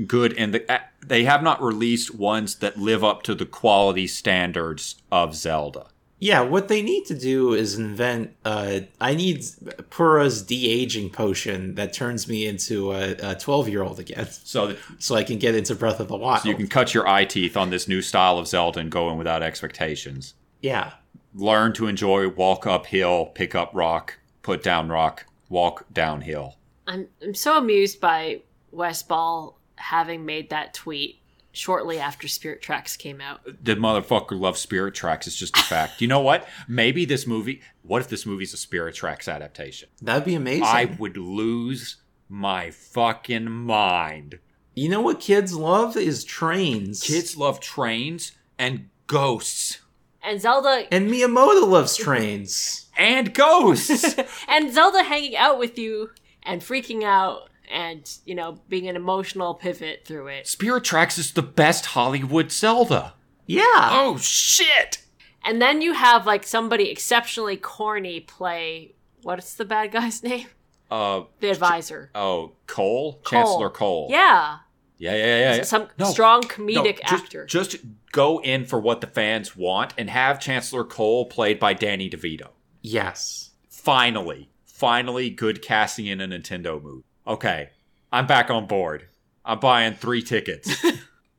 good in the uh, they have not released ones that live up to the quality standards of Zelda. Yeah, what they need to do is invent. Uh, I need Pura's de aging potion that turns me into a twelve year old again, So, th- so I can get into Breath of the Wild. so you can cut your eye teeth on this new style of Zelda and go in without expectations. yeah, Learn to enjoy walk uphill, pick up rock, put down rock, walk downhill. I'm, I'm so amused by Wes Ball having made that tweet shortly after Spirit Tracks came out. the motherfucker loves spirit tracks. It's just a fact. You know what? Maybe this movie. What if this movie's a spirit tracks adaptation? that'd be amazing. I would lose my fucking mind. You know what kids love is trains. Kids love trains and ghosts And Zelda and Miyamoto loves trains. and ghosts. and Zelda hanging out with you and freaking out and, you know, being an emotional pivot through it. spirit tracks is the best Hollywood Zelda. Yeah, Oh shit! And then you have like somebody exceptionally corny play what's the bad guy's name? Uh The advisor. oh, Cole, Chancellor Cole. Yeah. yeah, yeah, yeah. yeah. Some No, strong comedic No, just, actor. Just go in for what the fans want and have Chancellor Cole played by Danny DeVito. yes. finally, finally good casting in a Nintendo move. Okay, I'm back on board. I'm buying three tickets.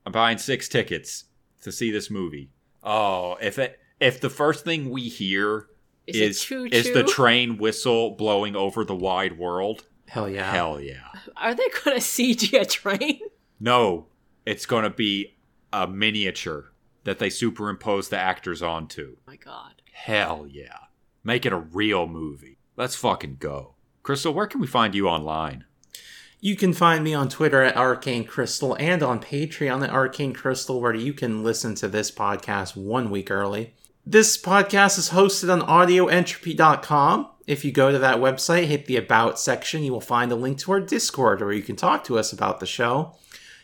I'm buying six tickets to see this movie. Oh, if it if the first thing we hear Is is it is, choo-choo? the train whistle blowing over the wide world, Hell yeah. hell yeah. Are they going to CG a train? No, it's gonna be a miniature that they superimpose the actors onto. Oh my god. Hell yeah. Make it a real movie. Let's fucking go. Crystal, where can we find you online? You can find me on Twitter at Arcane Crystal and on Patreon at Arcane Crystal, where you can listen to this podcast one week early. This podcast is hosted on audioentropy.com. If you go to that website, hit the About section, you will find a link to our Discord where you can talk to us about the show.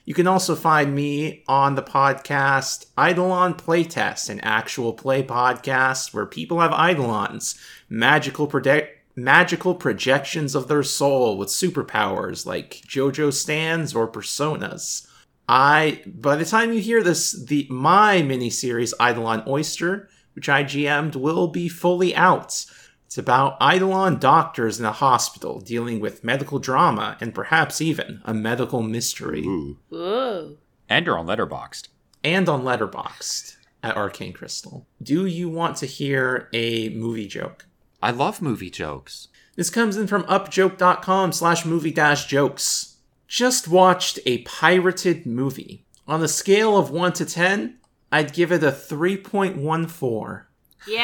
You can also find me on the podcast Eidolon Playtest, an actual play podcast where people have Eidolons, magical predict magical projections of their soul with superpowers like JoJo stands or personas. I by the time you hear this, the my miniseries Eidolon Oyster, which I GM'd, will be fully out. It's about Eidolon doctors in a hospital dealing with medical drama and perhaps even a medical mystery Ooh. Whoa. And you're on Letterboxd. and on Letterboxd at Arcane Crystal. Do you want to hear a movie joke? I love movie jokes. This comes in from upjoke.com slash movie dash jokes. Just watched a pirated movie. On the scale of 1 to 10, I'd give it a 3.14. Yay!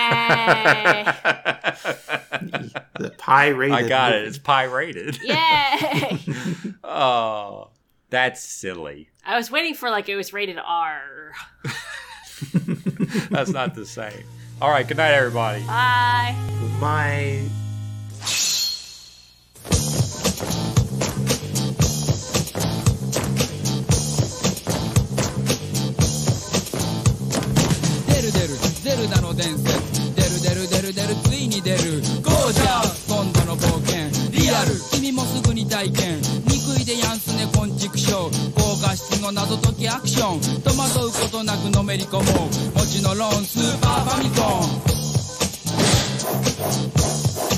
The pirated. I got it. movie. It's pirated. Yay! oh, that's silly. I was waiting for like it was rated R. That's not the same. All right. Good night, everybody. Bye. My 「出る出るゼルダの伝説」「出る出る出る出るついに出る」「ゴージャス今度の冒険」「リアル君もすぐに体験」「憎いでやんすね昆虫ショー」「豪華質の謎解きアクション」「戸惑うことなくのめり込もう」「持ちのローンスーパーファミコン」